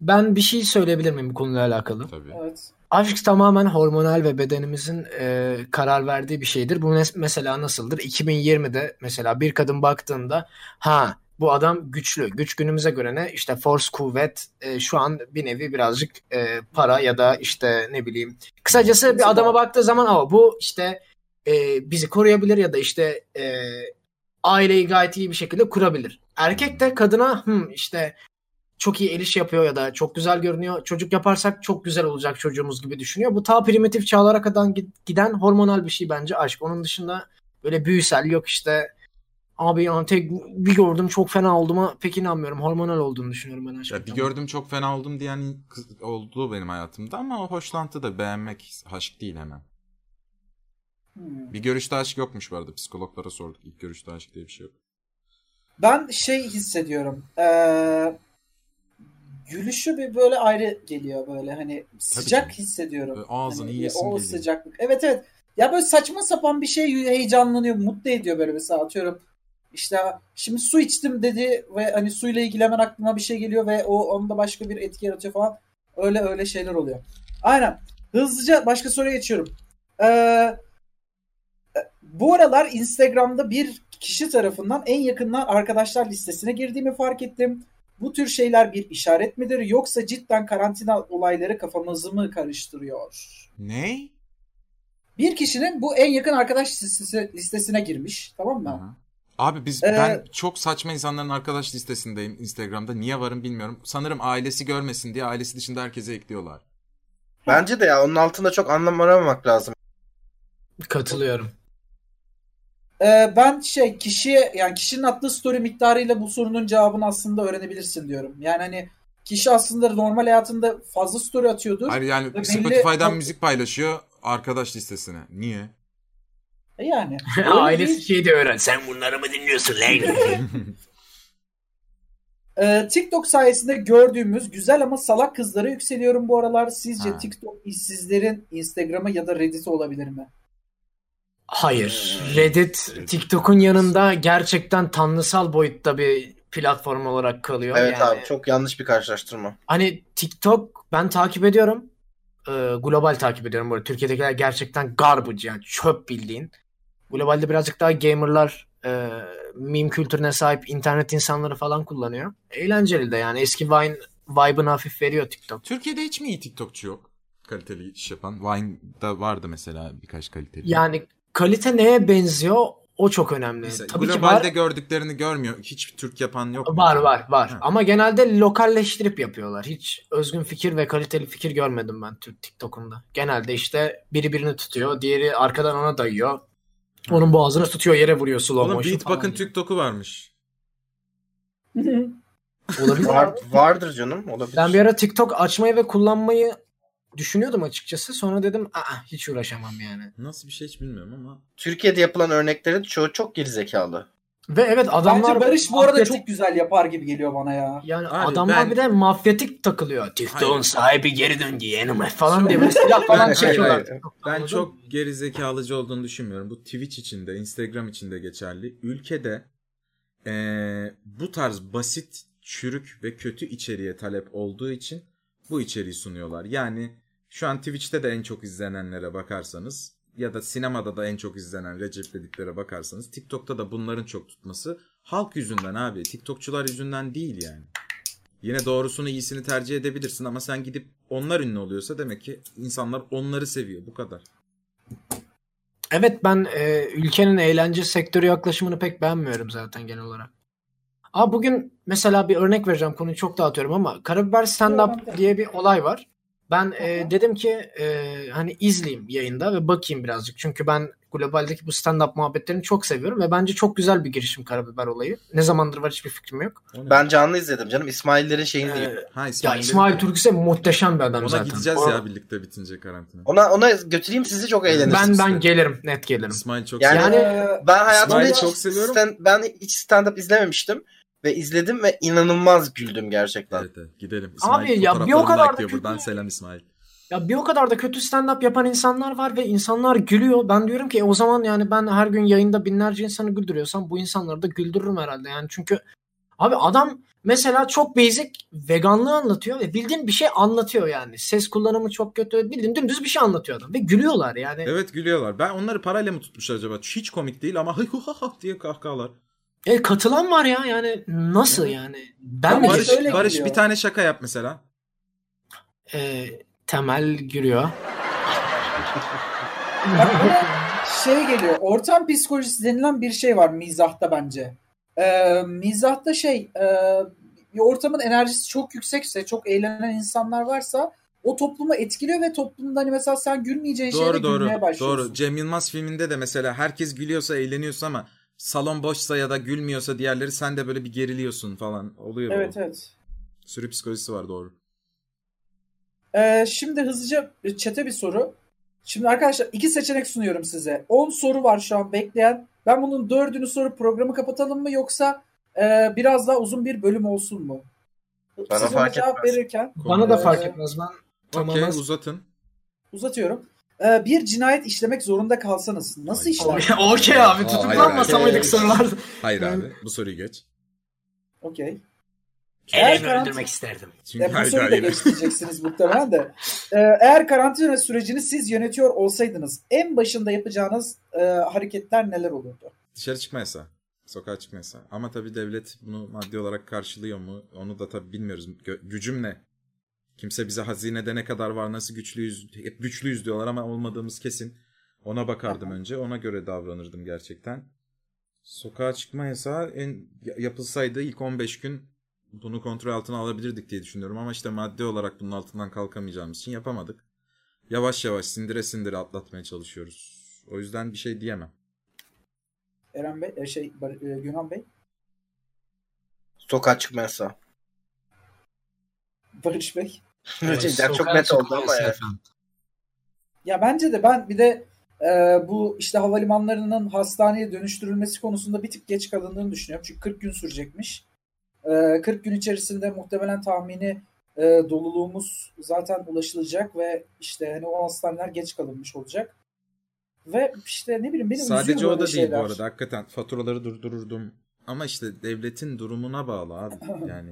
Speaker 3: Ben bir şey söyleyebilir miyim bu konuyla alakalı?
Speaker 1: Tabii.
Speaker 4: Evet.
Speaker 3: Aşk tamamen hormonal ve bedenimizin e, karar verdiği bir şeydir. Bu mes- mesela nasıldır? 2020'de mesela bir kadın baktığında ha bu adam güçlü. Güç günümüze göre ne? İşte force, kuvvet, e, şu an bir nevi birazcık e, para ya da işte ne bileyim. Kısacası bir adama baktığı zaman ama bu işte e, bizi koruyabilir ya da işte e, aileyi gayet iyi bir şekilde kurabilir. Erkek de kadına hmm, işte çok iyi el iş yapıyor ya da çok güzel görünüyor. Çocuk yaparsak çok güzel olacak çocuğumuz gibi düşünüyor. Bu ta primitif çağlara kadar gi- giden hormonal bir şey bence aşk. Onun dışında böyle büyüsel yok işte abi ya tek bir gördüm çok fena olduğuma pek inanmıyorum. Hormonal olduğunu düşünüyorum ben aşkın.
Speaker 1: Ya bir gördüm çok fena oldum diyen kız oldu benim hayatımda ama o hoşlantı da beğenmek aşk değil hemen.
Speaker 4: Hmm.
Speaker 1: Bir görüşte aşk yokmuş bu arada. Psikologlara sorduk. İlk görüşte aşk diye bir şey yok.
Speaker 4: Ben şey hissediyorum. Ee, gülüşü bir böyle ayrı geliyor böyle hani sıcak
Speaker 1: canım.
Speaker 4: hissediyorum.
Speaker 1: Böyle ağzını
Speaker 4: Hani
Speaker 1: yiyesin
Speaker 4: o
Speaker 1: geliyor.
Speaker 4: sıcaklık. Evet evet. Ya böyle saçma sapan bir şey heyecanlanıyor, mutlu ediyor böyle mesela atıyorum. İşte şimdi su içtim dedi ve hani suyla ilgili hemen aklına bir şey geliyor ve o onda başka bir etki yaratıyor falan. Öyle öyle şeyler oluyor. Aynen. Hızlıca başka soruya geçiyorum. Ee, bu aralar Instagram'da bir kişi tarafından en yakından arkadaşlar listesine girdiğimi fark ettim. Bu tür şeyler bir işaret midir yoksa cidden karantina olayları kafamızı mı karıştırıyor?
Speaker 1: Ne?
Speaker 4: Bir kişinin bu en yakın arkadaş listesi- listesine girmiş tamam mı?
Speaker 1: Aha. Abi biz
Speaker 4: Ee,
Speaker 1: ben çok saçma insanların arkadaş listesindeyim Instagram'da. Niye varım bilmiyorum. Sanırım ailesi görmesin diye ailesi dışında herkese ekliyorlar.
Speaker 2: Bence de ya onun altında çok anlam aramamak lazım.
Speaker 3: Katılıyorum.
Speaker 4: Ee, ben şey kişiye yani kişinin attığı story miktarıyla bu sorunun cevabını aslında öğrenebilirsin diyorum. Yani hani kişi aslında normal hayatında fazla story atıyordur.
Speaker 6: Hayır yani
Speaker 4: Belli-
Speaker 6: Spotify'dan müzik paylaşıyor arkadaş listesine. Niye?
Speaker 4: E Yani.
Speaker 3: Ailesi şey diyor öğren. Sen bunları mı dinliyorsun lan?
Speaker 4: Ee, TikTok sayesinde gördüğümüz güzel ama salak kızlara yükseliyorum bu aralar. Sizce
Speaker 6: Ha.
Speaker 4: TikTok işsizlerin Instagram'a ya da Reddit'e olabilir mi?
Speaker 3: Hayır. Reddit TikTok'un yanında gerçekten tanrısal boyutta bir platform olarak kalıyor.
Speaker 2: Evet
Speaker 3: Yani
Speaker 2: abi çok yanlış bir karşılaştırma.
Speaker 3: Hani TikTok ben takip ediyorum. Ee, global takip ediyorum böyle. Türkiye'dekiler gerçekten garbage yani çöp bildiğin. Globalde birazcık daha gamerlar e, meme kültürüne sahip internet insanları falan kullanıyor. Eğlenceli de yani eski Vine vibe'ını hafif veriyor TikTok.
Speaker 6: Türkiye'de hiç mi iyi TikTokçu yok? Kaliteli iş yapan. Vine'da vardı mesela birkaç kaliteli.
Speaker 3: Yani kalite neye benziyor o çok önemli.
Speaker 6: Mesela
Speaker 3: Tabii ki
Speaker 6: globalde
Speaker 3: var.
Speaker 6: gördüklerini görmüyor. Hiç Türk yapan yok. mu?
Speaker 3: Var var var.
Speaker 6: Ha.
Speaker 3: Ama genelde lokalleştirip yapıyorlar. Hiç özgün fikir ve kaliteli fikir görmedim ben Türk TikTok'unda. Genelde işte biri birini tutuyor, diğeri arkadan ona dayıyor. Onun boğazını tutuyor, yere vuruyor slow
Speaker 1: Oğlum
Speaker 3: motion falan
Speaker 1: Beatbuck'ın
Speaker 3: diyor.
Speaker 1: TikTok'u varmış.
Speaker 3: Olabilir.
Speaker 2: Var, vardır canım olabilir.
Speaker 3: ben bir ara TikTok açmayı ve kullanmayı düşünüyordum açıkçası. Sonra dedim, aa hiç uğraşamam yani.
Speaker 1: Nasıl bir şey hiç bilmiyorum ama.
Speaker 2: Türkiye'de yapılan örneklerin çoğu çok gerizekalı.
Speaker 3: Ve evet adamlar
Speaker 4: Bence Barış bu arada
Speaker 3: mafyatik-
Speaker 4: çok güzel yapar gibi geliyor bana ya.
Speaker 3: yani
Speaker 1: Abi
Speaker 3: adamlar
Speaker 1: ben-
Speaker 3: bir de mafyatik takılıyor.
Speaker 1: Hayır.
Speaker 3: TikTok'un sahibi geri döndü yenime falan diye böyle silah falan
Speaker 1: Ben-
Speaker 3: çekiyorlar.
Speaker 2: Hayır, hayır.
Speaker 1: Ben
Speaker 3: Anladın mı?
Speaker 1: çok geri zekalıcı olduğunu düşünmüyorum. Bu Twitch için de, Instagram için de geçerli. Ülkede eee, bu tarz basit, çürük ve kötü içeriğe talep olduğu için bu içeriği sunuyorlar. Yani şu an Twitch'te de en çok izlenenlere bakarsanız ya da sinemada da en çok izlenen Recep dediklere bakarsanız TikTok'ta da bunların çok tutması halk yüzünden abi. TikTokçular yüzünden değil yani. Yine doğrusunu iyisini tercih edebilirsin ama sen gidip onlar ünlü oluyorsa demek ki insanlar onları seviyor bu kadar.
Speaker 3: Evet ben e, ülkenin eğlence sektörü yaklaşımını pek beğenmiyorum zaten genel olarak. Aa bugün mesela bir örnek vereceğim konuyu çok dağıtıyorum ama Karabiber Stand Up diye bir olay var. Ben e, dedim ki e, hani izleyeyim yayında ve bakayım birazcık. Çünkü ben globaldeki bu stand up muhabbetlerini çok seviyorum ve bence çok güzel bir girişim Karabiber olayı. Ne zamandır var hiçbir fikrim yok.
Speaker 2: Ben canlı izledim canım. İsmail'lerin şeyini
Speaker 3: E,
Speaker 2: değil.
Speaker 1: ha,
Speaker 3: ya
Speaker 1: İsmail
Speaker 3: İsmail Türkse muhteşem bir adam
Speaker 1: Ona
Speaker 3: zaten.
Speaker 1: gideceğiz
Speaker 3: O-
Speaker 1: ya birlikte bitince karantina.
Speaker 2: Ona ona götüreyim sizi çok eğlenirsiniz.
Speaker 3: Ben ben
Speaker 1: isterim.
Speaker 3: gelirim, net gelirim.
Speaker 1: İsmail çok şey-
Speaker 2: Yani-
Speaker 1: seviyor.
Speaker 3: Yani-
Speaker 4: Ee,
Speaker 2: Ben hayatımda
Speaker 1: İsmail'i
Speaker 2: hiç
Speaker 1: çok seviyorum.
Speaker 2: stand- ben hiç stand up izlememiştim ve izledim ve inanılmaz güldüm gerçekten.
Speaker 1: Evet, evet, gidelim.
Speaker 3: Abi ya, bir o
Speaker 1: fotoğraflarını
Speaker 3: kadar da
Speaker 1: like diyor.
Speaker 3: kötü
Speaker 1: Buradan
Speaker 3: ya.
Speaker 1: selam İsmail.
Speaker 3: Ya bir o kadar da kötü stand-up yapan insanlar var ve insanlar gülüyor. Ben diyorum ki "E, o zaman yani ben her gün yayında binlerce insanı güldürüyorsam bu insanları da güldürürüm herhalde. Yani çünkü abi adam mesela çok basic veganlığı anlatıyor ve bildiğin bir şey anlatıyor yani. Ses kullanımı çok kötü. Bildiğin dümdüz bir şey anlatıyor adam ve gülüyorlar yani.
Speaker 1: Evet gülüyorlar. Ben onları parayla mı tutmuşlar acaba? Hiç komik değil ama diye kahkahalar.
Speaker 3: E katılan var ya yani nasıl yani? Ben
Speaker 4: Ama
Speaker 3: mi
Speaker 4: Barış-
Speaker 1: Barış,
Speaker 3: geliyorum?
Speaker 4: öyle
Speaker 1: Barış
Speaker 4: gülüyor.
Speaker 1: bir tane şaka yap mesela.
Speaker 3: E, temel gülüyor.
Speaker 4: Bak böyle şey geliyor. Ortam psikolojisi denilen bir şey var mizahta bence. Ee, mizahta şey e, bir ortamın enerjisi çok yüksekse, çok eğlenen insanlar varsa o toplumu etkiliyor ve toplumda hani mesela sen gülmeyeceğin şeyle
Speaker 1: Doğru doğru.
Speaker 4: gülmeye başlıyorsun.
Speaker 1: Doğru. Cem Yılmaz filminde de mesela herkes gülüyorsa eğleniyorsa ama salon boşsa ya da gülmüyorsa diğerleri sen de böyle bir geriliyorsun falan oluyor.
Speaker 4: Evet
Speaker 1: bu.
Speaker 4: evet.
Speaker 1: Sürü psikolojisi var doğru.
Speaker 4: Ee, şimdi hızlıca çete bir soru. Şimdi arkadaşlar iki seçenek sunuyorum size. 10 soru var şu an bekleyen. Ben bunun dördünü sorup programı kapatalım mı yoksa e, biraz daha uzun bir bölüm olsun mu?
Speaker 2: Bana
Speaker 4: Siz ona
Speaker 2: fark
Speaker 4: cevap
Speaker 2: etmez.
Speaker 4: verirken
Speaker 3: Bana da
Speaker 4: Ee,
Speaker 3: fark etmez ben.
Speaker 1: Okey
Speaker 3: Tamamen-
Speaker 1: uzatın.
Speaker 4: uzatıyorum. Ee, bir cinayet işlemek zorunda kalsanız nasıl
Speaker 1: Ay.
Speaker 4: işler?
Speaker 3: Okey abi
Speaker 1: hayır,
Speaker 3: tutuklanmasa
Speaker 4: hayır.
Speaker 3: mıydık sorular?
Speaker 1: Hayır
Speaker 3: Ben-
Speaker 1: abi bu soruyu geç.
Speaker 4: Okey.
Speaker 3: Eleni
Speaker 4: Erkan-
Speaker 3: öldürmek isterdim.
Speaker 1: Çünkü
Speaker 4: Ya bu
Speaker 1: hayır,
Speaker 4: soruyu da
Speaker 1: hayır.
Speaker 4: geçeceksiniz muhtemelen de. Ee, eğer karantina sürecini siz yönetiyor olsaydınız en başında yapacağınız e, hareketler neler olurdu?
Speaker 1: Dışarı çıkma yasağı. Sokağa çıkma yasağı. Ama tabii devlet bunu maddi olarak karşılıyor mu? Onu da tabii bilmiyoruz. Gö- gücüm ne? Kimse bize hazinede ne kadar var, nasıl güçlüyüz, hep güçlüyüz diyorlar ama olmadığımız kesin. Ona bakardım önce. Ona göre davranırdım gerçekten. Sokağa çıkma yasağı en ya- yapılsaydı ilk 15 gün bunu kontrol altına alabilirdik diye düşünüyorum ama işte maddi olarak bunun altından kalkamayacağımız için yapamadık. Yavaş yavaş sindire sindire atlatmaya çalışıyoruz. O yüzden bir şey diyemem.
Speaker 4: Eren Bey, e, şey Bar- e, Günhan Bey,
Speaker 2: Sokağa çıkma yasağı.
Speaker 4: Barış Bey.
Speaker 2: Şeyler çok
Speaker 3: Sokağa
Speaker 2: net oldu
Speaker 3: çıkma
Speaker 2: ama
Speaker 3: yasağı
Speaker 2: ya.
Speaker 3: efendim.
Speaker 4: Ya bence de ben bir de e, bu işte havalimanlarının hastaneye dönüştürülmesi konusunda bir tık geç kalındığını düşünüyorum. Çünkü 40 gün sürecekmiş. E, 40 gün içerisinde muhtemelen tahmini e, doluluğumuz zaten ulaşılacak ve işte hani o hastaneler geç kalınmış olacak. Ve işte ne bileyim benim
Speaker 1: Sadece
Speaker 4: üzüyor
Speaker 1: o da
Speaker 4: böyle
Speaker 1: değil
Speaker 4: şeyler.
Speaker 1: bu arada. Hakikaten faturaları durdururdum. Ama işte devletin durumuna bağlı abi. Yani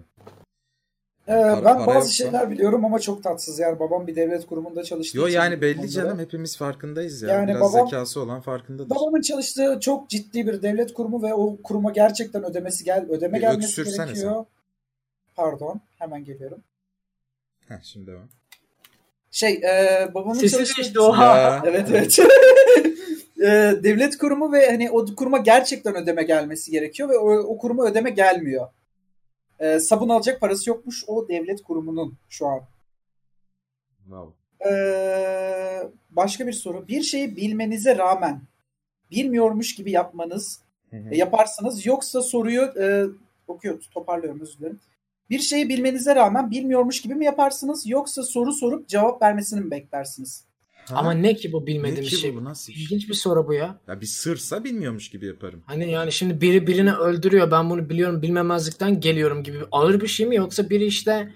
Speaker 4: Ee, ben
Speaker 1: Para- Hani para
Speaker 4: bazı
Speaker 1: yoksa-
Speaker 4: şeyler biliyorum ama çok tatsız yani babam bir devlet kurumunda çalıştığı
Speaker 1: Yo
Speaker 4: için
Speaker 1: yani
Speaker 4: bu
Speaker 1: belli
Speaker 4: konuda-
Speaker 1: canım hepimiz farkındayız ya.
Speaker 4: Yani
Speaker 1: Biraz
Speaker 4: babam-
Speaker 1: zekası olan farkındadır.
Speaker 4: Babamın çalıştığı çok ciddi bir devlet kurumu ve o kuruma gerçekten ödemesi gel ödeme
Speaker 1: Bir
Speaker 4: gelmesi
Speaker 1: öksürsene
Speaker 4: gerekiyor. Pardon, hemen geliyorum.
Speaker 1: Heh, şimdi devam.
Speaker 4: Şey, e, babamın
Speaker 7: Sesi
Speaker 4: çalıştığı
Speaker 7: değişti oha.
Speaker 1: Ya.
Speaker 4: Evet evet. E, devlet kurumu ve hani o kuruma gerçekten ödeme gelmesi gerekiyor ve o, o kuruma ödeme gelmiyor. E, sabun alacak parası yokmuş o devlet kurumunun şu an.
Speaker 1: Wow.
Speaker 4: Ee, başka bir soru. Bir şeyi bilmenize rağmen bilmiyormuş gibi yapmanız
Speaker 1: Hı hı.
Speaker 4: e, yaparsanız yoksa soruyu e, okuyor toparlıyorum özür dilerim. Bir şeyi bilmenize rağmen bilmiyormuş gibi mi yaparsınız yoksa soru sorup cevap vermesini mi beklersiniz?
Speaker 1: Ha,
Speaker 3: Ama ne ki bu
Speaker 1: ne
Speaker 3: bilmediğimiz
Speaker 1: ki
Speaker 3: şey.
Speaker 1: bu nasıl iş?
Speaker 3: İlginç bir soru bu ya.
Speaker 1: Ya bir sırsa bilmiyormuş gibi yaparım.
Speaker 3: Hani yani şimdi biri birini öldürüyor ben bunu biliyorum bilmemezlikten geliyorum gibi ağır bir şey mi yoksa biri işte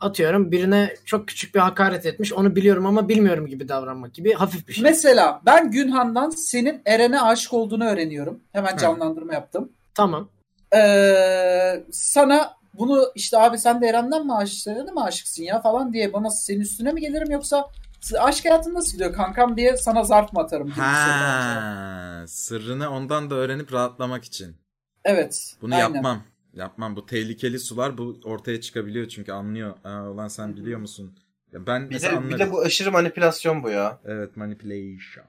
Speaker 3: atıyorum birine çok küçük bir hakaret etmiş onu biliyorum ama bilmiyorum gibi davranmak gibi hafif bir şey.
Speaker 4: Mesela ben Günhan'dan senin Eren'e aşık olduğunu öğreniyorum. Hemen
Speaker 1: Hı.
Speaker 4: canlandırma yaptım.
Speaker 3: tamam.
Speaker 4: Ee, sana bunu işte abi sen de Eren'den mi aşık, Eren'e mi aşıksın ya falan diye bana senin üstüne mi gelirim yoksa s- aşk hayatın nasıl gidiyor kankam diye sana zarf mı atarım? gibi bir şey soru var.
Speaker 1: Ha, sırrını ondan da öğrenip rahatlamak için.
Speaker 4: Evet.
Speaker 1: Bunu
Speaker 4: aynen.
Speaker 1: yapmam. Yapmam. Bu tehlikeli sular bu ortaya çıkabiliyor çünkü anlıyor. Aa, ulan sen biliyor musun? Ya ben
Speaker 2: Bir
Speaker 1: mesela
Speaker 2: de, bir
Speaker 1: anlarım.
Speaker 2: de bu aşırı manipülasyon bu ya.
Speaker 1: Evet manipulation.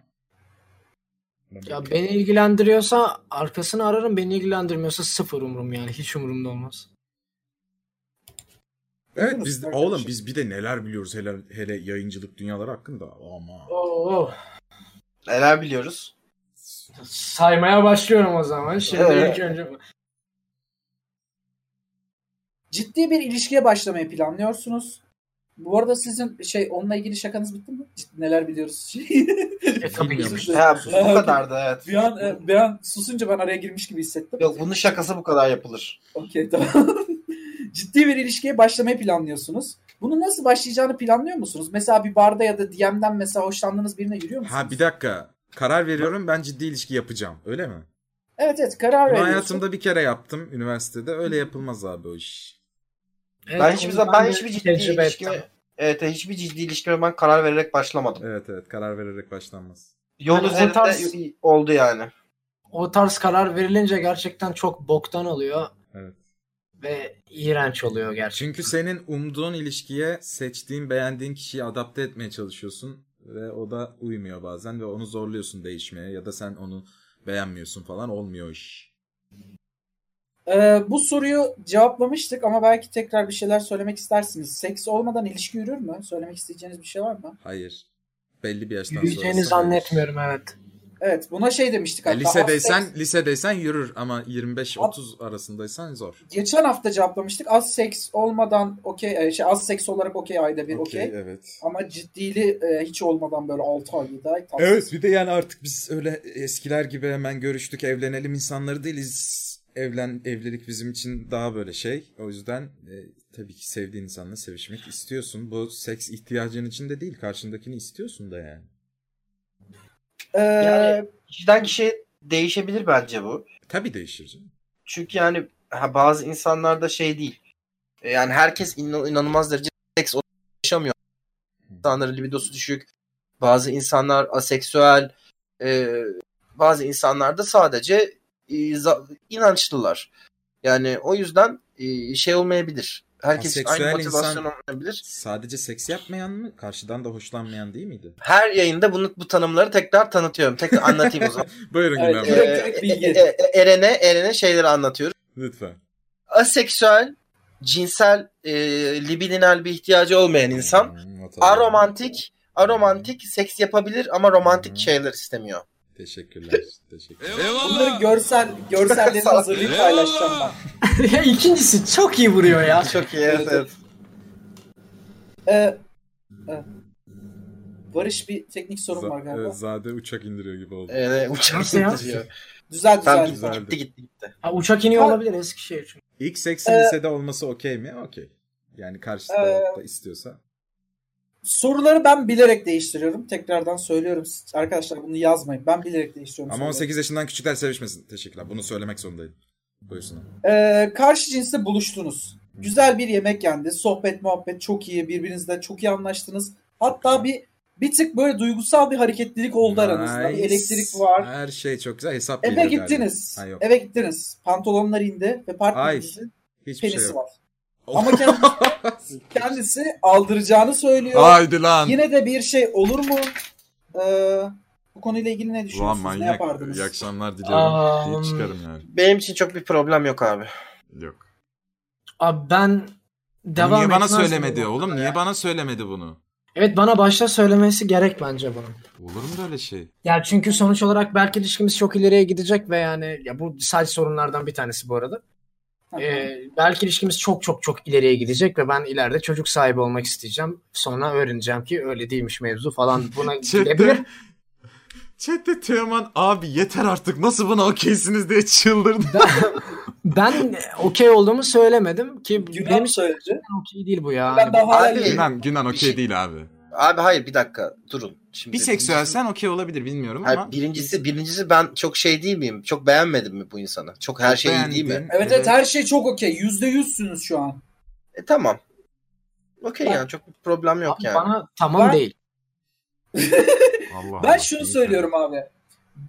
Speaker 3: Ya beni ilgilendiriyorsa arkasını ararım beni ilgilendirmiyorsa sıfır umurum yani hiç umurumda olmaz.
Speaker 1: Evet biz
Speaker 4: Arkadaşlar.
Speaker 1: oğlum biz bir de neler biliyoruz hele hele yayıncılık dünyaları hakkında. Ama
Speaker 3: Oo,
Speaker 2: Neler biliyoruz?
Speaker 3: saymaya başlıyorum o zaman. Şimdi
Speaker 2: Evet.
Speaker 3: ilk önce
Speaker 4: Ciddi bir ilişkiye başlamayı planlıyorsunuz. Bu arada sizin şey onunla ilgili şakanız bitti mi? Ciddi, neler biliyoruz.
Speaker 3: E, tabii ki.
Speaker 1: Bilmiyormuş.
Speaker 2: Ha, bu
Speaker 4: Evet.
Speaker 2: kadar da evet.
Speaker 4: bir an e, bir an susunca ben araya girmiş gibi hissettim.
Speaker 2: Yok bunun şakası bu kadar yapılır.
Speaker 4: Okey tamam. Ciddi bir ilişkiye başlamayı planlıyorsunuz. Bunu nasıl başlayacağını planlıyor musunuz? Mesela bir barda ya da DM'den mesela hoşlandığınız birine yürüyor musunuz?
Speaker 1: Ha bir dakika. Karar veriyorum ben ciddi ilişki yapacağım. Öyle mi?
Speaker 4: Evet evet karar
Speaker 1: Bunu
Speaker 4: veriyorsun.
Speaker 1: hayatımda bir kere yaptım üniversitede. Öyle yapılmaz abi o iş.
Speaker 3: Evet,
Speaker 2: ben hiçbir
Speaker 3: onu
Speaker 2: zaman ben
Speaker 3: de
Speaker 2: hiçbir ciddi
Speaker 3: tecrübe ettim.
Speaker 2: ilişkime evet hiçbir ciddi ilişkime ben karar vererek başlamadım.
Speaker 1: Evet evet karar vererek başlanmaz.
Speaker 2: Yol
Speaker 3: Yani o
Speaker 2: üzerinde
Speaker 3: tarz-
Speaker 2: y- oldu yani.
Speaker 3: o tarz karar verilince gerçekten çok boktan oluyor.
Speaker 1: Evet.
Speaker 3: Ve iğrenç oluyor gerçekten.
Speaker 1: Çünkü senin umduğun ilişkiye seçtiğin beğendiğin kişiyi adapte etmeye çalışıyorsun ve o da uymuyor bazen ve onu zorluyorsun değişmeye ya da sen onu beğenmiyorsun falan olmuyor o iş.
Speaker 4: Ee, bu soruyu cevaplamıştık ama belki tekrar bir şeyler söylemek istersiniz. Seks olmadan ilişki yürür mü? Söylemek isteyeceğiniz bir şey var mı?
Speaker 1: Hayır. Belli bir yaştan sonra. E,
Speaker 3: Yürüyeceğini zannetmiyorum evet.
Speaker 4: Evet buna şey demiştik hatta.
Speaker 1: lisedeysen
Speaker 4: Az seks-
Speaker 1: lisedeysen yürür ama 25-30 arasındaysan zor.
Speaker 4: Geçen hafta cevaplamıştık. Az seks olmadan okey. e, Şey, az seks olarak okey ayda bir okey.
Speaker 1: evet.
Speaker 4: Ama ciddili e, hiç olmadan böyle 6 ay 7 ay. tatsız.
Speaker 1: Evet bir de yani artık biz öyle eskiler gibi hemen görüştük evlenelim insanları değiliz. Evlen evlilik bizim için daha böyle şey. O yüzden e, tabii ki sevdiğin insanla sevişmek istiyorsun. Bu seks ihtiyacın için de değil karşındakini istiyorsun da yani.
Speaker 4: Ee,
Speaker 2: Yani- Kişiden kişiye değişebilir bence bu.
Speaker 1: Tabii değişir. canım.
Speaker 2: Çünkü yani ha, bazı insanlarda şey değil. E, Yani herkes inan- inanılmaz derece seks yaşamıyor. İnsanların libidosu düşük. Bazı insanlar aseksüel. e, bazı insanlar da sadece e, za- inançlılar. Yani o yüzden e, şey olmayabilir. Herkes için aynı
Speaker 1: Aseksüel
Speaker 2: motivasyon
Speaker 1: insan-
Speaker 2: olmayabilir.
Speaker 1: Sadece seks yapmayan mı? Karşıdan da hoşlanmayan değil miydi?
Speaker 2: Her yayında bunu bu tanımları tekrar tanıtıyorum. Tekrar anlatayım o zaman.
Speaker 1: Buyurun
Speaker 4: Evet,
Speaker 1: Gülen Bey.
Speaker 4: evet.
Speaker 2: E,
Speaker 4: direkt bilgi.
Speaker 2: e, e, Eren'e Eren'e şeyleri anlatıyorum.
Speaker 1: Lütfen.
Speaker 2: aseksüel, cinsel, e, libidinal bir ihtiyacı olmayan insan.
Speaker 1: Hmm, hatırladım. Hmm.
Speaker 2: Aromantik, aromantik seks yapabilir ama romantik şeyler istemiyor.
Speaker 8: Teşekkürler. Teşekkür.
Speaker 4: Bunları
Speaker 9: Eyvallah.
Speaker 4: görsel görselleri hazırlayıp paylaşacağım ben.
Speaker 3: ya ikincisi çok iyi vuruyor ya.
Speaker 2: Çok iyi evet evet.
Speaker 4: Ee, e, Barış bir teknik sorun var
Speaker 8: Z-
Speaker 4: galiba.
Speaker 8: e, Zade uçak indiriyor gibi oldu.
Speaker 2: Evet, uçak
Speaker 3: Nasıl ya?
Speaker 2: indiriyor.
Speaker 4: Düzel
Speaker 2: Tamam
Speaker 4: düzel.
Speaker 8: güzel.
Speaker 2: gitti gitti gitti. gitti.
Speaker 3: Ha, uçak iniyor
Speaker 4: Ha.
Speaker 3: olabilir Eskişehir çünkü.
Speaker 8: İlk seksin
Speaker 4: Ee,
Speaker 8: lisede olması okey mi? Okey. Yani karşı tarafta istiyorsa.
Speaker 4: Soruları ben bilerek değiştiriyorum. Tekrardan söylüyorum. Arkadaşlar bunu yazmayın. Ben bilerek değiştiriyorum.
Speaker 8: Ama
Speaker 4: soruları.
Speaker 8: 18 yaşından küçükler sevişmesin. Teşekkürler. Bunu söylemek zorundayım. Buyursun.
Speaker 4: Ee, karşı cinsle buluştunuz. Güzel bir yemek yendi. Sohbet muhabbet çok iyi. Birbirinizle çok iyi anlaştınız. Hatta bir bir tık böyle duygusal bir hareketlilik oldu aranızda. Bir
Speaker 8: Nice.
Speaker 4: elektrik var.
Speaker 8: Her şey çok güzel. Hesap
Speaker 4: Eve
Speaker 8: geliyor galiba.
Speaker 4: gittiniz.
Speaker 8: Ha, yok.
Speaker 4: Eve gittiniz. Pantolonlar indi ve partnerinizin
Speaker 8: Hiçbir
Speaker 4: penisi
Speaker 8: şey yok.
Speaker 4: var. Ama kendisi, kendisi aldıracağını söylüyor.
Speaker 1: Haydi lan.
Speaker 4: Yine de bir şey olur mu? Ee, bu konuyla ilgili ne
Speaker 1: Ulan
Speaker 4: düşünüyorsunuz? ne
Speaker 1: manyak.
Speaker 4: yapardınız?
Speaker 1: İyi akşamlar
Speaker 3: Aa,
Speaker 1: dilerim. Diye çıkarım yani.
Speaker 2: Benim için çok bir problem yok abi.
Speaker 1: Yok.
Speaker 3: Abi ben devam
Speaker 1: niye bana
Speaker 3: etmezdim
Speaker 1: söylemedi
Speaker 3: bu
Speaker 1: oğlum?
Speaker 3: noktada
Speaker 1: Niye
Speaker 3: ya.
Speaker 1: bana söylemedi bunu?
Speaker 3: Evet bana başta söylemesi gerek bence bunun.
Speaker 1: Olur mu böyle şey?
Speaker 3: Ya çünkü sonuç olarak belki ilişkimiz çok ileriye gidecek ve yani ya bu sadece sorunlardan bir tanesi bu arada.
Speaker 4: Tamam.
Speaker 3: Ee, belki ilişkimiz çok çok çok ileriye gidecek ve ben ileride çocuk sahibi olmak isteyeceğim. Sonra öğreneceğim ki öyle değilmiş mevzu falan. Buna gidebilir.
Speaker 1: Chat'te Chat'te Teoman abi yeter artık nasıl buna okeysiniz diye çıldırdı.
Speaker 3: Ben okey olduğumu söylemedim ki
Speaker 4: Günah
Speaker 3: benim için
Speaker 4: söyledi.
Speaker 3: okey değil bu ya.
Speaker 4: Ben daha hala
Speaker 2: Abi-
Speaker 4: yeni-
Speaker 1: Günan, Günan
Speaker 2: Bir şey-
Speaker 1: okey değil abi.
Speaker 2: Abi hayır bir dakika durun. Şimdi
Speaker 1: Bir seksüelsen okey olabilir bilmiyorum
Speaker 2: Hayır,
Speaker 1: ama.
Speaker 2: birincisi birincisi ben çok şey değil miyim? Çok beğenmedim mi bu insanı? Çok her şey iyi değil mi?
Speaker 1: Beğendim.
Speaker 4: Evet evet her şey çok okey. Yüzde yüzsünüz şu an.
Speaker 2: E tamam. Okey
Speaker 4: Ben-
Speaker 2: yani çok bir problem yok
Speaker 3: Abi
Speaker 2: yani.
Speaker 3: Bana tamam
Speaker 4: Ben-
Speaker 3: değil.
Speaker 1: Allah
Speaker 4: Ben
Speaker 1: Allah,
Speaker 4: şunu
Speaker 1: iyi
Speaker 4: söylüyorum abi.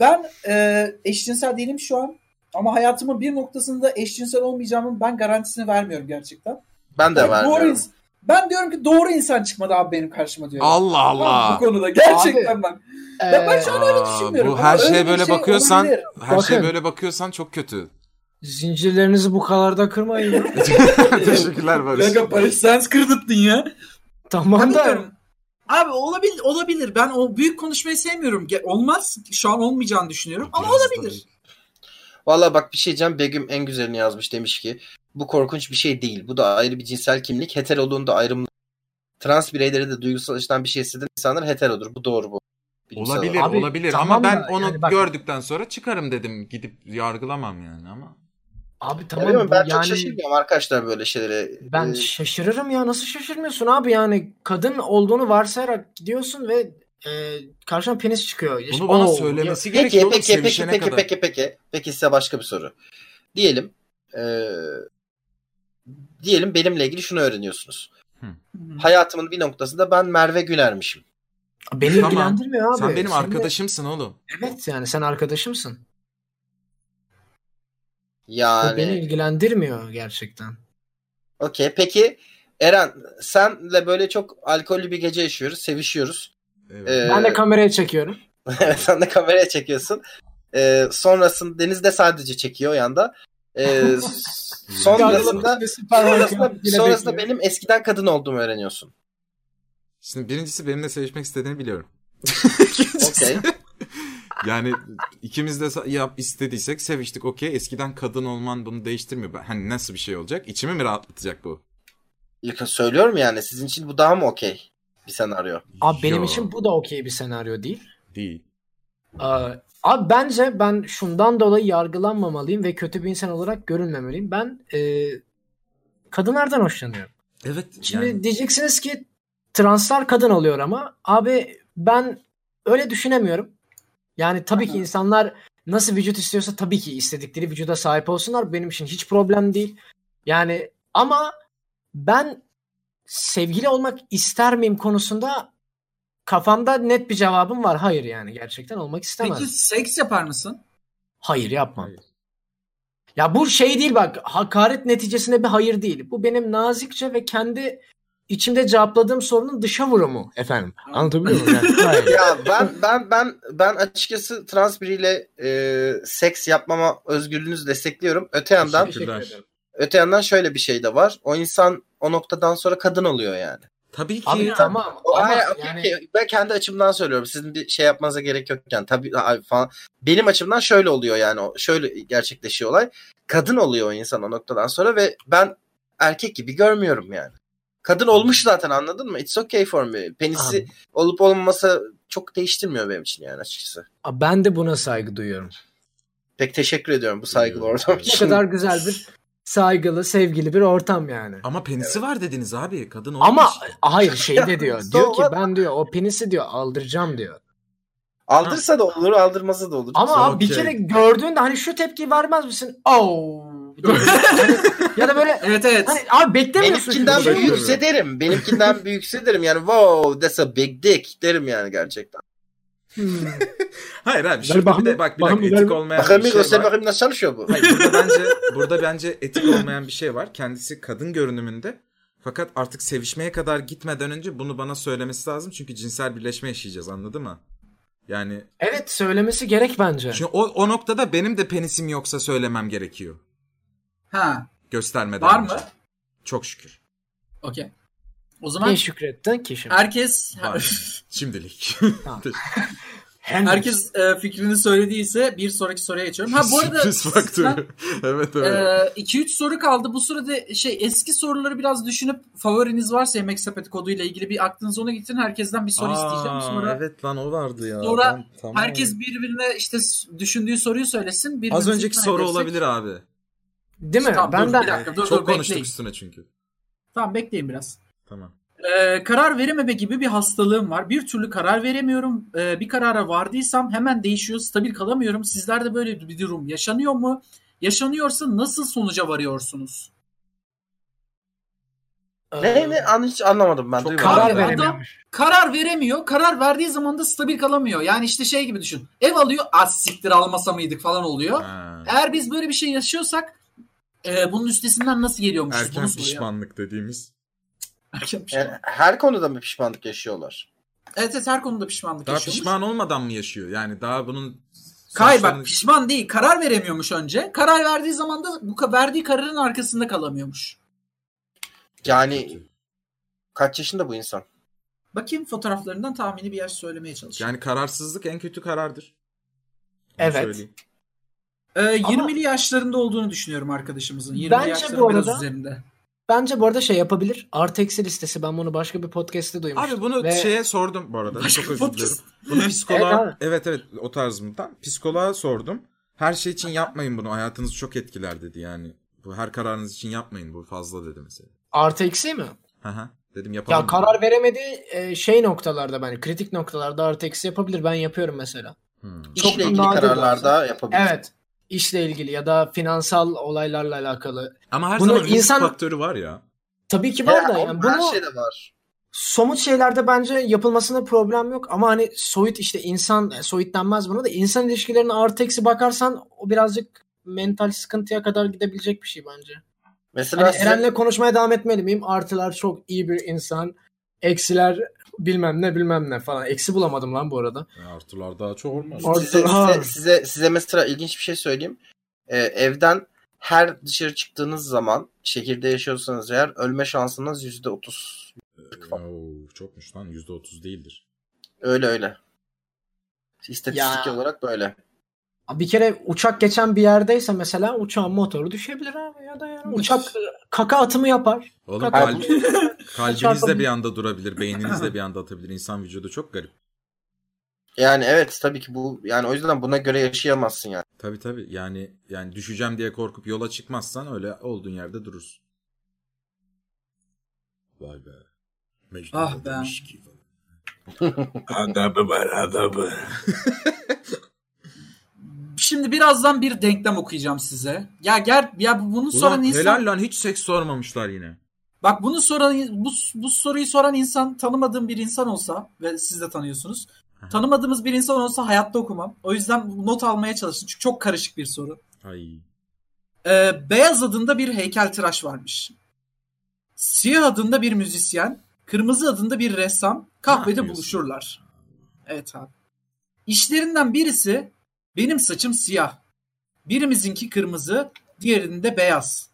Speaker 4: Ben e, eşcinsel değilim şu an. Ama hayatımın bir noktasında eşcinsel olmayacağımın ben garantisini vermiyorum gerçekten.
Speaker 2: Ben de
Speaker 4: Bak, doğru
Speaker 2: vermiyorum.
Speaker 4: ins- ben diyorum ki doğru insan çıkmadı abi benim karşıma diyorum.
Speaker 1: Allah
Speaker 4: Tamam,
Speaker 1: Allah.
Speaker 4: Bu konuda gerçekten bak. Ya ben
Speaker 3: Ee,
Speaker 4: şu an öyle düşünmüyorum.
Speaker 1: bu her
Speaker 4: Öyle
Speaker 1: şeye
Speaker 4: bir
Speaker 1: böyle
Speaker 4: şey
Speaker 1: bakıyorsan-
Speaker 4: olabilir.
Speaker 1: Her
Speaker 3: Bakın.
Speaker 1: şey böyle bakıyorsan çok kötü.
Speaker 3: Zincirlerinizi bu kadar da kırmayın. ya. Ee,
Speaker 1: Teşekkürler Barış.
Speaker 4: Kanka Barış sen kırdırttın ya.
Speaker 3: tamam da
Speaker 10: Bilmiyorum. Abi olabilir, olabilir. Ben o büyük konuşmayı sevmiyorum. Ge- Olmaz. Şu an olmayacağını düşünüyorum ama olabilir.
Speaker 2: Valla bak bir şey diyeceğim. Begüm en güzelini yazmış demiş ki bu korkunç bir şey değil. Bu da ayrı bir cinsel kimlik. Heteroluğun da ayrımlı. Trans bireyleri de duygusal açıdan bir şey hisseden insanlar heterodur. Bu doğru bu. Bilimsel
Speaker 1: Olabilir,
Speaker 2: olarak.
Speaker 3: Abi,
Speaker 1: olabilir
Speaker 3: tamam
Speaker 1: ama ben
Speaker 3: da
Speaker 1: onu
Speaker 3: yani bak-
Speaker 1: gördükten sonra çıkarım dedim. Gidip yargılamam yani ama.
Speaker 3: abi
Speaker 2: Ya
Speaker 3: tamam
Speaker 2: bilmiyorum,
Speaker 3: bu
Speaker 2: ben çok
Speaker 3: yani
Speaker 2: şaşırmıyorum arkadaşlar böyle şeylere.
Speaker 3: ben
Speaker 2: Ee,
Speaker 3: şaşırırım ya nasıl şaşırmıyorsun abi yani kadın olduğunu varsayarak gidiyorsun ve e, karşına penis çıkıyor.
Speaker 1: Bunu bana
Speaker 3: Oo, ya-
Speaker 1: söylemesi
Speaker 2: Peki
Speaker 1: gerekiyor. oğlum,
Speaker 2: peki peki
Speaker 1: sevişene
Speaker 2: peki
Speaker 1: kadar.
Speaker 2: peki peki peki size başka bir soru. Diyelim eee, diyelim benimle ilgili şunu öğreniyorsunuz. Hayatımın bir noktasında ben Merve Güler'mişim.
Speaker 3: Beni
Speaker 1: Tamam.
Speaker 3: ilgilendirmiyor abi.
Speaker 1: Sen benim
Speaker 3: Seni-
Speaker 1: arkadaşımsın oğlum.
Speaker 3: Evet yani sen arkadaşımsın. Bu beni
Speaker 2: Yani
Speaker 3: ilgilendirmiyor gerçekten.
Speaker 2: okey peki Eren senle böyle çok alkollü bir gece yaşıyoruz, sevişiyoruz.
Speaker 1: Evet.
Speaker 2: Ee,
Speaker 3: Ben de kameraya çekiyorum.
Speaker 2: Evet sen de kameraya çekiyorsun. Ee, sonrasında Deniz de sadece çekiyor o yanda. Ee, sonrasında sonrasında, sonrasında benim eskiden kadın olduğumu öğreniyorsun.
Speaker 1: Şimdi birincisi benimle sevişmek istediğini biliyorum.
Speaker 2: Okey.
Speaker 1: Yani ikimiz de sa- yap istediysek seviştik okey. Eskiden kadın olman bunu değiştirmiyor. Ben- Hani nasıl bir şey olacak? İçimi mi rahatlatacak bu?
Speaker 2: Ya Söylüyorum yani sizin için bu daha mı okey bir senaryo?
Speaker 3: Abi benim
Speaker 1: Yo,
Speaker 3: için bu da okey bir senaryo değil.
Speaker 1: değil.
Speaker 3: Aa, Abi bence ben şundan dolayı yargılanmamalıyım ve kötü bir insan olarak görünmemeliyim. Ben e, kadınlardan hoşlanıyorum.
Speaker 1: Evet.
Speaker 3: Şimdi
Speaker 1: yani-
Speaker 3: diyeceksiniz ki translar kadın oluyor ama abi ben öyle düşünemiyorum. Yani tabii ki insanlar nasıl vücut istiyorsa tabii ki istedikleri vücuda sahip olsunlar. Benim için hiç problem değil. Yani ama ben sevgili olmak ister miyim konusunda kafamda net bir cevabım var. Hayır yani gerçekten olmak istemez.
Speaker 10: Peki seks yapar mısın?
Speaker 3: Hayır yapmam.
Speaker 1: Hayır.
Speaker 3: Ya bu şey değil bak hakaret neticesinde bir hayır değil. Bu benim nazikçe ve kendi içimde cevapladığım sorunun dışa vurumu efendim. Anlatabiliyor muyum? Yani, hayır.
Speaker 2: Ya ben ben ben ben açıkçası trans biriyle e, seks yapmama özgürlüğünüzü destekliyorum. Öte yandan
Speaker 1: Teşekkürler.
Speaker 2: öte yandan şöyle bir şey de var. O insan o noktadan sonra kadın oluyor yani.
Speaker 11: Tabii ki.
Speaker 3: Abi tamam.
Speaker 2: O-
Speaker 3: ama
Speaker 2: hayır, okey,
Speaker 3: yani-
Speaker 2: okey. Ben kendi açımdan söylüyorum. Sizin bir şey yapmanıza gerek yok yani. Tabii ay, falan. Benim açımdan şöyle oluyor yani. o- Şöyle gerçekleşiyor olay. Kadın oluyor o insan o noktadan sonra ve ben erkek gibi görmüyorum yani. Kadın olmuş zaten anladın mı? It's okay for me. Penisi
Speaker 3: Abi.
Speaker 2: olup olmaması çok değiştirmiyor benim için yani açıkçası.
Speaker 3: Ben de buna saygı duyuyorum.
Speaker 2: Pek teşekkür ediyorum bu saygılı ortam
Speaker 3: Ee, Ne
Speaker 2: için.
Speaker 3: kadar güzel bir saygılı, sevgili bir ortam yani.
Speaker 1: Ama penisi var dediniz abi. Kadın olmuş.
Speaker 3: Ama hayır şey de diyor.
Speaker 2: so
Speaker 3: diyor ki
Speaker 2: what?
Speaker 3: ben diyor o penisi diyor aldıracağım diyor.
Speaker 2: Aldırsa da olur, aldırmasa da olur.
Speaker 3: Ama
Speaker 1: So
Speaker 3: abi bir
Speaker 1: okay.
Speaker 3: kere gördüğünde hani şu tepki vermez misin? Oh. ya da böyle
Speaker 4: Evet evet.
Speaker 3: hani abi beklemiyorsun. şu
Speaker 2: Benimkinden
Speaker 3: şey.
Speaker 2: büyükse derim. Benimkinden büyükse derim. Yani wow that's a big dick derim yani gerçekten.
Speaker 3: Hmm.
Speaker 1: Hayır abi şimdi
Speaker 3: bakın-
Speaker 1: bir de bak bir
Speaker 3: bakın
Speaker 1: dakika etik
Speaker 3: gel-
Speaker 1: olmayan
Speaker 2: Bakın
Speaker 1: bir
Speaker 2: bir
Speaker 1: şey
Speaker 2: göster
Speaker 1: var.
Speaker 2: bakayım nasıl çalışıyor bu.
Speaker 1: Hayır, burada bence burada bence etik olmayan bir şey var. Kendisi kadın görünümünde. Fakat artık sevişmeye kadar gitmeden önce bunu bana söylemesi lazım. Çünkü cinsel birleşme yaşayacağız anladın mı? Yani
Speaker 3: Evet söylemesi gerek bence.
Speaker 1: şimdi o, o noktada benim de penisim yoksa söylemem gerekiyor.
Speaker 4: Ha.
Speaker 1: Göstermeden
Speaker 4: Var
Speaker 1: önce.
Speaker 4: mı?
Speaker 1: Çok şükür.
Speaker 4: Okey. O zaman
Speaker 3: Ne şükrettin ki şimdi?
Speaker 4: herkes
Speaker 1: Var. Şimdilik.
Speaker 3: Henry.
Speaker 4: herkes e, fikrini söylediyse bir sonraki soruya geçiyorum. Ha bu arada e,
Speaker 1: Sürpriz faktörü. evet evet.
Speaker 4: 2 3 soru kaldı. Bu sırada şey eski soruları biraz düşünüp favoriniz varsa Yemek Sepeti koduyla ilgili bir aklınızı ona getirin. Herkesten bir soru isteyeceğim sonra.
Speaker 11: Evet lan o vardı ya.
Speaker 4: Sonra
Speaker 11: Ben- tamam.
Speaker 4: Herkes birbirine işte s- düşündüğü soruyu söylesin.
Speaker 1: Az
Speaker 4: birbirimizi
Speaker 1: önceki
Speaker 4: ikna
Speaker 1: soru
Speaker 4: edersek-
Speaker 1: olabilir abi.
Speaker 3: Değil mi?
Speaker 4: Tamam, dur,
Speaker 3: ben
Speaker 4: bir
Speaker 3: de
Speaker 4: dakika, dur,
Speaker 1: Çok
Speaker 4: dur,
Speaker 1: konuştuk
Speaker 4: bekleyin.
Speaker 1: üstüne çünkü.
Speaker 4: Tamam bekleyin biraz.
Speaker 1: Tamam.
Speaker 4: Ee, karar verememe gibi bir hastalığım var. Bir türlü karar veremiyorum. Ee, bir karara vardıysam hemen değişiyor. Stabil kalamıyorum. Sizlerde böyle bir durum yaşanıyor mu? Yaşanıyorsa nasıl sonuca varıyorsunuz?
Speaker 2: ne ne an hiç anlamadım ben.
Speaker 1: Çok
Speaker 2: duymadım.
Speaker 1: karar
Speaker 3: e, karar
Speaker 1: Adam-
Speaker 3: veremiyormuş.
Speaker 4: Karar veremiyor. Karar verdiği zaman da stabil kalamıyor. Yani işte şey gibi düşün. Ev alıyor. Az siktir almasa mıydık falan oluyor.
Speaker 1: Ha.
Speaker 4: Eğer biz böyle bir şey yaşıyorsak e, bunun üstesinden nasıl geliyormuşuz?
Speaker 1: Erken
Speaker 4: Bunu soruyor.
Speaker 1: pişmanlık dediğimiz.
Speaker 4: Erken pişman.
Speaker 2: Yani her konuda mı pişmanlık yaşıyorlar?
Speaker 4: Evet, evet her konuda pişmanlık
Speaker 1: Daha
Speaker 4: yaşıyormuş.
Speaker 1: pişman olmadan mı yaşıyor? Yani daha bunun
Speaker 4: Kay
Speaker 1: sonuçlarını-
Speaker 4: bak pişman değil. Karar veremiyormuş önce. Karar verdiği zaman da bu ka- verdiği kararın arkasında kalamıyormuş.
Speaker 2: Yani kaç yaşında bu insan?
Speaker 4: Bakayım fotoğraflarından tahmini bir yer söylemeye çalışayım.
Speaker 1: Yani kararsızlık en kötü karardır. Onu
Speaker 3: Evet.
Speaker 1: söyleyeyim.
Speaker 4: Ee,
Speaker 3: Ama-
Speaker 4: 20'li yaşlarında olduğunu düşünüyorum arkadaşımızın. 20'li
Speaker 3: Bence
Speaker 4: yaşların
Speaker 3: bu
Speaker 4: biraz
Speaker 3: arada-
Speaker 4: üzerinde.
Speaker 3: Bence bu arada şey yapabilir. Artı eksi listesi. Ben bunu başka bir podcast'te duymuştum.
Speaker 1: Abi bunu şey-
Speaker 3: Ve-
Speaker 1: şeye sordum bu arada.
Speaker 4: Başka
Speaker 1: Çok özür dilerim.
Speaker 4: podcast.
Speaker 1: Bunu
Speaker 3: Evet
Speaker 1: psikoloğa evet evet o tarzımdan psikoloğa sordum. Her şey için yapmayın bunu. Hayatınızı çok etkiler dedi yani. Bu her kararınız için yapmayın bu fazla dedi mesela.
Speaker 3: Artı eksi mi?
Speaker 1: Hı hı. Dedim yapalım.
Speaker 3: Ya karar veremediği e, şey noktalarda bence kritik noktalarda artı eksi yapabilir. Ben yapıyorum mesela.
Speaker 1: Hmm.
Speaker 3: Çok
Speaker 2: İşle ilgili
Speaker 3: nadir
Speaker 2: kararlarda yapabilir.
Speaker 3: Evet. İşle ilgili ya da finansal olaylarla alakalı.
Speaker 1: Ama her
Speaker 3: Bunu
Speaker 1: zaman risk
Speaker 3: insan-
Speaker 1: faktörü var ya.
Speaker 3: Tabii ki var da
Speaker 2: Her,
Speaker 3: yani
Speaker 2: her şey
Speaker 3: bunu
Speaker 2: şeyde var.
Speaker 3: somut şeylerde bence yapılmasında problem yok ama hani soyut işte insan soyut denmez buna da insan ilişkilerine artı eksi bakarsan o birazcık mental sıkıntıya kadar gidebilecek bir şey bence.
Speaker 2: Mesela
Speaker 3: Hani
Speaker 2: size-
Speaker 3: Eren'le konuşmaya devam etmeli miyim? Artılar çok iyi bir insan. Eksiler bilmem ne bilmem ne falan. Eksi bulamadım lan bu arada.
Speaker 1: Ya, Artılar daha çok olmaz.
Speaker 3: Or-
Speaker 2: size,
Speaker 3: Ha.
Speaker 2: size, size, size mesela ilginç bir şey söyleyeyim. Ee, evden her dışarı çıktığınız zaman şehirde yaşıyorsanız eğer ölme şansınız yüzde otuz.
Speaker 1: Oo, çokmuş lan %30 değildir.
Speaker 2: Öyle öyle. İstatistik
Speaker 3: Ya.
Speaker 2: olarak böyle.
Speaker 3: Bir kere uçak geçen bir yerdeyse mesela uçağın motoru düşebilir abi ya da yani uçak kaka atımı yapar.
Speaker 1: Oğlum
Speaker 3: Kaka
Speaker 1: kalp,
Speaker 3: atımı.
Speaker 1: kalbiniz de bir anda durabilir, beyniniz de bir anda atabilir. İnsan vücudu çok garip.
Speaker 2: Yani evet tabii ki bu yani o yüzden buna göre yaşayamazsın yani.
Speaker 1: Tabii tabii. Yani yani düşeceğim diye korkup yola çıkmazsan öyle olduğun yerde durursun. Vay be. Mecnun
Speaker 4: Ah be.
Speaker 1: demiş ki.
Speaker 9: Adamı var adamı.
Speaker 4: Şimdi birazdan bir denklem okuyacağım size. Ya gel ya bu- bunu soran
Speaker 1: Ulan
Speaker 4: insan
Speaker 1: helal lan hiç seks sormamışlar yine.
Speaker 4: bak bunu soran bu, bu soruyu soran insan tanımadığım bir insan olsa ve siz de tanıyorsunuz.
Speaker 1: Hı hı.
Speaker 4: Tanımadığımız bir insan olsa hayatta okumam. O yüzden not almaya çalıştım çünkü çok karışık bir soru.
Speaker 1: Ay.
Speaker 4: Ee, beyaz adında bir heykeltıraş varmış. Siyah adında bir müzisyen, kırmızı adında bir ressam kahvede
Speaker 1: yapıyorsun?
Speaker 4: buluşurlar. Evet abi. İşlerinden birisi benim saçım siyah. Birimizinki kırmızı, diğerinin de beyaz.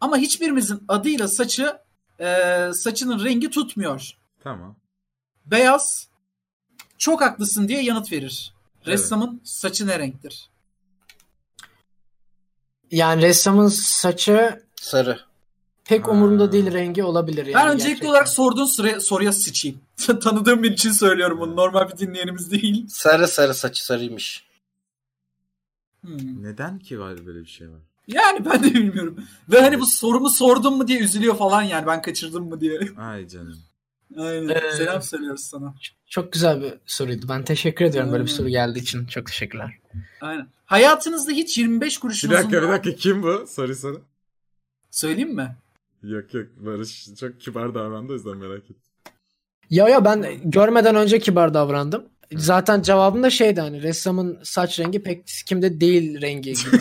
Speaker 4: Ama hiçbirimizin adıyla saçı e, e, saçının rengi tutmuyor.
Speaker 6: Tamam.
Speaker 4: Beyaz çok haklısın diye yanıt verir. Ressamın saçı ne renktir?
Speaker 3: Yani ressamın saçı
Speaker 2: Sarı.
Speaker 3: pek
Speaker 6: Ha.
Speaker 3: umurumda değil rengi olabilir yani.
Speaker 4: ben öncelikli
Speaker 3: gerçekten.
Speaker 4: olarak sorduğun süre, soruya sıçayım. Tanıdığım bir için söylüyorum bunu. Normal bir dinleyenimiz değil.
Speaker 2: Sarı sarı saçı sarıymış.
Speaker 4: Hmm.
Speaker 6: Neden ki var böyle bir şey var?
Speaker 4: Yani ben de bilmiyorum. Ve hani bu sorumu sordum mu diye üzülüyor falan yani ben kaçırdım mı diye.
Speaker 6: Ay canım.
Speaker 4: Aynen.
Speaker 3: Ee,
Speaker 4: Selam söylüyoruz sana.
Speaker 3: Çok güzel bir soruydu. Ben teşekkür ediyorum böyle bir
Speaker 4: Hmm.
Speaker 3: soru geldiği için. Çok teşekkürler.
Speaker 4: Aynen. Hayatınızda hiç 25
Speaker 6: Bir
Speaker 4: kuruşunuzun...
Speaker 6: dakika bir dakika kim bu? Sorry sana.
Speaker 4: Söyleyeyim mi?
Speaker 6: Yok yok Barış çok kibar davrandı o yüzden merak ettim.
Speaker 3: Ya ya ben görmeden önce kibar davrandım. Zaten cevabım da şeydi hani ressamın saç rengi pek kimde değil rengi gibi.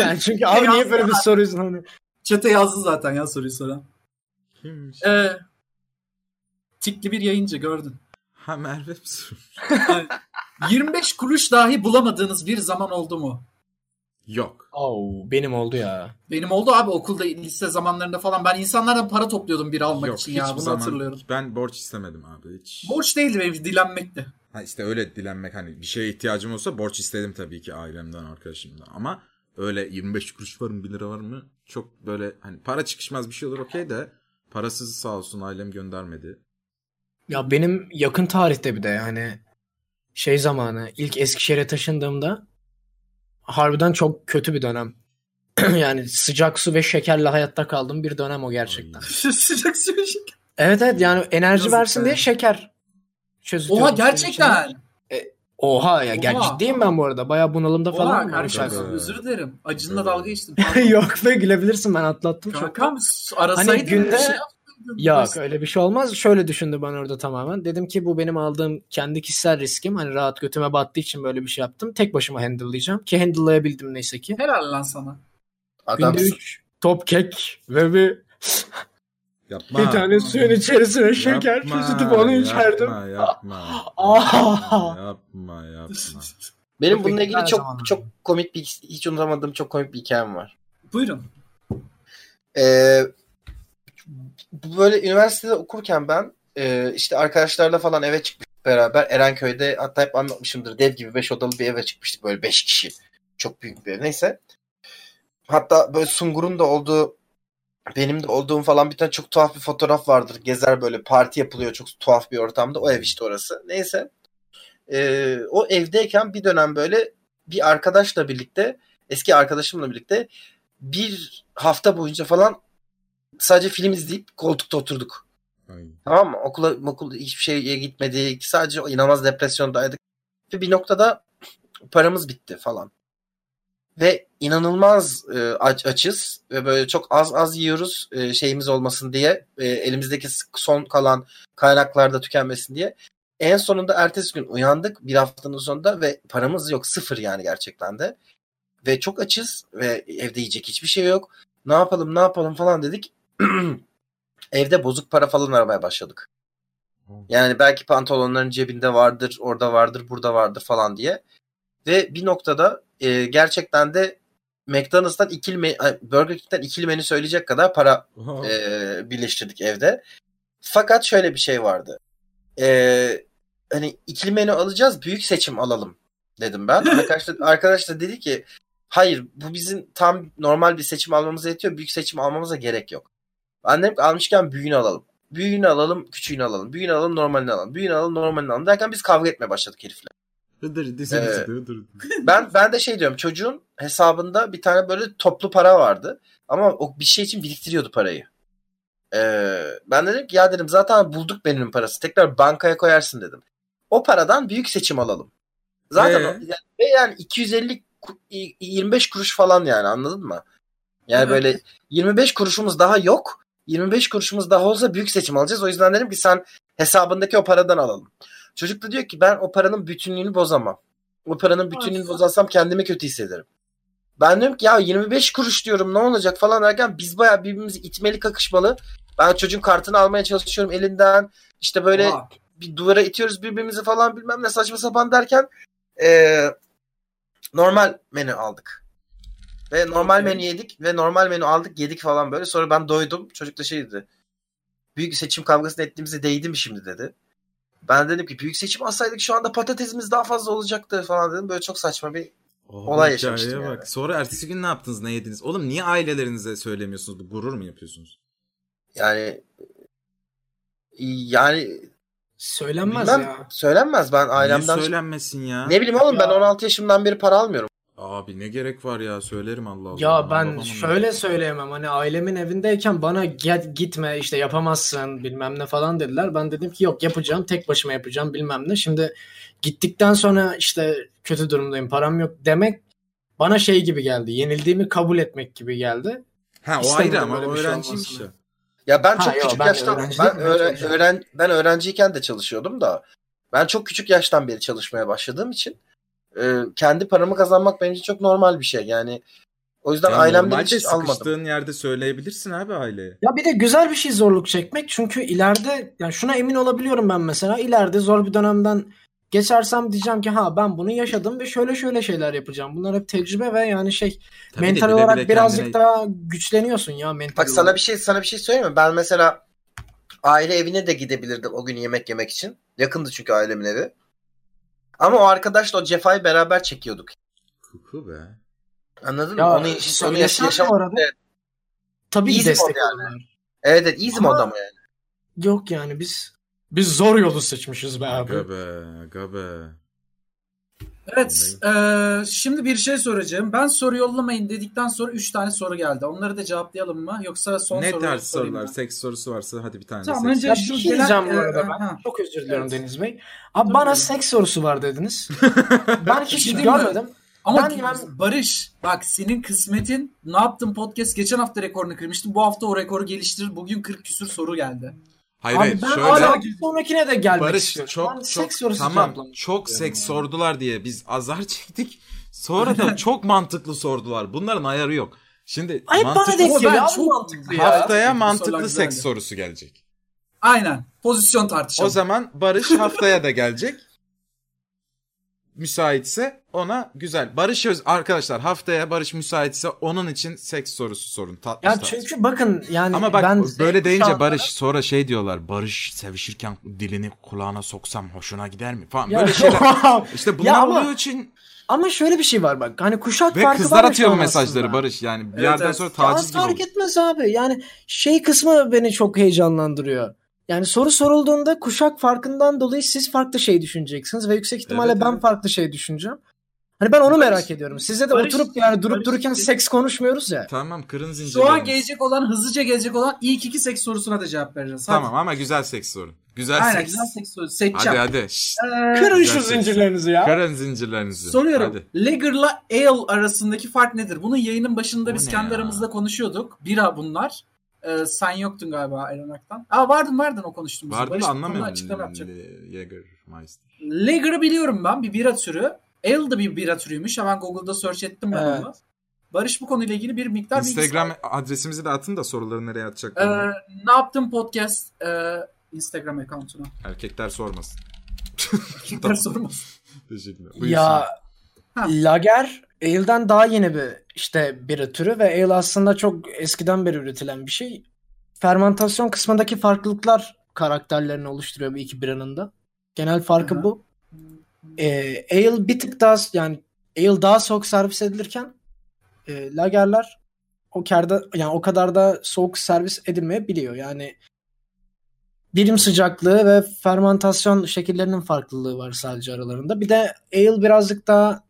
Speaker 3: yani çünkü abi niye böyle bir soruyorsun hani?
Speaker 4: Çete yazdı zaten ya soruyu soran.
Speaker 6: Kimmiş?
Speaker 4: Ee, tikli bir yayıncı gördün.
Speaker 6: Ha Merve mi sormuş?
Speaker 4: 25 kuruş dahi bulamadığınız bir zaman oldu mu?
Speaker 6: Yok.
Speaker 3: Oh, benim oldu ya.
Speaker 4: Benim oldu abi okulda lise zamanlarında falan. Ben insanlardan para topluyordum bir almak
Speaker 6: Yok
Speaker 4: için
Speaker 6: hiçbir
Speaker 4: ya bunu
Speaker 6: zaman
Speaker 4: hatırlıyorum.
Speaker 6: ben borç istemedim abi hiç.
Speaker 4: Borç değildi benim dilenmekti.
Speaker 6: Ha işte öyle dilenmek hani bir şeye ihtiyacım olsa borç istedim tabii ki ailemden arkadaşımdan ama öyle 25 kuruş var mı 1 lira var mı çok böyle hani para çıkışmaz bir şey olur okey de parasız sağ olsun ailem göndermedi.
Speaker 3: Ya benim yakın tarihte bir de yani şey zamanı ilk Eskişehir'e taşındığımda harbiden çok kötü bir dönem. yani sıcak su ve şekerle hayatta kaldığım bir dönem o gerçekten.
Speaker 6: Ay.
Speaker 4: Sıcak sıcak. şey.
Speaker 3: Evet evet yani enerji
Speaker 4: Yazık
Speaker 3: versin
Speaker 4: be.
Speaker 3: diye şeker çözüyorum.
Speaker 4: Oha gerçekten.
Speaker 3: Oha ya ger-
Speaker 4: Oha.
Speaker 3: ciddiyim ben bu arada. Bayağı bunalımda
Speaker 4: Oha
Speaker 3: falan mı?
Speaker 4: kardeşim
Speaker 6: şarkı?
Speaker 4: özür dilerim. Acınla
Speaker 6: Evet.
Speaker 4: dalga geçtim.
Speaker 3: Yok be gülebilirsin ben atlattım çok.
Speaker 4: Kankam arasaydın.
Speaker 3: Hani günde-
Speaker 4: bir şey yapsaydın.
Speaker 3: Yok öyle bir şey olmaz. Şöyle düşündü ben orada tamamen. Dedim ki bu benim aldığım kendi kişisel riskim. Hani rahat götüme battığı için böyle bir şey yaptım. Tek başıma handle'layacağım. Ki handle'layabildim neyse ki.
Speaker 4: Helal lan sana.
Speaker 2: Adam
Speaker 3: Günde 3 top kek ve bir,
Speaker 6: Yapma.
Speaker 3: bir tane suyun içerisine şeker
Speaker 6: Yapma,
Speaker 3: tutup
Speaker 6: yapma,
Speaker 3: onu içerdim.
Speaker 6: Yapma yapma.
Speaker 3: Ah.
Speaker 6: yapma yapma.
Speaker 2: Benim bununla
Speaker 3: Köpek
Speaker 2: ilgili
Speaker 3: her
Speaker 2: çok
Speaker 3: zaman.
Speaker 2: çok komik bir hiç unutamadığım çok komik bir hikayem var.
Speaker 4: Buyurun.
Speaker 2: Ee, bu- böyle üniversitede okurken ben e, işte arkadaşlarla falan eve çıkmıştık beraber Erenköy'de hatta hep anlatmışımdır dev gibi 5 odalı bir eve çıkmıştık böyle 5 kişi. Çok büyük bir ev neyse. Hatta böyle Sungur'un da olduğu benim de olduğum falan bir tane çok tuhaf bir fotoğraf vardır. Gezer böyle parti yapılıyor çok tuhaf bir ortamda. O ev işte orası. Neyse. Ee, o evdeyken bir dönem böyle bir arkadaşla birlikte eski arkadaşımla birlikte bir hafta boyunca falan sadece film izleyip koltukta oturduk.
Speaker 6: Ay.
Speaker 2: Tamam mı? Okula, okul hiçbir şeye gitmedik. Sadece o inanılmaz depresyondaydık. Ve bir noktada paramız bitti falan. Ve inanılmaz e, aç açız ve böyle çok az az yiyoruz e, şeyimiz olmasın diye e, elimizdeki s- son kalan kaynaklarda tükenmesin diye. En sonunda ertesi gün uyandık bir haftanın sonunda ve paramız yok sıfır yani gerçekten de. Ve çok açız ve evde yiyecek hiçbir şey yok. Ne yapalım ne yapalım falan dedik. Evde bozuk para falan aramaya başladık. Yani belki pantolonların cebinde vardır, orada vardır, burada vardır falan diye. Ve bir noktada e, gerçekten de McDonald's'tan ikili me- ay, Burger King'den ikili menü söyleyecek kadar para
Speaker 6: Oha.
Speaker 2: e, birleştirdik evde. Fakat şöyle bir şey vardı. E, hani ikili menü alacağız, büyük seçim alalım dedim ben. Arkadaş da, arkadaş da dedi ki hayır bu bizim tam normal bir seçim almamıza yetiyor. Büyük seçim almamıza gerek yok. Ben dedim ki almışken büyüğünü alalım. Büyüğünü alalım, küçüğünü alalım. Büyüğünü alalım, normalini alalım. Büyüğünü alalım, normalini alalım derken biz kavga etmeye başladık herifle.
Speaker 6: Dur dur desene,
Speaker 2: Ee,
Speaker 6: desene, dur dur.
Speaker 2: Ben ben de şey diyorum çocuğun hesabında bir tane böyle toplu para vardı. Ama o bir şey için biriktiriyordu parayı. Ee, ben dedim ki ya dedim zaten bulduk benim parası. Tekrar bankaya koyarsın dedim. O paradan büyük seçim alalım. Zaten
Speaker 6: Ee?
Speaker 2: o- yani, ve yani 250 ku- i- 25 kuruş falan yani anladın mı? Yani
Speaker 4: Evet.
Speaker 2: böyle 25 kuruşumuz daha yok. 25 kuruşumuz daha olsa büyük seçim alacağız. O yüzden dedim ki sen hesabındaki o paradan alalım. Çocuk da diyor ki ben o paranın bütünlüğünü bozamam. O paranın bütünlüğünü bozarsam kendimi kötü hissederim. Ben diyorum ki ya 25 kuruş diyorum ne olacak falan derken biz bayağı birbirimizi itmeli kakışmalı. Ben çocuğun kartını almaya çalışıyorum elinden. İşte böyle
Speaker 4: Oha.
Speaker 2: bir duvara itiyoruz birbirimizi falan bilmem ne saçma sapan derken eee, normal menü e, aldık. Ve normal
Speaker 12: Okey.
Speaker 2: menü yedik ve normal menü aldık yedik falan böyle. Sonra ben doydum. Çocuk da şey dedi. Büyük seçim kavgasını ettiğimize değdi mi şimdi dedi. Ben dedim ki büyük seçim alsaydık şu anda patatesimiz daha fazla olacaktı falan dedim. Böyle çok saçma bir
Speaker 6: Oh,
Speaker 1: Oha,
Speaker 2: Olay
Speaker 1: bu
Speaker 2: yaşamıştım
Speaker 1: hikayeye
Speaker 2: yani.
Speaker 1: Bak. Sonra ertesi gün ne yaptınız ne yediniz? Oğlum niye ailelerinize söylemiyorsunuz? Bu gurur mu yapıyorsunuz?
Speaker 2: yani yani
Speaker 3: Söylenmez
Speaker 2: bilmem
Speaker 3: ya.
Speaker 2: söylenmez ben ailemden
Speaker 1: Niye söylenmesin ya?
Speaker 2: ne bileyim oğlum ben 16 yaşımdan beri para almıyorum.
Speaker 1: Abi ne gerek var ya söylerim Allah Allah.
Speaker 3: Ya ben
Speaker 1: Babamın-
Speaker 3: şöyle söyleyemem hani ailemin evindeyken bana gel gitme işte yapamazsın bilmem ne falan dediler. Ben dedim ki yok yapacağım tek başıma yapacağım bilmem ne. Şimdi gittikten sonra işte kötü durumdayım param yok demek bana şey gibi geldi. Yenildiğimi kabul etmek gibi geldi.
Speaker 1: Ha o
Speaker 3: İstemedim
Speaker 1: ayrı ama
Speaker 3: öyle
Speaker 1: o
Speaker 3: bir şey
Speaker 1: öğrenciymiş
Speaker 3: olmasını.
Speaker 1: ya.
Speaker 2: Ya ben
Speaker 3: Ha,
Speaker 2: çok
Speaker 3: yo,
Speaker 2: küçük
Speaker 3: ben
Speaker 2: yaştan
Speaker 3: öğrenciydim,
Speaker 2: ben
Speaker 3: ben
Speaker 2: öğre-
Speaker 3: çalışıyorum.
Speaker 2: öğren ben öğrenciyken de çalışıyordum da ben çok küçük yaştan beri çalışmaya başladığım için e, kendi paramı kazanmak benim için çok normal bir şey. Yani o yüzden
Speaker 1: Ya
Speaker 2: ailemden
Speaker 1: normalde
Speaker 2: hiç almadım.
Speaker 1: sıkıştığın yerde söyleyebilirsin abi aileye.
Speaker 3: Ya bir de güzel bir şey zorluk çekmek çünkü ileride yani şuna emin olabiliyorum ben mesela ileride zor bir dönemden geçersem diyeceğim ki ha ben bunu yaşadım ve şöyle şöyle şeyler yapacağım. Bunlar hep tecrübe ve yani şey
Speaker 1: Tabii de
Speaker 3: mental
Speaker 1: bile
Speaker 3: olarak
Speaker 1: bile
Speaker 3: birazcık
Speaker 1: kendine-
Speaker 3: daha güçleniyorsun ya mental
Speaker 2: Bak sana
Speaker 3: olarak.
Speaker 2: bir şey sana bir şey söyleyeyim mi? Ben mesela aile evine de gidebilirdim o gün yemek yemek için. Yakındı çünkü ailemin evi. Ama o arkadaşla o cefayı beraber çekiyorduk.
Speaker 1: Kuku be.
Speaker 2: Anladın
Speaker 3: Ya,
Speaker 2: mı? Onu,
Speaker 3: sen
Speaker 2: onu
Speaker 3: yaşa
Speaker 2: yaşam-
Speaker 3: bu arada.
Speaker 2: Evet,
Speaker 3: Tabii ki
Speaker 2: İzmir
Speaker 3: destek
Speaker 2: yani.
Speaker 3: olurlar.
Speaker 2: evet, evet easy
Speaker 3: Ama-
Speaker 2: mode ama yani.
Speaker 3: Yok yani biz biz zor yolu seçmişiz be abi.
Speaker 1: Aga be. Aga be.
Speaker 4: Evet. eee, şimdi bir şey soracağım. Ben soru yollamayın dedikten sonra 3 tane soru geldi. Onları da cevaplayalım mı? Yoksa son
Speaker 1: ne
Speaker 4: soruları
Speaker 1: tarz
Speaker 4: sorayım
Speaker 1: sorular?
Speaker 4: mı?
Speaker 1: Seks sorusu varsa hadi bir tane
Speaker 4: Tamam
Speaker 1: seks.
Speaker 4: önce
Speaker 3: Ya
Speaker 4: şu
Speaker 3: bir şey
Speaker 4: gelen...
Speaker 3: diyeceğim bu
Speaker 4: eee,
Speaker 3: arada ben.
Speaker 4: ha.
Speaker 3: Çok özür diliyorum
Speaker 4: Evet.
Speaker 3: Deniz Bey. Abi
Speaker 4: Dur
Speaker 3: bana
Speaker 4: bakalım.
Speaker 3: seks sorusu var dediniz. ben hiç
Speaker 4: Ciddi mi?
Speaker 3: görmedim.
Speaker 4: Ama
Speaker 3: Ben- ben-
Speaker 4: Barış bak senin kısmetin ne yaptın podcast geçen hafta rekorunu kırmıştı. Bu hafta o rekoru geliştir. Bugün 40 küsür soru geldi.
Speaker 1: Hayır
Speaker 3: Abi
Speaker 1: hayır
Speaker 3: ben
Speaker 1: şöyle.
Speaker 3: hala bir sonrakine de gelmek
Speaker 1: Barış
Speaker 3: istiyorum. Ben
Speaker 1: çok çok
Speaker 3: seks sorusu
Speaker 1: tamam
Speaker 3: cevaplamak
Speaker 1: çok
Speaker 3: istiyorum
Speaker 1: seks
Speaker 3: yani.
Speaker 1: sordular diye biz azar çektik. Sonra da çok mantıklı sordular. Bunların ayarı yok. Şimdi
Speaker 3: Ay bana
Speaker 1: mantıklı
Speaker 3: denk
Speaker 4: Ama
Speaker 3: geliyor.
Speaker 4: ben
Speaker 3: abi
Speaker 4: çok-
Speaker 3: mantıklı ya.
Speaker 1: haftaya
Speaker 4: Ya, sorular
Speaker 1: mantıklı
Speaker 4: güzeldi.
Speaker 1: seks sorusu gelecek.
Speaker 4: Aynen. Pozisyon tartışalım.
Speaker 1: O zaman Barış haftaya da gelecek. Müsaitse ona güzel. Barış Öz arkadaşlar haftaya Barış müsaitse onun için seks sorusu sorun. Tatlı
Speaker 3: Ya
Speaker 1: tatlı.
Speaker 3: çünkü bakın yani
Speaker 1: Ama bak
Speaker 3: ben
Speaker 1: böyle deyince
Speaker 3: Şu an-
Speaker 1: Barış sonra şey diyorlar. Barış sevişirken dilini kulağına soksam hoşuna gider mi falan.
Speaker 3: Ya-
Speaker 1: Böyle şeyler. İşte bunlar
Speaker 3: ama-
Speaker 1: oluyor için
Speaker 3: Ama şöyle bir şey var bak. Hani kuşak
Speaker 1: ve
Speaker 3: farkı
Speaker 1: kızlar
Speaker 3: var ya şu
Speaker 1: atıyor bu
Speaker 3: an
Speaker 1: mesajları
Speaker 3: aslında.
Speaker 1: Barış yani bir
Speaker 4: Evet,
Speaker 1: yerden
Speaker 4: evet.
Speaker 1: sonra
Speaker 3: Ya
Speaker 1: taciz gibi.
Speaker 3: fark
Speaker 1: oluyor.
Speaker 3: etmez abi. Yani şey kısmı beni çok heyecanlandırıyor. Yani soru sorulduğunda kuşak farkından dolayı siz farklı şey düşüneceksiniz ve yüksek ihtimalle
Speaker 1: Evet,
Speaker 3: ben
Speaker 1: evet.
Speaker 3: farklı şey düşüneceğim. Hani ben onu merak ediyorum. Size de
Speaker 4: Barış-
Speaker 3: oturup yani durup
Speaker 4: Barış-
Speaker 3: dururken seks konuşmuyoruz ya.
Speaker 1: Tamam kırın
Speaker 4: Şu an
Speaker 1: zincirlerini.
Speaker 4: gelecek olan hızlıca gelecek olan ilk iki seks sorusuna da cevap vereceğiz. Hadi.
Speaker 1: Tamam ama güzel seks sorun. Güzel
Speaker 4: Aynen
Speaker 1: seks.
Speaker 4: güzel seks sorusu.
Speaker 1: Hadi
Speaker 4: Seçeceğim.
Speaker 1: hadi. Şşt,
Speaker 4: Ee,
Speaker 3: Kırın
Speaker 1: Güzel
Speaker 3: şu
Speaker 1: seks.
Speaker 3: zincirlerinizi ya.
Speaker 1: Kırın zincirlerinizi.
Speaker 4: Soruyorum.
Speaker 1: Hadi.
Speaker 4: Lager'la Ale arasındaki fark nedir? Bunun yayının başında
Speaker 1: Bu
Speaker 4: biz
Speaker 1: ne
Speaker 4: kendi
Speaker 1: ya?
Speaker 4: aramızda konuşuyorduk. Bira bunlar. Ee, sen yoktun galiba Erenak'tan. Aa vardın vardın o konuştuğumuzda.
Speaker 1: Vardı
Speaker 4: Barış
Speaker 1: da
Speaker 4: bu konuda
Speaker 1: anlamıyorum.
Speaker 4: açıklama yapacak.
Speaker 1: Jäger Meister.
Speaker 4: Lager'ı biliyorum ben. Bir bira türü. Ale de bir bira türüymüş. Hemen Google'da search ettim ben
Speaker 3: Evet.
Speaker 4: onu. Barış bu konuyla ilgili bir miktar bilgi
Speaker 1: Instagram adresimizi de atın da soruları nereye
Speaker 4: Ee,
Speaker 1: atacaklarını.
Speaker 4: ne yaptın podcast e, Instagram account'una?
Speaker 1: Erkekler sormasın.
Speaker 4: Kimler
Speaker 1: Tamam.
Speaker 4: sormaz.
Speaker 1: Teşekkürler.
Speaker 3: Ya
Speaker 4: Ha.
Speaker 3: Lager Ale'den daha yeni bir işte bira türü ve Ale aslında çok eskiden beri üretilen bir şey. Fermentasyon kısmındaki farklılıklar karakterlerini oluşturuyor bu iki biranın da. Genel farkı
Speaker 4: Hı hı.
Speaker 3: bu. Ee, ale bir tık daha yani Ale daha soğuk servis edilirken e, lagerler o kadar yani o kadar da soğuk servis edilmeyebiliyor. Yani birim sıcaklığı ve fermentasyon şekillerinin farklılığı var sadece aralarında. Bir de ale birazcık daha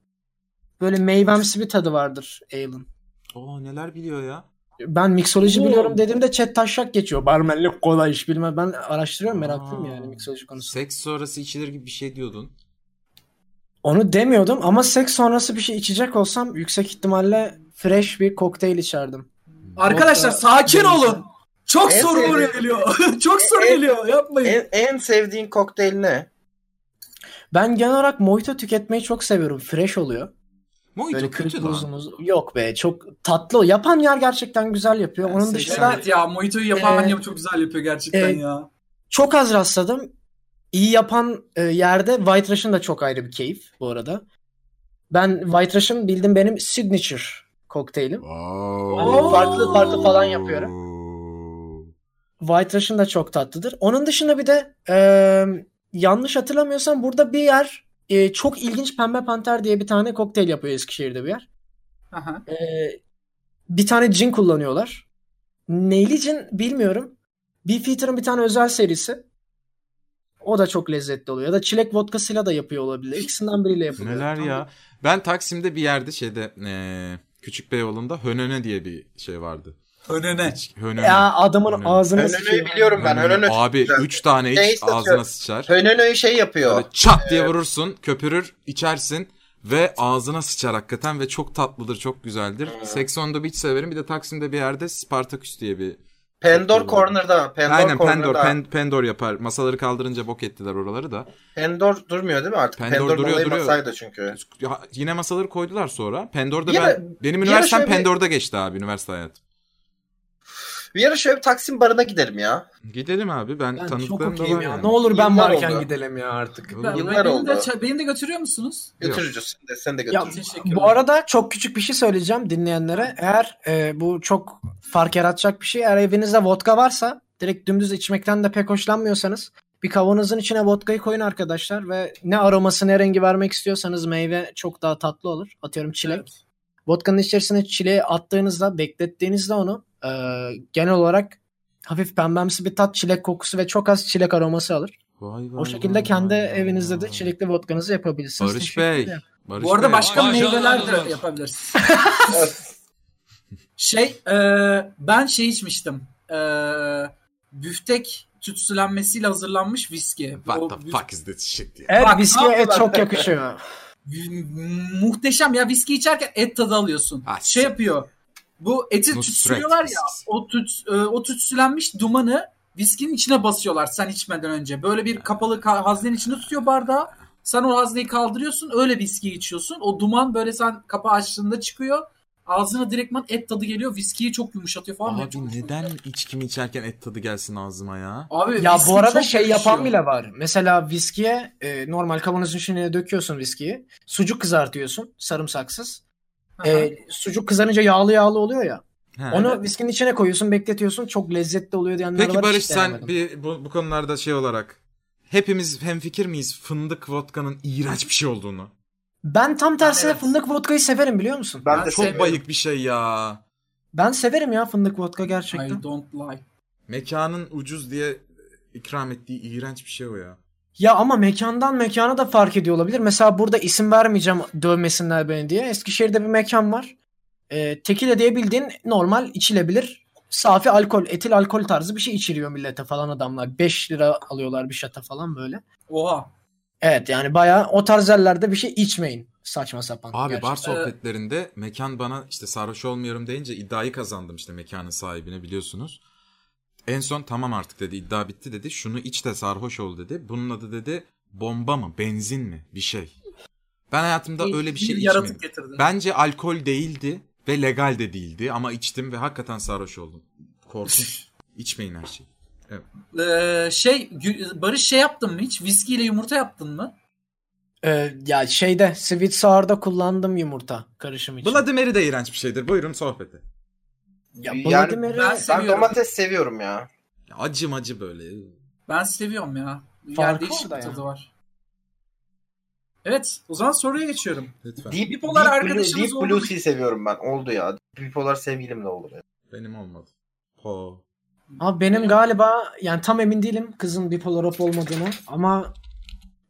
Speaker 3: böyle meyvemsi bir tadı vardır ale'ın.
Speaker 1: Oo neler biliyor ya.
Speaker 3: Ben miksoloji
Speaker 4: Oo.
Speaker 3: biliyorum dediğimde chat taşak geçiyor. Barmenlik kolay iş bilmem. Ben araştırıyorum meraklıyım
Speaker 1: Aa.
Speaker 3: yani miksoloji konusunda.
Speaker 1: Seks sonrası içilir gibi bir şey diyordun.
Speaker 3: Onu demiyordum ama seks sonrası bir şey içecek olsam yüksek ihtimalle fresh bir kokteyl içerdim.
Speaker 4: Arkadaşlar
Speaker 3: Yoksa-
Speaker 4: sakin olun. Çok
Speaker 2: En
Speaker 4: soru
Speaker 2: sevdiğim-
Speaker 4: buraya geliyor. Çok soru
Speaker 2: En-
Speaker 4: geliyor.
Speaker 3: şey-
Speaker 4: Yapmayın.
Speaker 2: En, en sevdiğin kokteyl ne?
Speaker 3: Ben genel olarak mojito tüketmeyi çok seviyorum. Fresh oluyor. Böyle
Speaker 1: Mojito kötü
Speaker 3: kırık
Speaker 1: lan.
Speaker 3: buzumuz. Yok be çok tatlı. Yapan yer gerçekten güzel yapıyor.
Speaker 1: Ben
Speaker 3: Onun
Speaker 1: seks-
Speaker 3: dışında
Speaker 4: Evet ya Mojito'yu yapan
Speaker 3: Ee,
Speaker 4: annem çok güzel yapıyor gerçekten
Speaker 3: e,
Speaker 4: ya.
Speaker 3: çok az rastladım. İyi yapan e, yerde White Russian da çok ayrı bir keyif bu arada. Ben White Russian bildim benim signature kokteylim.
Speaker 1: Wow.
Speaker 3: Hani farklı farklı falan yapıyorum. White Russian da çok tatlıdır. Onun dışında bir de e, yanlış hatırlamıyorsam burada bir yer e, çok ilginç Pembe Panter diye bir tane kokteyl yapıyor Eskişehir'de bir yer.
Speaker 4: Aha.
Speaker 3: E, bir tane cin kullanıyorlar. Neyli cin bilmiyorum. Beefeater'ın bir tane özel serisi. O da çok lezzetli oluyor. Ya da çilek vodkasıyla da yapıyor olabilir. İkisinden biriyle yapılıyor.
Speaker 1: Neler ya? Ben Taksim'de bir yerde şeyde eee Küçük Beyoğlu'nda Hönöne diye bir şey vardı.
Speaker 4: Önüne.
Speaker 1: İç- Hönöne.
Speaker 3: Ya adamın
Speaker 1: Önüne.
Speaker 3: ağzını
Speaker 2: Hönönü'yü
Speaker 3: sıçıyor.
Speaker 2: biliyorum ben. Hönönü çok
Speaker 1: Abi
Speaker 2: güzel.
Speaker 1: 3 tane iç
Speaker 2: Şey satıyor.
Speaker 1: ağzına sıçar.
Speaker 2: Hönönü'yü şey yapıyor.
Speaker 1: Böyle çat diye vurursun, köpürür, içersin ve ağzına sıçar hakikaten ve çok tatlıdır, çok güzeldir. Sex on the Beach severim. Bir de Taksim'de bir yerde Spartaküs diye bir
Speaker 2: Pendor Corner'da. Pendor
Speaker 1: Aynen Pendor,
Speaker 2: Corner'da.
Speaker 1: Pen- Pendor yapar. Masaları kaldırınca bok ettiler oraları da.
Speaker 2: Pendor durmuyor değil mi artık?
Speaker 1: Pendor
Speaker 2: Pendor,
Speaker 1: duruyor,
Speaker 2: duruyor,
Speaker 1: duruyor.
Speaker 2: masaydı çünkü.
Speaker 1: Ya, yine masaları koydular sonra. Pendor'da
Speaker 2: Bir
Speaker 1: ben
Speaker 2: ara-
Speaker 1: benim
Speaker 2: bir ara
Speaker 1: üniversitem
Speaker 2: şöyle bir-
Speaker 1: Pendor'da geçti abi üniversite hayatım.
Speaker 2: Bir ara şöyle bir Taksim barına gidelim ya.
Speaker 1: Gidelim abi ben,
Speaker 3: Ben çok
Speaker 1: tanıdıklarım da var.
Speaker 3: okeyim ya.
Speaker 1: yani.
Speaker 3: Ne olur ben
Speaker 2: Yıllar
Speaker 3: varken
Speaker 2: oldu.
Speaker 3: gidelim ya artık.
Speaker 1: Olur.
Speaker 4: Ben-
Speaker 2: Yıllar
Speaker 4: beni, de,
Speaker 2: oldu.
Speaker 4: ça- beni de götürüyor musunuz?
Speaker 1: Yok.
Speaker 2: Götürücüsün de sen de
Speaker 3: Ya,
Speaker 2: götür.
Speaker 4: Teşekkür ederim.
Speaker 3: bu arada çok küçük bir şey söyleyeceğim dinleyenlere. Eğer e, bu çok fark yaratacak bir şey. Eğer evinizde vodka varsa direkt dümdüz içmekten de pek hoşlanmıyorsanız bir kavanozun içine vodkayı koyun arkadaşlar ve ne aroması ne rengi vermek istiyorsanız meyve çok daha tatlı olur. Atıyorum çilek. Vodkanın içerisine çileği attığınızda beklettiğinizde onu e, genel olarak hafif pembemsi bir tat çilek kokusu ve çok az çilek aroması alır.
Speaker 1: Vay vay
Speaker 3: O
Speaker 1: vay
Speaker 3: şekilde
Speaker 1: vay
Speaker 3: kendi
Speaker 1: vay
Speaker 3: evinizde de
Speaker 1: vay.
Speaker 3: çilekli vodkanızı yapabilirsiniz.
Speaker 1: Barış
Speaker 3: Teşekkür
Speaker 1: Bey.
Speaker 3: ederim.
Speaker 1: Barış
Speaker 4: Bu arada
Speaker 1: Bey.
Speaker 4: başka
Speaker 9: Maşallah.
Speaker 4: meyveler de yapabiliriz. şey e, ben şey içmiştim. E, büftek tütsülenmesiyle hazırlanmış viski.
Speaker 1: What
Speaker 4: O
Speaker 1: the
Speaker 4: büf-
Speaker 1: fuck is this shit ya?
Speaker 3: Evet
Speaker 4: Bak,
Speaker 3: viskiye
Speaker 4: ne
Speaker 3: et
Speaker 4: yapıyorlar?
Speaker 3: çok yakışıyor.
Speaker 4: muhteşem ya viski içerken et tadı alıyorsun.
Speaker 1: Ah,
Speaker 4: şey
Speaker 1: s-
Speaker 4: yapıyor. Bu eti
Speaker 1: Nusret
Speaker 4: tütsülüyorlar ya.
Speaker 1: viskisi.
Speaker 4: O tüts, e, o tütsülenmiş dumanı viskinin içine basıyorlar sen içmeden önce. Böyle bir kapalı ka- haznenin içinde tutuyor bardağı. Sen o hazneyi kaldırıyorsun öyle viski içiyorsun. O duman böyle sen kapağı açtığında çıkıyor. Ağzına direktman et tadı geliyor. Viskiyi çok yumuşatıyor falan. Benim çok
Speaker 1: Abi
Speaker 4: hoşuma
Speaker 1: neden içkimi içerken et tadı gelsin ağzıma ya?
Speaker 4: Abi
Speaker 3: ya
Speaker 4: viski
Speaker 3: bu arada
Speaker 4: çok
Speaker 3: şey
Speaker 4: yakışıyor.
Speaker 3: yapan bile var. Mesela viskiye e, normal kavanozun içine döküyorsun viskiyi. Sucuk kızartıyorsun sarımsaksız.
Speaker 4: Aha.
Speaker 3: E, sucuk kızarınca yağlı yağlı oluyor ya.
Speaker 1: He.
Speaker 3: Onu viskinin içine koyuyorsun bekletiyorsun. Çok lezzetli oluyor diyenler var.
Speaker 1: Peki
Speaker 3: hiç
Speaker 1: Barış sen
Speaker 3: denemedim.
Speaker 1: bir bu, bu konularda şey olarak hepimiz hemfikir miyiz fındık vodkanın iğrenç bir şey olduğunu?
Speaker 3: Ben tam tersine
Speaker 4: Evet.
Speaker 3: fındık vodkayı severim biliyor musun?
Speaker 2: Ben de
Speaker 1: Çok
Speaker 2: sevmiyorum.
Speaker 1: bayık bir şey ya.
Speaker 3: Ben severim ya fındık vodka gerçekten.
Speaker 4: I don't like.
Speaker 1: Mekanın ucuz diye ikram ettiği iğrenç bir şey o ya.
Speaker 3: Ya ama mekandan mekana da fark ediyor olabilir. Mesela burada isim vermeyeceğim dövmesinler beni diye. Eskişehir'de bir mekan var. Ee, tekile diye bildiğin normal içilebilir. Safi alkol, etil alkol tarzı bir şey içiriyor millete falan adamlar. 5 lira alıyorlar bir şata falan böyle.
Speaker 4: Oha.
Speaker 3: Evet yani bayağı o tarz yerlerde bir şey içmeyin. Saçma sapan.
Speaker 1: Abi
Speaker 3: gerçekten.
Speaker 1: bar sohbetlerinde mekan bana işte sarhoş olmuyorum deyince iddiayı kazandım işte mekanın sahibine biliyorsunuz. En son tamam artık dedi iddia bitti dedi. Şunu iç de sarhoş ol dedi. Bunun adı dedi bomba mı benzin mi bir şey. Ben hayatımda öyle bir şey içmedim.
Speaker 4: yaratık getirdin.
Speaker 1: Bence alkol değildi ve legal de değildi ama içtim ve hakikaten sarhoş oldum. Korkunç. İçmeyin her şeyi.
Speaker 4: Ee, şey Gü- Barış şey yaptın mı hiç? Viskiyle yumurta yaptın mı?
Speaker 3: Ee, ya şeyde Sweet Sour'da kullandım yumurta karışım için.
Speaker 1: Bloody Mary de iğrenç bir şeydir. Buyurun sohbete.
Speaker 3: Ya
Speaker 2: Yani
Speaker 3: Bloody Mary-
Speaker 4: ben-
Speaker 2: Ben
Speaker 4: Seviyorum.
Speaker 2: domates seviyorum ya.
Speaker 1: Ya Acı macı böyle.
Speaker 4: Ben seviyorum ya.
Speaker 3: Farkı
Speaker 4: Yani değişik
Speaker 3: orada
Speaker 4: bir
Speaker 3: ya.
Speaker 4: tadı var. Evet, o zaman soruya geçiyorum.
Speaker 1: Lütfen.
Speaker 2: Deep,
Speaker 4: Bipolar
Speaker 2: Deep
Speaker 4: arkadaşınız
Speaker 2: Blue, Deep
Speaker 4: oldu
Speaker 2: Blue
Speaker 4: mu?
Speaker 2: Sea seviyorum ben. Oldu ya. Bipolar sevgilim de olur. ya.
Speaker 1: Benim olmadı. Po.
Speaker 3: Abi benim galiba yani tam emin değilim kızın bipolar olup olmadığını ama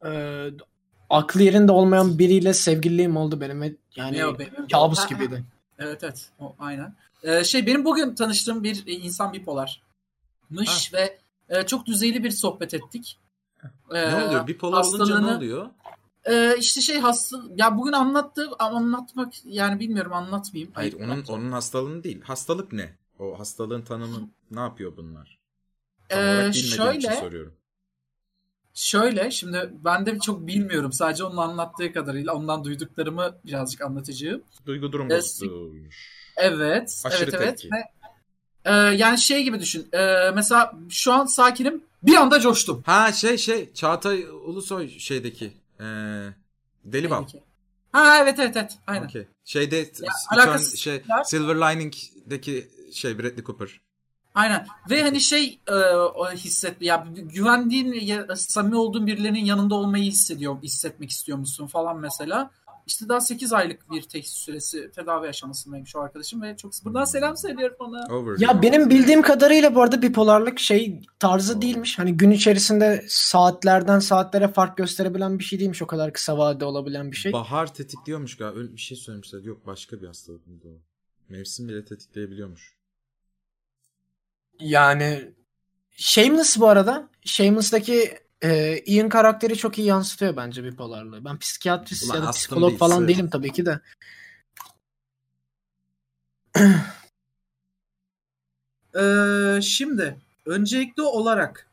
Speaker 3: e, aklı yerinde olmayan biriyle sevgililiğim oldu benim ve yani
Speaker 4: Ne o benim?
Speaker 3: Hani kabus
Speaker 4: Ha, ha.
Speaker 3: gibiydi.
Speaker 4: Evet evet, o, aynen. Ee, şey benim bugün tanıştığım bir e, insan bipolarmış ve e, çok düzeyli bir sohbet ettik.
Speaker 1: Ne
Speaker 4: Ee,
Speaker 1: oluyor? Bipolar olunca ne
Speaker 4: hastalığını-
Speaker 1: oluyor?
Speaker 4: e, işte şey hasta ya bugün anlattı ama anlatmak yani bilmiyorum anlatmayayım.
Speaker 1: Hayır onun onun hastalığını değil. Hastalık ne? O hastalığın tanımı ne yapıyor bunlar? Tam
Speaker 4: Ee,
Speaker 1: olarak bilmediğim için
Speaker 4: şöyle-
Speaker 1: soruyorum.
Speaker 4: Şöyle şimdi ben de çok bilmiyorum sadece onun anlattığı kadarıyla ondan duyduklarımı birazcık anlatacağım.
Speaker 1: Duygu durum
Speaker 4: Ee,
Speaker 1: bozukluğuymuş.
Speaker 4: Evet.
Speaker 1: Aşırı
Speaker 4: evet evet.
Speaker 1: tepki.
Speaker 4: Ve, e, yani şey gibi düşün. E, mesela şu an sakinim. Bir anda coştum.
Speaker 1: e, Ha şey şey Çağatay Ulusoy şeydeki. Ee, Deli Bal.
Speaker 4: Belki. Ha evet evet evet. Aynen.
Speaker 1: Okey. Şeyde uçan
Speaker 4: alakası-
Speaker 1: şey
Speaker 4: Ya.
Speaker 1: Silver Lining'deki şey Bradley Cooper.
Speaker 4: Aynen. Ve hani şey e, o hisset ya güvendiğin ya- samimi olduğun birilerinin yanında olmayı hissediyor, hissetmek istiyor musun falan mesela. İşte daha 8 aylık bir tek süresi tedavi aşamasındaymış o arkadaşım ve çok buradan selam söylüyorum ona.
Speaker 1: Over.
Speaker 3: Ya benim bildiğim kadarıyla bu arada bipolarlık şey tarzı değilmiş. Hani gün içerisinde saatlerden saatlere fark gösterebilen bir şey değilmiş. O kadar kısa vadede olabilen bir şey.
Speaker 1: Bahar tetikliyormuş galiba. Öyle bir şey söylemişler. Yok başka bir hastalık mıydı o? Mevsim bile tetikleyebiliyormuş.
Speaker 3: Yani Shameless bu arada. Shameless'daki e, Ian karakteri çok iyi yansıtıyor bence bipolarlığı. Ben psikiyatrist
Speaker 1: Ulan
Speaker 3: ya da
Speaker 1: astım
Speaker 3: psikolog
Speaker 1: değil,
Speaker 3: falan
Speaker 1: sır.
Speaker 3: değilim tabii ki de.
Speaker 13: Ee, şimdi öncelikli olarak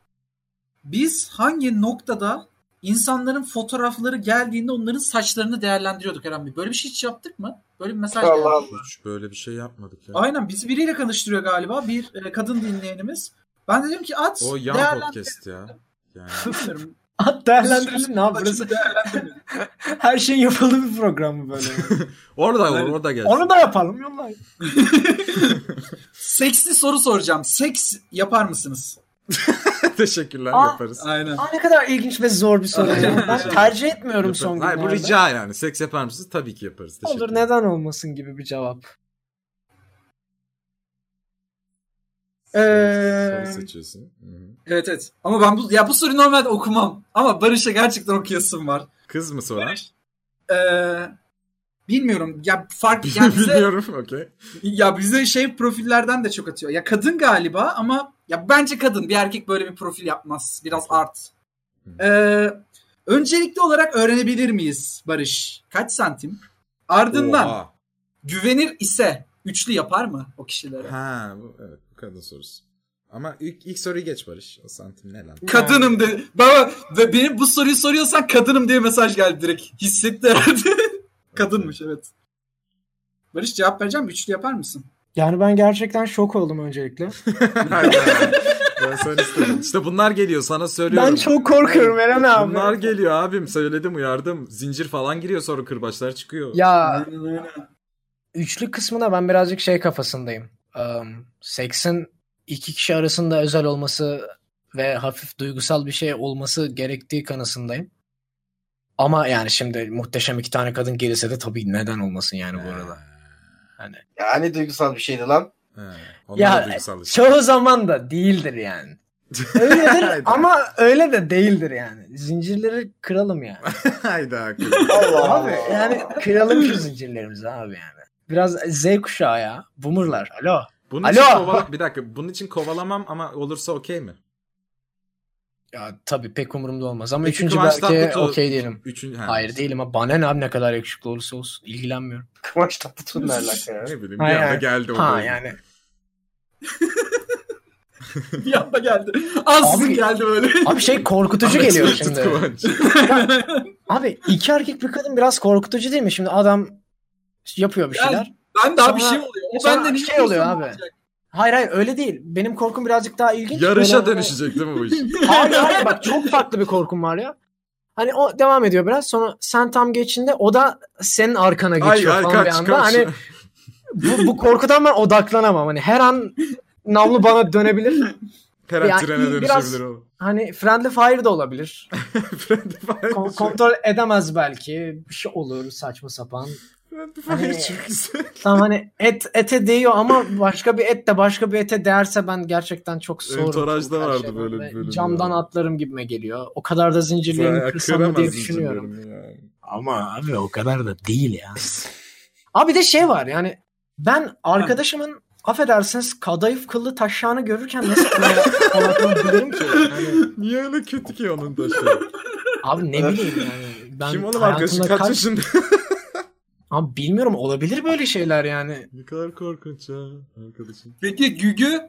Speaker 4: Biz hangi noktada insanların fotoğrafları geldiğinde onların saçlarını değerlendiriyorduk Eren Bey? Böyle bir şey hiç yaptık mı? Böyle bir mesaj geldi.
Speaker 2: Allah Allah.
Speaker 1: Hiç böyle bir şey yapmadık ya.
Speaker 4: Aynen bizi biriyle konuşturuyor galiba bir e, kadın dinleyenimiz. Ben dedim ki at
Speaker 1: O yan
Speaker 4: değerlendir.
Speaker 1: podcast ya. Yani
Speaker 4: Bilmiyorum.
Speaker 3: At değerlendirelim ne yapıyoruz?
Speaker 4: Saçını değerlendirme.
Speaker 3: Her şeyin yapıldığı bir program mı böyle?
Speaker 1: orada olur, orada gelsin.
Speaker 3: Onu da yapalım yollayın.
Speaker 4: Seksli soru soracağım. Seks yapar mısınız?
Speaker 1: Teşekkürler
Speaker 3: Aa,
Speaker 1: yaparız.
Speaker 4: Aynen.
Speaker 3: Aa, ne kadar ilginç ve zor bir soru.
Speaker 4: Aynen.
Speaker 3: ben tercih etmiyorum son
Speaker 1: Yaparız. Hayır
Speaker 3: günlerde.
Speaker 1: bu rica yani. Seks yapar mısınız? Tabii ki yaparız. Teşekkür
Speaker 3: Olur neden olmasın gibi bir cevap.
Speaker 1: Soru,
Speaker 3: Ee,
Speaker 1: soru seçiyorsun. Hı.
Speaker 4: Evet evet. Ama ben bu ya bu soruyu normalde okumam. Ama Barış'a gerçekten okuyasım var.
Speaker 1: Kız mı soran?
Speaker 4: Ee, bilmiyorum. Ya fark ya bize,
Speaker 1: Biliyorum. Okey.
Speaker 4: ya bize şey profillerden de çok atıyor. Ya kadın galiba ama ya bence kadın. Bir erkek böyle bir profil yapmaz. Biraz art. Ee, öncelikli olarak öğrenebilir miyiz Barış? Kaç santim? Ardından
Speaker 1: Oha.
Speaker 4: güvenir ise üçlü yapar mı o kişilere?
Speaker 1: Ha bu, evet bu kadın sorusu. Ama ilk, ilk soruyu geç Barış. O santim ne lan?
Speaker 4: Kadınım de. Baba ve benim bu soruyu soruyorsan kadınım diye mesaj geldi direkt. Hissetti herhalde. Kadınmış evet. Barış cevap vereceğim mi? Üçlü yapar mısın?
Speaker 3: yani ben gerçekten şok oldum öncelikle.
Speaker 1: Hayır, hayır. ben sen istedim. İşte bunlar geliyor sana söylüyorum.
Speaker 3: Ben çok korkuyorum Eren abi.
Speaker 1: Bunlar geliyor abim söyledim uyardım. Zincir falan giriyor sonra kırbaçlar çıkıyor.
Speaker 3: Ya üçlü kısmına ben birazcık şey kafasındayım. Um, seksin iki kişi arasında özel olması ve hafif duygusal bir şey olması gerektiği kanısındayım. Ama yani şimdi muhteşem iki tane kadın gelirse de tabii neden olmasın yani bu arada.
Speaker 2: Yani duygusal bir şeydi lan.
Speaker 1: He,
Speaker 3: Ya, şey
Speaker 1: onlar da duygusal işte.
Speaker 3: Çoğu zaman da değildir yani. Öyledir
Speaker 1: Hayda.
Speaker 3: ama öyle de değildir yani. Zincirleri kıralım yani.
Speaker 1: Hayda. kız.
Speaker 2: Allah
Speaker 3: Abi
Speaker 2: Allah.
Speaker 3: yani kıralım şu zincirlerimizi abi yani. Biraz Z kuşağı ya. Boomerlar. Alo.
Speaker 1: Bunun
Speaker 3: Alo.
Speaker 1: için kovala- bir dakika bunun için kovalamam ama olursa okey mi?
Speaker 3: Ya tabii pek umurumda olmaz ama
Speaker 1: Peki
Speaker 3: üçüncü
Speaker 1: Kıvanç
Speaker 3: belki
Speaker 1: Tatlıtuğ-
Speaker 3: okey diyelim.
Speaker 1: Üçün, he.
Speaker 3: Hayır değilim ama bana ne abi ne kadar yakışıklı olursa olsun ilgilenmiyorum.
Speaker 2: Kıvanç Tatlıtuğ'un ne alaka ya?
Speaker 1: Ne bileyim bir
Speaker 3: Hayır,
Speaker 1: anda
Speaker 3: hayır.
Speaker 1: geldi o.
Speaker 3: Ha
Speaker 1: böyle.
Speaker 3: yani.
Speaker 4: Bir anda geldi. Ansızın
Speaker 3: Abi-
Speaker 4: geldi böyle.
Speaker 3: Abi şey korkutucu geliyor
Speaker 1: Tut
Speaker 3: şimdi.
Speaker 1: Kıvanç.
Speaker 3: Abi iki erkek bir kadın biraz korkutucu değil mi? Şimdi adam yapıyor bir
Speaker 4: Yani-
Speaker 3: şeyler.
Speaker 4: Ben daha bir
Speaker 3: Sonra-
Speaker 4: şey oluyor. O
Speaker 3: sonra
Speaker 4: benden iyi
Speaker 3: şey oluyor
Speaker 4: insan
Speaker 3: abi.
Speaker 4: olacak.
Speaker 3: Hayır hayır öyle değil. Benim korkum birazcık daha ilginç.
Speaker 1: Yarışa
Speaker 3: Böyle-
Speaker 1: dönüşecek değil mi bu iş?
Speaker 3: Hayır hayır bak çok farklı bir korkum var ya. Hani o devam ediyor biraz sonra sen tam geçinde o da senin arkana geçiyor
Speaker 1: Ay ay
Speaker 3: falan bir
Speaker 1: kaç
Speaker 3: anda.
Speaker 1: kaç.
Speaker 3: Hani bu, bu korkudan ben odaklanamam. Hani her an namlu bana dönebilir.
Speaker 1: Her an
Speaker 3: yani
Speaker 1: trene
Speaker 3: biraz-
Speaker 1: dönüşebilir o.
Speaker 3: Hani friendly fire da olabilir.
Speaker 1: Friendly fire.
Speaker 3: Kon- kontrol edemez belki. Bir şey olur saçma sapan.
Speaker 1: Friendly
Speaker 3: Hani-
Speaker 1: fire çok güzel.
Speaker 3: Tam hani et ete değiyor ama başka bir et de başka bir ete değerse ben gerçekten çok sorum.
Speaker 1: Entouraj'da
Speaker 3: Her
Speaker 1: vardı
Speaker 3: şeyden
Speaker 1: böyle bir
Speaker 3: ve
Speaker 1: bölüm
Speaker 3: Camdan
Speaker 1: ya.
Speaker 3: atlarım gibime geliyor. O kadar da zincirlerini kırsam mı diye
Speaker 1: Kıramaz
Speaker 3: düşünüyorum.
Speaker 1: zincirlerini yani.
Speaker 3: Ama abi o kadar da değil ya. abi de şey var yani ben arkadaşımın affedersiniz kadayıf kıllı taşağını görürken nasıl kulağa odaklanabilirim ki? Yani,
Speaker 1: Niye öyle kötü ki onun taşı?
Speaker 3: abi ne bileyim yani. Ben
Speaker 1: Ee, Kim oğlum
Speaker 3: hayatımda
Speaker 1: arkadaşın kaç
Speaker 3: kaç-
Speaker 1: yaşında?
Speaker 3: Abi bilmiyorum olabilir böyle şeyler yani.
Speaker 1: ne kadar korkunç ya arkadaşım.
Speaker 4: Peki Gügü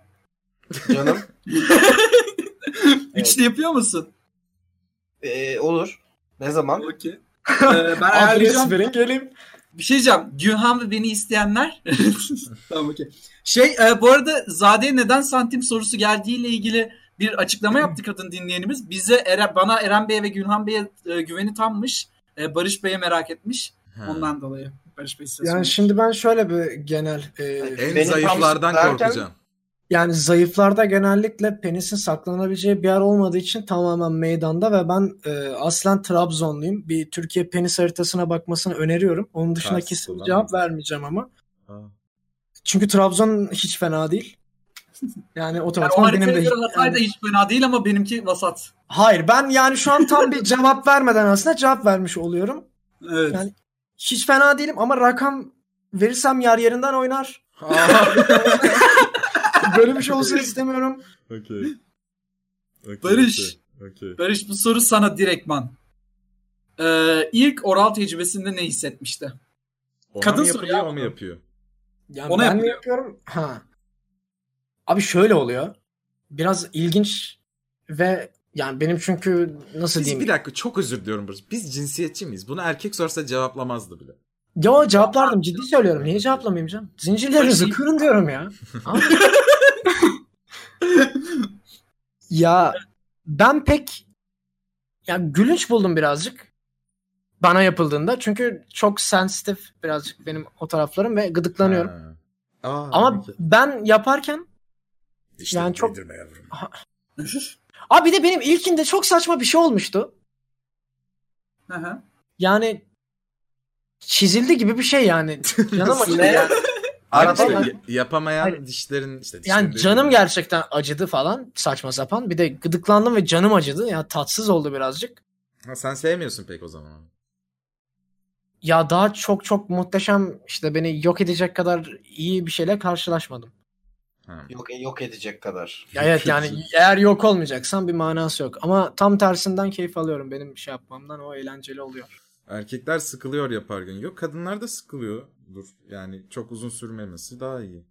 Speaker 2: Canım.
Speaker 4: üçlü yapıyor musun?
Speaker 2: Ee, olur. Ne zaman?
Speaker 4: Okey. Ee, ben ayarlayacağım.
Speaker 3: verin geleyim.
Speaker 4: Bir şey diyeceğim. Gülhan ve beni isteyenler. tamam okey. Şey e, bu arada Zade'ye neden santim sorusu geldiğiyle ilgili bir açıklama yaptı kadın dinleyenimiz. Bize Eren, bana Eren Bey'e ve Gülhan Bey'e e, güveni tammış. E, Barış Bey'e merak etmiş.
Speaker 1: Ha.
Speaker 4: Ondan dolayı Barış Bey size
Speaker 3: Yani şey,
Speaker 4: sorayım.
Speaker 3: şimdi ben şöyle bir genel e,
Speaker 1: En
Speaker 2: Benim
Speaker 1: zayıflardan
Speaker 2: tam derken-
Speaker 1: korkacağım.
Speaker 3: Yani zayıflarda genellikle penisin saklanabileceği bir yer olmadığı için tamamen meydanda ve ben e, aslen Trabzonluyum. Bir Türkiye penis haritasına bakmasını öneriyorum. Onun dışında
Speaker 1: Kars
Speaker 3: kesin bir
Speaker 1: kullanmıyor.
Speaker 3: cevap vermeyeceğim ama.
Speaker 1: Ha.
Speaker 3: Çünkü Trabzon hiç fena değil. Yani
Speaker 4: yani
Speaker 3: otomatikman
Speaker 4: o
Speaker 3: benim de
Speaker 4: haritaya
Speaker 3: hiç-
Speaker 4: göre Hatay da
Speaker 3: yani-
Speaker 4: hiç fena değil ama benimki vasat.
Speaker 3: Hayır ben yani şu an tam bir cevap vermeden aslında cevap vermiş oluyorum.
Speaker 4: Evet.
Speaker 3: Yani- Hiç fena değilim ama rakam verirsem yer yerinden oynar. Böyle bir şey olsun istemiyorum.
Speaker 1: Okey. Okey,
Speaker 4: Barış.
Speaker 1: okey, okey.
Speaker 4: Barış bu soru sana direktman. Ee, ilk oral tecrübesinde ne hissetmişti?
Speaker 1: Ona
Speaker 4: Kadın
Speaker 1: mı
Speaker 4: soru
Speaker 1: yapılıyor,
Speaker 4: ya.
Speaker 1: o mu yapıyor?
Speaker 3: Yani
Speaker 4: Ona
Speaker 3: ben mi
Speaker 4: yapılıyor.
Speaker 3: yapıyorum? Ha. Abi şöyle oluyor. Biraz ilginç ve yani benim çünkü nasıl
Speaker 1: Biz
Speaker 3: diyeyim?
Speaker 1: bir dakika çok özür diliyorum Barış. Biz cinsiyetçi miyiz? Bunu erkek sorsa cevaplamazdı bile.
Speaker 3: Yo cevaplardım ciddi söylüyorum. Niye cevaplamayayım canım? Zincirlerinizi kırın diyorum ya. Abi. ya ben pek ya gülünç buldum birazcık bana yapıldığında. Çünkü çok sensitif birazcık benim o taraflarım ve gıdıklanıyorum.
Speaker 1: Ha.
Speaker 3: Ama ben yaparken
Speaker 1: İşte
Speaker 3: yani çok-
Speaker 1: yedirme yavrum.
Speaker 3: Abi bir de benim ilkinde çok saçma bir şey olmuştu.
Speaker 4: Hı hı.
Speaker 3: Yani çizildi gibi bir şey yani. Canım acıdı.
Speaker 2: Ne?
Speaker 3: yani.
Speaker 1: Hayır,
Speaker 2: Arada
Speaker 1: işte
Speaker 3: Arada-
Speaker 1: ya- yapamayan
Speaker 3: Hayır.
Speaker 1: dişlerin işte dişlerin
Speaker 3: Yani
Speaker 1: değil
Speaker 3: canım
Speaker 1: mi?
Speaker 3: gerçekten acıdı falan saçma sapan. Bir de gıdıklandım ve canım acıdı. Ya tatsız oldu birazcık.
Speaker 1: Ha, sen sevmiyorsun pek o zaman.
Speaker 3: Ya daha çok çok muhteşem işte beni yok edecek kadar iyi bir şeyle karşılaşmadım.
Speaker 1: Ha.
Speaker 2: Yok, yok edecek kadar.
Speaker 3: Ya evet yani eğer yok olmayacaksan bir manası yok. Ama tam tersinden keyif alıyorum benim şey yapmamdan. O eğlenceli oluyor.
Speaker 1: Erkekler sıkılıyor yapar gün. Yok kadınlar da sıkılıyordur. Yani çok uzun sürmemesi daha iyi.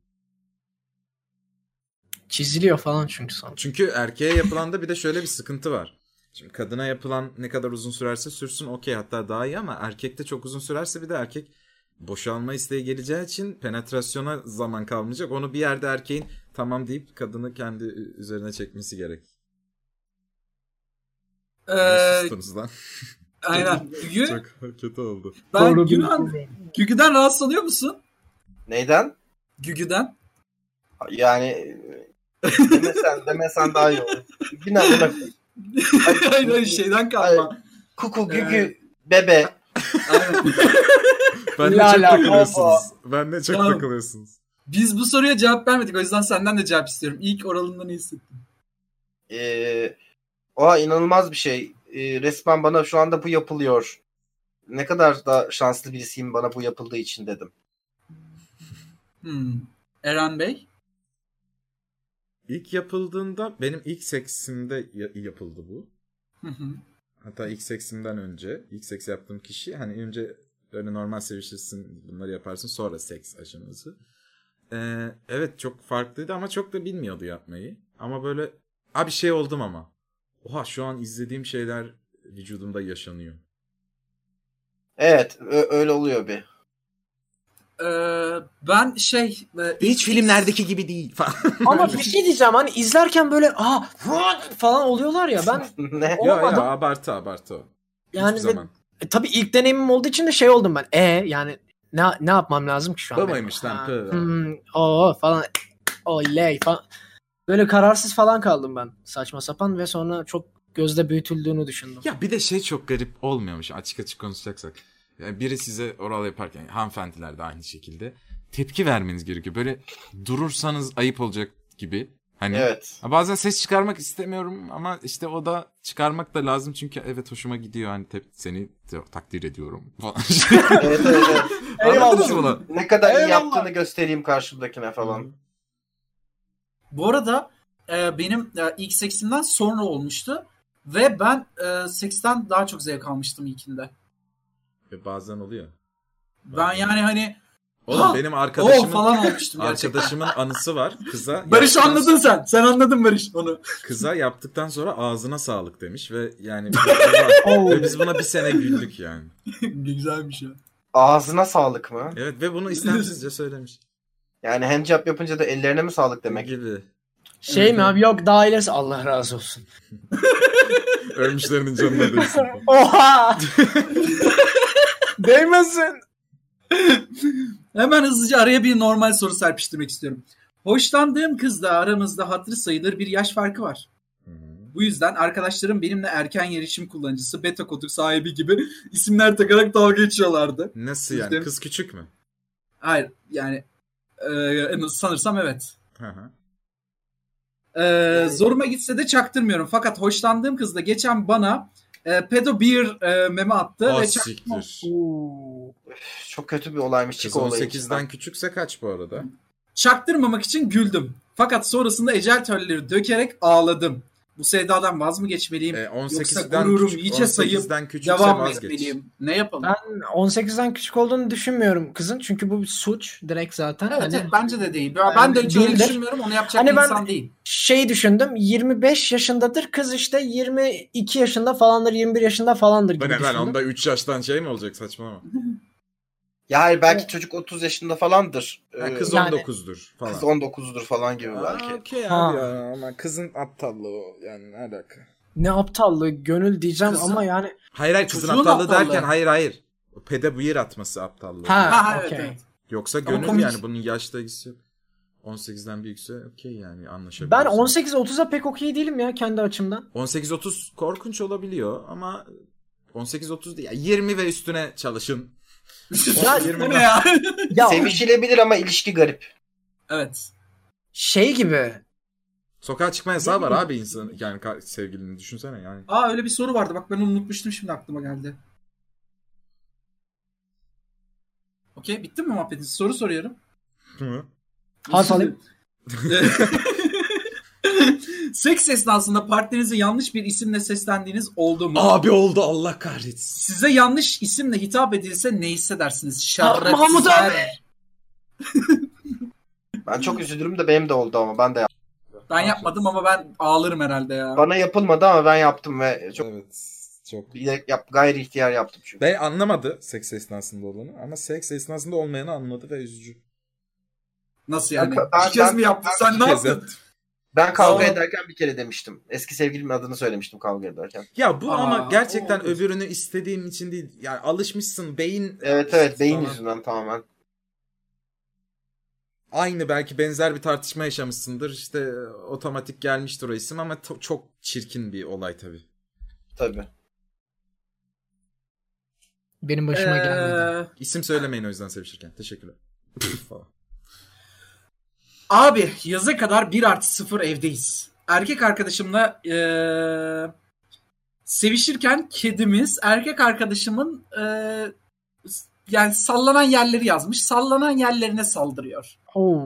Speaker 3: Çiziliyor falan çünkü sonra.
Speaker 1: Çünkü erkeğe yapılan da bir de şöyle bir sıkıntı var. Şimdi kadına yapılan ne kadar uzun sürerse sürsün okey hatta daha iyi ama erkekte çok uzun sürerse bir de erkek boşalma isteği geleceği için penetrasyona zaman kalmayacak. Onu bir yerde erkeğin tamam deyip kadını kendi üzerine çekmesi gerek.
Speaker 4: Ee,
Speaker 1: Sustunuz lan.
Speaker 4: aynen. Gügü,
Speaker 1: Çok kötü oldu.
Speaker 4: ben Günhan, Gügü'den rahatsızlanıyor musun?
Speaker 2: Neyden?
Speaker 4: Gügü'den.
Speaker 2: Yani e, demesen, demesen daha iyi olur. Günah bırak.
Speaker 4: Hayır hayır şeyden kalma.
Speaker 2: Kuku,
Speaker 4: şey. Evet.
Speaker 2: gügü, bebe.
Speaker 4: Aynen.
Speaker 1: Ben de
Speaker 3: La
Speaker 1: çok
Speaker 3: la,
Speaker 1: takılıyorsunuz. Ben de çok
Speaker 4: Tamam.
Speaker 1: takılıyorsunuz.
Speaker 4: Biz bu soruya cevap vermedik o yüzden senden de cevap istiyorum. İlk oralında ne hissettin?
Speaker 2: Ee, oha inanılmaz bir şey. Ee, resmen bana şu anda bu yapılıyor. Ne kadar da şanslı birisiyim bana bu yapıldığı için dedim.
Speaker 4: Hmm. Eren Bey?
Speaker 1: İlk yapıldığında benim ilk seksimde ya- yapıldı bu.
Speaker 4: Hı hı.
Speaker 1: Hatta ilk seksimden önce ilk seks yaptığım kişi hani önce öyle normal sevişirsin bunları yaparsın sonra seks aşaması. Ee, evet çok farklıydı ama çok da bilmiyordu yapmayı. Ama böyle abi bir şey oldum ama. Oha şu an izlediğim şeyler vücudumda yaşanıyor.
Speaker 2: Evet ö- öyle oluyor bir.
Speaker 4: Ee, ben şey... e,
Speaker 1: Hiç filmlerdeki gibi değil falan.
Speaker 3: Ama bir şey diyeceğim hani izlerken böyle aa falan oluyorlar ya ben
Speaker 2: ne?
Speaker 1: ya
Speaker 3: Olmadı.
Speaker 1: ya abartı abartı o.
Speaker 3: Yani
Speaker 1: Hiçbir zaman.
Speaker 3: E, tabii ilk deneyimim olduğu için de şey oldum ben. E yani ne ne yapmam lazım ki şu an?
Speaker 1: Babaymış
Speaker 3: benim?
Speaker 1: lan,
Speaker 3: Ha,
Speaker 1: pı.
Speaker 3: hmm, oo falan. Oley falan. Böyle kararsız falan kaldım ben. Saçma sapan ve sonra çok gözde büyütüldüğünü düşündüm.
Speaker 1: Ya bir de şey çok garip olmuyormuş açık açık konuşacaksak. Yani biri size oral yaparken hanımefendiler de aynı şekilde tepki vermeniz gerekiyor. Böyle durursanız ayıp olacak gibi. Hani
Speaker 2: Evet.
Speaker 1: Ha, bazen ses çıkarmak istemiyorum ama işte o da çıkarmak da lazım çünkü evet hoşuma gidiyor hani tep- seni de- takdir ediyorum falan.
Speaker 2: evet, evet, evet.
Speaker 1: Anladınız mı bunu?
Speaker 2: Ne kadar iyi
Speaker 1: Eyvallah.
Speaker 2: yaptığını göstereyim karşımdakine falan.
Speaker 4: Bu arada e, benim e, ilk seksimden sonra olmuştu. Ve ben e, seksten daha çok zevk almıştım ilkinde.
Speaker 1: E, bazen oluyor.
Speaker 4: Ben yani hani
Speaker 1: Oğlum
Speaker 4: Ha!
Speaker 1: benim
Speaker 4: o
Speaker 1: arkadaşımın
Speaker 4: falan olmuştum gerçekten.
Speaker 1: arkadaşımın anısı var. Kıza
Speaker 4: Barış
Speaker 1: yaptıktan-
Speaker 4: anladın sen. Sen anladın Barış onu.
Speaker 1: Kıza yaptıktan sonra ağzına sağlık demiş ve yani
Speaker 3: Oo.
Speaker 1: ve biz buna bir sene güldük yani.
Speaker 4: Güzelmiş ya.
Speaker 2: Ağzına sağlık mı?
Speaker 1: Evet ve bunu istemsizce söylemiş.
Speaker 2: Yani handjob yapınca da ellerine mi sağlık demek?
Speaker 1: Gibi.
Speaker 3: Şey mi abi yok daha ilerisi Allah razı olsun.
Speaker 1: Ölmüşlerinin canına değsin.
Speaker 3: Oha! Değmesin.
Speaker 4: Hemen hızlıca araya bir normal soru serpiştirmek istiyorum. Hoşlandığım kızla aramızda hatırı sayılır bir yaş farkı var. Bu yüzden arkadaşlarım benimle erken yerişim kullanıcısı, beta kodu sahibi gibi isimler takarak dalga geçiyorlardı.
Speaker 1: Nasıl yani?
Speaker 4: Sistem-
Speaker 1: Kız küçük mü?
Speaker 4: Hayır yani e, en az- sanırsam evet.
Speaker 1: Hı hı.
Speaker 4: E, zoruma gitse de çaktırmıyorum. Fakat hoşlandığım kız da geçen bana e, pedo beer e, meme attı.
Speaker 1: Ah
Speaker 4: ve çaktırma.
Speaker 1: siktir.
Speaker 4: Oo.
Speaker 2: Çok kötü bir olaymış.
Speaker 1: Kız
Speaker 2: Çiko olayı.
Speaker 1: 18'den küçükse kaç bu arada?
Speaker 4: Çaktırmamak için güldüm. Fakat sonrasında ecel tölleri dökerek ağladım. Bu sevdadan vaz mı geçmeliyim?
Speaker 1: E,
Speaker 4: Yoksa
Speaker 1: 18'den
Speaker 4: gururum
Speaker 1: küçük,
Speaker 4: iyice sayıp
Speaker 1: 18'den küçükse
Speaker 4: Devam mı
Speaker 1: vazgeç.
Speaker 4: etmeliyim? Ne yapalım?
Speaker 3: Ben 18'den küçük olduğunu düşünmüyorum kızın. Çünkü bu bir suç direkt zaten.
Speaker 4: evet,
Speaker 3: hani,
Speaker 4: evet, bence de değil. Ben,
Speaker 3: Yani
Speaker 4: ben de hiç öyle
Speaker 3: değildir.
Speaker 4: düşünmüyorum. Onu yapacak
Speaker 3: Hani
Speaker 4: bir
Speaker 3: ben-
Speaker 4: insan değil.
Speaker 3: Şey düşündüm 25 yaşındadır kız işte 22 yaşında falandır 21 yaşında falandır gibi
Speaker 1: Bu ne lan
Speaker 3: düşündüm.
Speaker 1: onda 3 yaştan şey mi olacak saçmalama.
Speaker 2: Ya hayır belki çocuk 30 yaşında falandır.
Speaker 1: Ha,
Speaker 2: Ee,
Speaker 1: kız
Speaker 3: Yani-
Speaker 1: 19'dur falan.
Speaker 2: kız 19'dur falan gibi
Speaker 1: Aa,
Speaker 2: belki.
Speaker 1: okey
Speaker 3: Ha.
Speaker 1: abi ya. Ama kızın aptallığı o. Yani ne alaka?
Speaker 3: Ne aptallığı gönül diyeceğim
Speaker 4: Kızım.
Speaker 3: ama yani.
Speaker 1: Hayır hayır kızın
Speaker 4: Çocuğun
Speaker 1: aptallığı,
Speaker 4: aptallığı.
Speaker 1: derken hayır hayır. Pede bıyır atması aptallığı.
Speaker 3: Ha,
Speaker 4: Ha, ha,
Speaker 3: okey.
Speaker 4: evet, evet.
Speaker 1: Yoksa
Speaker 3: Ama
Speaker 1: gönül
Speaker 3: komik.
Speaker 1: yani bunun yaşta ilgisi yok. 18'den büyükse okey yani anlaşabiliriz.
Speaker 3: Ben 18-30'a pek okey değilim ya kendi açımdan.
Speaker 1: 18-30 korkunç olabiliyor ama 18-30 değil. ya 20 ve üstüne çalışın.
Speaker 3: Ya,
Speaker 4: Bu ne ya?
Speaker 3: ya
Speaker 2: Sevişilebilir ama ilişki garip.
Speaker 4: evet.
Speaker 3: şey gibi
Speaker 1: Sokağa çıkma yasağı var abi insan yani ka- sevgilini düşünsene yani.
Speaker 4: Aa öyle bir soru vardı. Bak ben onu unutmuştum şimdi aklıma geldi. Okey bitti mi muhabbetiniz? Soru soruyorum.
Speaker 1: Hı.
Speaker 3: Harf alayım.
Speaker 4: Seks esnasında partnerinize yanlış bir isimle seslendiğiniz oldu mu?
Speaker 1: abi oldu Allah kahretsin.
Speaker 4: Size yanlış isimle hitap edilse ne hissedersiniz? Şerefsizler.
Speaker 3: Mahmut abi!
Speaker 2: Ben çok üzülürüm de benim de oldu ama ben de yaptım.
Speaker 4: Ben yapmadım ama ben ağlarım herhalde ya.
Speaker 2: Bana yapılmadı ama ben yaptım ve çok
Speaker 1: Evet çok.
Speaker 2: bilerek yap, gayri ihtiyar yaptım çünkü.
Speaker 1: Bey anlamadı seks esnasında olanı ama seks esnasında olmayanı anladı ve üzücü.
Speaker 4: Nasıl yani?
Speaker 2: Ben- ben-
Speaker 4: İki kez mi yaptın? Sen ne
Speaker 1: Kez
Speaker 4: yaptın?
Speaker 1: yaptı.
Speaker 2: Ben kavga
Speaker 4: Aa.
Speaker 2: ederken bir kere demiştim. Eski sevgilimin adını söylemiştim kavga ederken.
Speaker 1: Ya bu ama
Speaker 4: Aa,
Speaker 1: gerçekten
Speaker 4: o-
Speaker 1: öbürünü istediğim için değil. Yani alışmışsın beyin.
Speaker 2: Evet evet beyin
Speaker 1: Falan.
Speaker 2: yüzünden tamamen.
Speaker 1: aynı belki benzer bir tartışma yaşamışsındır. İşte e, otomatik gelmiştir o isim ama to- çok çirkin bir olay tabii.
Speaker 2: Tabii.
Speaker 3: benim başıma
Speaker 4: Ee,
Speaker 3: gelmedi.
Speaker 1: İsim söylemeyin o yüzden sevişirken. Teşekkürler. Falan.
Speaker 4: Abi yaza kadar 1 artı 0 evdeyiz. Erkek arkadaşımla eee, sevişirken kedimiz erkek arkadaşımın eee, s- yani sallanan yerleri yazmış. Sallanan yerlerine saldırıyor.
Speaker 3: Oo.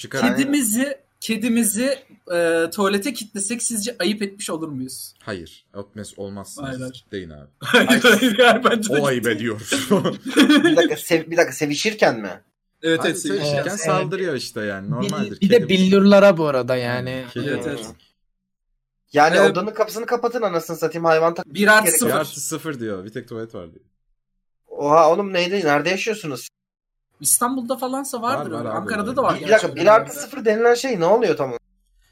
Speaker 1: Çıkar.
Speaker 2: Aynen.
Speaker 4: Kedimizi kedimizi eee, tuvalete kitlesek sizce ayıp etmiş olur muyuz?
Speaker 1: Hayır. Öpmez olmazsınız.
Speaker 4: Hayır.
Speaker 1: Deyin abi.
Speaker 4: Hayır, hayır, hayır, bence de-
Speaker 1: O ayıp ediyor.
Speaker 2: Bir dakika, sev- bir dakika sevişirken mi?
Speaker 4: Evet
Speaker 1: Abi
Speaker 4: evet
Speaker 2: şey-
Speaker 4: sevişirken.
Speaker 1: sevişirken
Speaker 3: Evet.
Speaker 1: saldırıyor işte yani. Normaldir. Hmm,
Speaker 3: Bil- bir de
Speaker 1: Kedi-
Speaker 3: billurlara bu arada yani.
Speaker 1: Kedi-
Speaker 4: Evet, evet.
Speaker 2: Yani
Speaker 4: Ee,
Speaker 2: odanın kapısını kapatın anasını satayım hayvan tak.
Speaker 4: 1 artı
Speaker 1: Bir
Speaker 4: 0
Speaker 1: artı sıfır diyor. Bir tek tuvalet var diyor.
Speaker 2: Oha oğlum neydi? Nerede yaşıyorsunuz?
Speaker 4: İstanbul'da falansa vardır.
Speaker 1: Var, var
Speaker 4: öyle.
Speaker 1: abi,
Speaker 4: Ankara'da
Speaker 1: öyle.
Speaker 4: da var.
Speaker 2: Bir
Speaker 4: gerçi
Speaker 2: dakika
Speaker 4: öyle
Speaker 2: 1 artı
Speaker 4: yerler.
Speaker 2: 0 denilen şey ne oluyor tam olarak?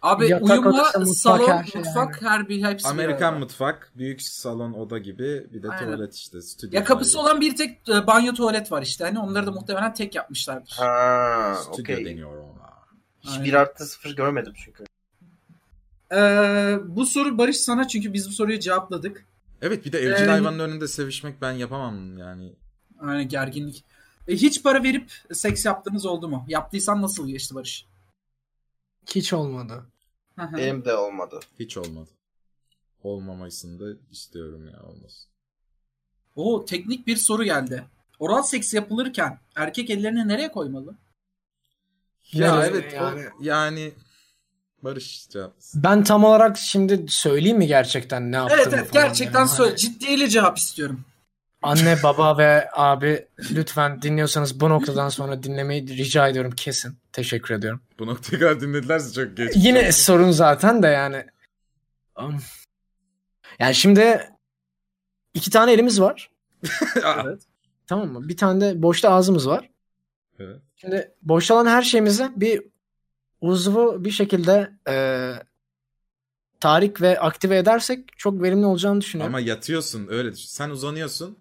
Speaker 4: Abi
Speaker 3: Yatak
Speaker 4: uyuma,
Speaker 3: odası, mutfak,
Speaker 4: salon,
Speaker 3: her şey
Speaker 4: mutfak her bir hepsi bir
Speaker 1: Amerikan
Speaker 4: arada.
Speaker 1: mutfak, büyük salon oda gibi bir de
Speaker 4: Aynen.
Speaker 1: tuvalet işte. Stüdyo
Speaker 4: Ya kapısı
Speaker 1: var.
Speaker 4: olan bir tek e, banyo tuvalet var işte. Hani onları da muhtemelen tek yapmışlardır.
Speaker 2: Ha,
Speaker 1: Stüdyo
Speaker 2: okey.
Speaker 1: deniyor ona.
Speaker 2: Hiç 1 artı 0 görmedim çünkü.
Speaker 4: Ee, bu soru Barış sana çünkü biz bu soruyu cevapladık.
Speaker 1: Evet bir de evcil
Speaker 4: Ee,
Speaker 1: hayvanın önünde sevişmek ben yapamam yani.
Speaker 4: Yani gerginlik. E, hiç para verip seks yaptığınız oldu mu? Yaptıysan nasıl geçti Barış?
Speaker 3: Hiç olmadı.
Speaker 4: Hı hı.
Speaker 1: E-
Speaker 2: Benim de olmadı.
Speaker 1: Hiç olmadı. Olmamasını da istiyorum ya olmasın.
Speaker 4: Oo teknik bir soru geldi. Oral seks yapılırken erkek ellerini nereye koymalı?
Speaker 1: Ya
Speaker 3: Nereye
Speaker 1: evet yani.
Speaker 3: yani?
Speaker 1: yani Barış cevapsın.
Speaker 3: Ben tam olarak şimdi söyleyeyim mi gerçekten ne yaptığımı
Speaker 4: evet evet
Speaker 3: falan
Speaker 4: gerçekten
Speaker 3: yani?
Speaker 4: söyle. Ciddiyle cevap istiyorum.
Speaker 3: Anne, baba ve abi lütfen dinliyorsanız bu noktadan sonra dinlemeyi rica ediyorum kesin. Teşekkür ediyorum.
Speaker 1: Bu noktaya kadar dinledilerse çok geç.
Speaker 3: Yine sorun zaten de yani. Am. Yani şimdi iki tane elimiz var.
Speaker 4: Evet.
Speaker 3: Tamam mı? Bir tane de boşta ağzımız var.
Speaker 1: Evet.
Speaker 3: Şimdi boşalan her şeyimizi bir uzvu bir şekilde e, tahrik ve aktive edersek çok verimli olacağını düşünüyorum.
Speaker 1: Ama yatıyorsun öyle düşün. Sen uzanıyorsun.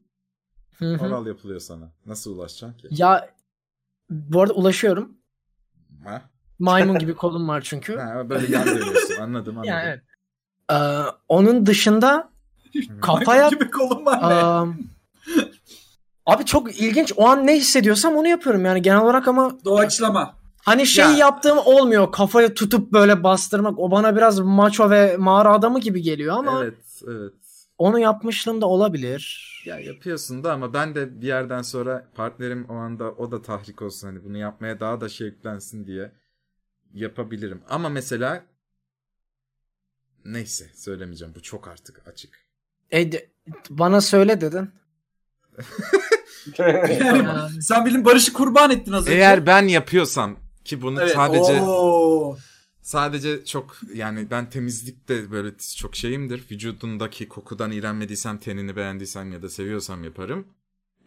Speaker 3: Hı hı.
Speaker 1: Oral yapılıyor sana. Nasıl ulaşacaksın ki?
Speaker 3: Ya bu arada ulaşıyorum.
Speaker 1: Ha?
Speaker 3: Maymun gibi kolum var çünkü.
Speaker 1: ha böyle yan dönüyorsun. Anladım anladım.
Speaker 3: Yani evet. Ee, onun dışında
Speaker 1: Hmm.
Speaker 3: kafaya
Speaker 14: gibi kolum var. ne?
Speaker 3: Aa, abi çok ilginç. O an ne hissediyorsam onu yapıyorum yani genel olarak ama
Speaker 14: Doğaçlama.
Speaker 3: hani şey
Speaker 14: Ya.
Speaker 3: yaptığım olmuyor. Kafayı tutup böyle bastırmak o bana biraz maço ve mağara adamı gibi geliyor ama
Speaker 1: Evet evet.
Speaker 3: onu yapmışlığım da olabilir.
Speaker 1: Ya yapıyorsun da ama ben de bir yerden sonra partnerim o anda o da tahrik olsun hani bunu yapmaya daha da şevklensin diye yapabilirim. Ama mesela neyse söylemeyeceğim bu çok artık açık.
Speaker 3: E, de- bana söyle dedin.
Speaker 14: Yani
Speaker 3: Yani-
Speaker 14: sen bilin Barış'ı kurban ettin az önce.
Speaker 1: Eğer ben yapıyorsam ki bunu
Speaker 14: Evet,
Speaker 1: sadece
Speaker 14: oo.
Speaker 1: sadece çok yani ben temizlikte böyle çok şeyimdir. Vücudundaki kokudan iğrenmediysem, tenini beğendiysem ya da seviyorsam yaparım.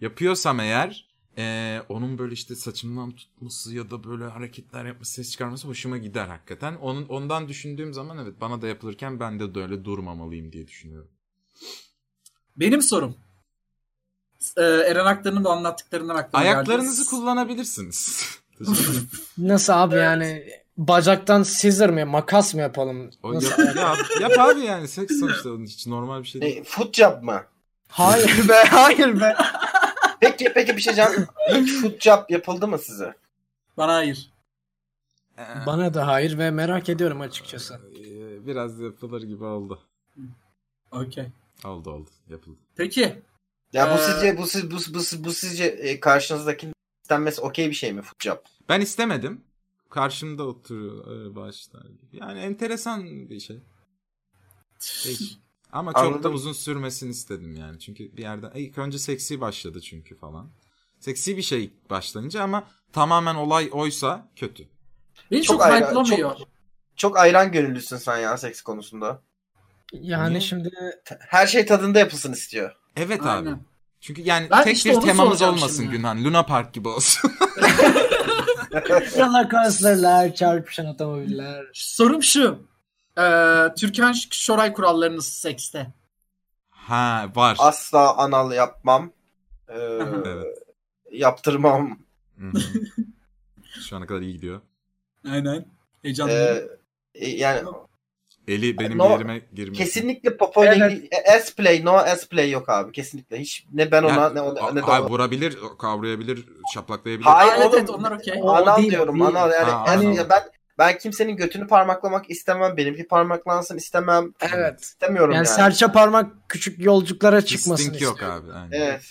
Speaker 1: Yapıyorsam eğer eee, onun böyle işte saçımdan tutması ya da böyle hareketler yapması, ses çıkarması hoşuma gider hakikaten. Onun, ondan düşündüğüm zaman evet bana da yapılırken ben de böyle durmamalıyım diye düşünüyorum.
Speaker 14: Benim sorum. Ee,
Speaker 4: e,
Speaker 14: Eren Aktar'ın bu anlattıklarından aklıma geldi.
Speaker 1: Ayaklarınızı kullanabilirsiniz. Teşekkür ederim.
Speaker 3: Nasıl abi yani bacaktan scissor mı makas mı yapalım?
Speaker 1: O
Speaker 3: Nasıl?
Speaker 1: yap, yap, yap abi yani seks sonuçta onun için normal bir şey değil.
Speaker 2: E, foot job mı?
Speaker 3: Hayır be hayır be.
Speaker 2: Peki peki bir şey can. Hiç foot job yapıldı mı size?
Speaker 14: Bana hayır.
Speaker 1: Ee,
Speaker 3: Bana da hayır ve merak ediyorum açıkçası.
Speaker 1: ee, biraz yapılır gibi oldu.
Speaker 14: Okey.
Speaker 1: Oldu oldu yapıldı.
Speaker 14: Peki.
Speaker 2: Ya bu
Speaker 14: Ee,
Speaker 2: sizce bu siz bu bu, bu sizce e, karşınızdakinin istenmesi okey bir şey mi foot job?
Speaker 1: Ben istemedim. Karşımda oturuyor e, başta. Yani enteresan bir şey. Değişik. Ama çok da
Speaker 2: Anladım.
Speaker 1: uzun sürmesini istedim yani. Çünkü bir yerden e, ilk önce seksi başladı çünkü falan. Seksi bir şey başlayınca ama tamamen olay oysa kötü.
Speaker 4: Beni
Speaker 2: Çok
Speaker 4: çok,
Speaker 2: ayrı-
Speaker 4: hype'lamıyor.
Speaker 2: Çok ayran gönüllüsün sen ya seks konusunda.
Speaker 3: Yani
Speaker 1: Niye?
Speaker 3: şimdi
Speaker 2: Her şey tadında yapılsın istiyor.
Speaker 1: Evet abi.
Speaker 4: Aynen.
Speaker 1: Çünkü yani
Speaker 4: Ben
Speaker 1: tek
Speaker 4: işte
Speaker 1: bir
Speaker 4: onu
Speaker 1: temamız
Speaker 4: soracağım
Speaker 1: olmasın
Speaker 4: şimdi.
Speaker 1: Günhan. Luna Park gibi olsun.
Speaker 3: rollercoaster'lar, çarpışan otomobiller.
Speaker 4: Sorum şu. Ee, Türkan Ş- Şoray kurallarınız sekste.
Speaker 1: ha var.
Speaker 2: Asla anal yapmam. Ee,
Speaker 1: Evet.
Speaker 2: Yaptırmam.
Speaker 1: Hı hı. Şu ana kadar iyi gidiyor.
Speaker 14: Aynen. Heyecanlı.
Speaker 2: Ee, e, yani
Speaker 1: Eli benim
Speaker 2: No.
Speaker 1: yerime girmesin.
Speaker 2: kesinlikle popoyla
Speaker 3: Evet.
Speaker 2: ilgili e, S play no S play yok abi kesinlikle. Hiç ne ben ona
Speaker 1: Yani,
Speaker 2: ne ona
Speaker 1: a-
Speaker 2: ne de
Speaker 1: hayır,
Speaker 2: ona.
Speaker 1: vurabilir, kavrayabilir, çaplaklayabilir.
Speaker 2: Hayır
Speaker 4: evet
Speaker 2: oğlum.
Speaker 4: evet onlar okey.
Speaker 3: O
Speaker 2: Anal
Speaker 3: değil,
Speaker 2: diyorum
Speaker 3: değil.
Speaker 2: anal yani
Speaker 1: Ha,
Speaker 2: en-
Speaker 1: anal.
Speaker 2: ya ben ben kimsenin götünü parmaklamak istemem. Benimki parmaklansın istemem.
Speaker 3: Evet.
Speaker 2: İstemiyorum
Speaker 3: Yani,
Speaker 2: yani.
Speaker 3: serçe parmak küçük yolcuklara çıkmasını
Speaker 1: Distinct yok
Speaker 3: istiyorum.
Speaker 1: abi. Aynen.
Speaker 2: Evet.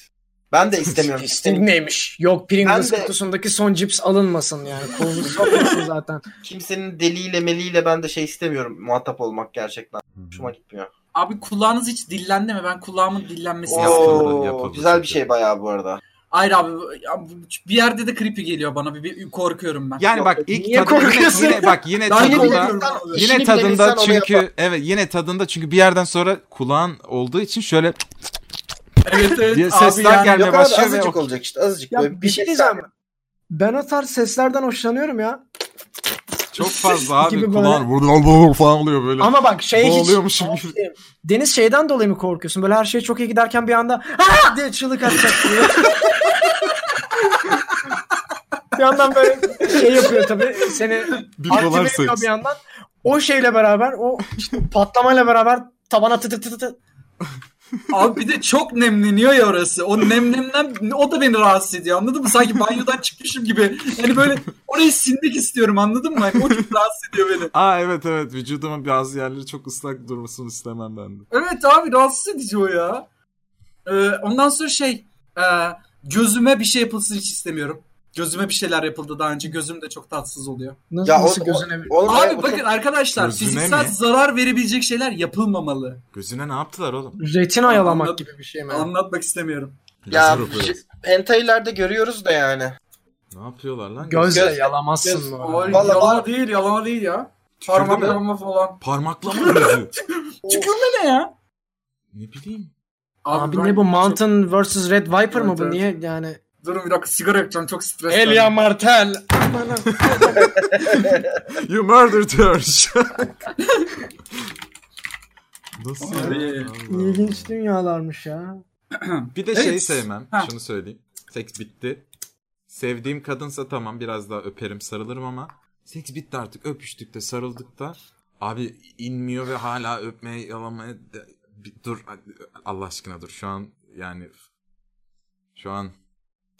Speaker 2: Ben de istemiyorum.
Speaker 3: Distinct
Speaker 2: kimsenin,
Speaker 3: neymiş? Yok Pringles
Speaker 2: Ben de-
Speaker 3: kutusundaki son cips alınmasın yani. Kolunu sokmasın zaten.
Speaker 2: kimsenin deliyle meliyle ben de şey istemiyorum muhatap olmak gerçekten. Hoşuma gitmiyor.
Speaker 4: Abi kulağınız hiç dillendi mi? Ben kulağımın dillenmesi
Speaker 1: Yapıldı,
Speaker 4: istiyorum.
Speaker 2: Oo,
Speaker 1: yapıldı
Speaker 2: güzel bir
Speaker 1: çünkü.
Speaker 2: şey bayağı bu arada.
Speaker 4: Hayır abi bu- ya bu- bir yerde de creepy geliyor bana. Bir, bir korkuyorum ben.
Speaker 1: Yani bak ilk
Speaker 3: Niye
Speaker 1: tadı yine,
Speaker 3: korkuyorsun?
Speaker 1: yine- bak yine
Speaker 4: Daha yeni
Speaker 1: tadında
Speaker 4: biliyorum abi.
Speaker 2: İşini
Speaker 1: yine
Speaker 2: bile
Speaker 1: tadında
Speaker 2: bilsen onu yapar.
Speaker 1: çünkü evet yine tadında çünkü bir yerden sonra kulağın olduğu için şöyle
Speaker 4: evet evet
Speaker 1: diye
Speaker 4: abi
Speaker 1: sesler
Speaker 4: yani.
Speaker 1: gelmeye
Speaker 2: Yok abi
Speaker 1: başlıyor ve
Speaker 2: azıcık
Speaker 1: o-
Speaker 2: olacak işte azıcık.
Speaker 3: Ya
Speaker 2: böyle
Speaker 3: bir şey diyeceğim. Ben o tarz seslerden hoşlanıyorum ya.
Speaker 1: çok fazla abi
Speaker 3: Gibi böyle-
Speaker 1: kulağın vurul vurul falan oluyor böyle.
Speaker 3: Ama bak şey hiç...
Speaker 1: Boğuluyormuşum gibi.
Speaker 3: Deniz şeyden dolayı mı korkuyorsun? Böyle her şey çok iyi giderken bir anda "Aa!" diye çığlık atacak diye. bir yandan böyle şey yapıyor tabii. Seni
Speaker 1: Bir dolar
Speaker 3: aktive ediyor
Speaker 1: sayısı.
Speaker 3: bir yandan. O şeyle beraber o işte patlamayla beraber tabana tı tı tı tı tı.
Speaker 4: Abi bir de çok nemleniyor ya orası. O nemlemden o da beni rahatsız ediyor anladın mı? Sanki banyodan çıkmışım gibi. Yani böyle orayı silmek istiyorum anladın mı? Hani o çok rahatsız ediyor beni.
Speaker 1: Aa evet evet vücudumun bazı yerleri çok ıslak durmasını istemem ben de.
Speaker 4: Evet abi rahatsız edici o ya. Ee, ondan sonra şey e, gözüme bir şey yapılsın hiç istemiyorum. Gözüme bir şeyler yapıldı daha önce. Gözüm de çok tatsız oluyor.
Speaker 3: Nasıl,
Speaker 2: Ya o,
Speaker 3: nasıl
Speaker 2: o,
Speaker 3: gözüne...
Speaker 2: oğlum,
Speaker 4: Abi
Speaker 2: o-
Speaker 4: bakın arkadaşlar
Speaker 1: Gözüne
Speaker 4: fiziksel
Speaker 1: mi?
Speaker 4: zarar verebilecek şeyler yapılmamalı.
Speaker 1: Gözüne ne yaptılar oğlum?
Speaker 3: Retina
Speaker 4: Anladım.
Speaker 3: yalamak gibi bir şey mi?
Speaker 4: Anlatmak istemiyorum.
Speaker 2: ya şey-
Speaker 1: Lazer operası.
Speaker 2: pentaylerde görüyoruz da yani.
Speaker 1: Ne yapıyorlar lan?
Speaker 3: Gözle
Speaker 2: Göz-
Speaker 3: yalamazsın mı?
Speaker 4: Ay,
Speaker 2: Vallahi
Speaker 4: yalama
Speaker 2: bak-
Speaker 4: değil yalama değil ya.
Speaker 1: Tükürdü mü?
Speaker 4: Parmak yalama falan.
Speaker 1: Parmaklama gözü.
Speaker 4: Tükürme ne ya?
Speaker 1: ne bileyim.
Speaker 3: Abi
Speaker 4: ben
Speaker 3: ne bu
Speaker 4: çok-
Speaker 3: Mountain vs Red Viper mı
Speaker 4: Evet,
Speaker 3: bu?
Speaker 4: evet.
Speaker 3: Niye yani?
Speaker 4: Durun bir dakika sigara yakacağım çok stresli.
Speaker 3: Elia Martel.
Speaker 1: You murdered her. Nasıl ya?
Speaker 4: Ay.
Speaker 1: Allah Allah.
Speaker 3: İlginç dünyalarmış ya.
Speaker 1: Bir de
Speaker 4: Evet.
Speaker 1: şeyi sevmem.
Speaker 4: Ha.
Speaker 1: Şunu söyleyeyim. Seks bitti. Sevdiğim kadınsa tamam biraz daha öperim sarılırım ama seks bitti artık öpüştük de sarıldık da abi inmiyor ve hala öpmeye yalamaya de- Bir dur Allah aşkına dur şu an yani şu an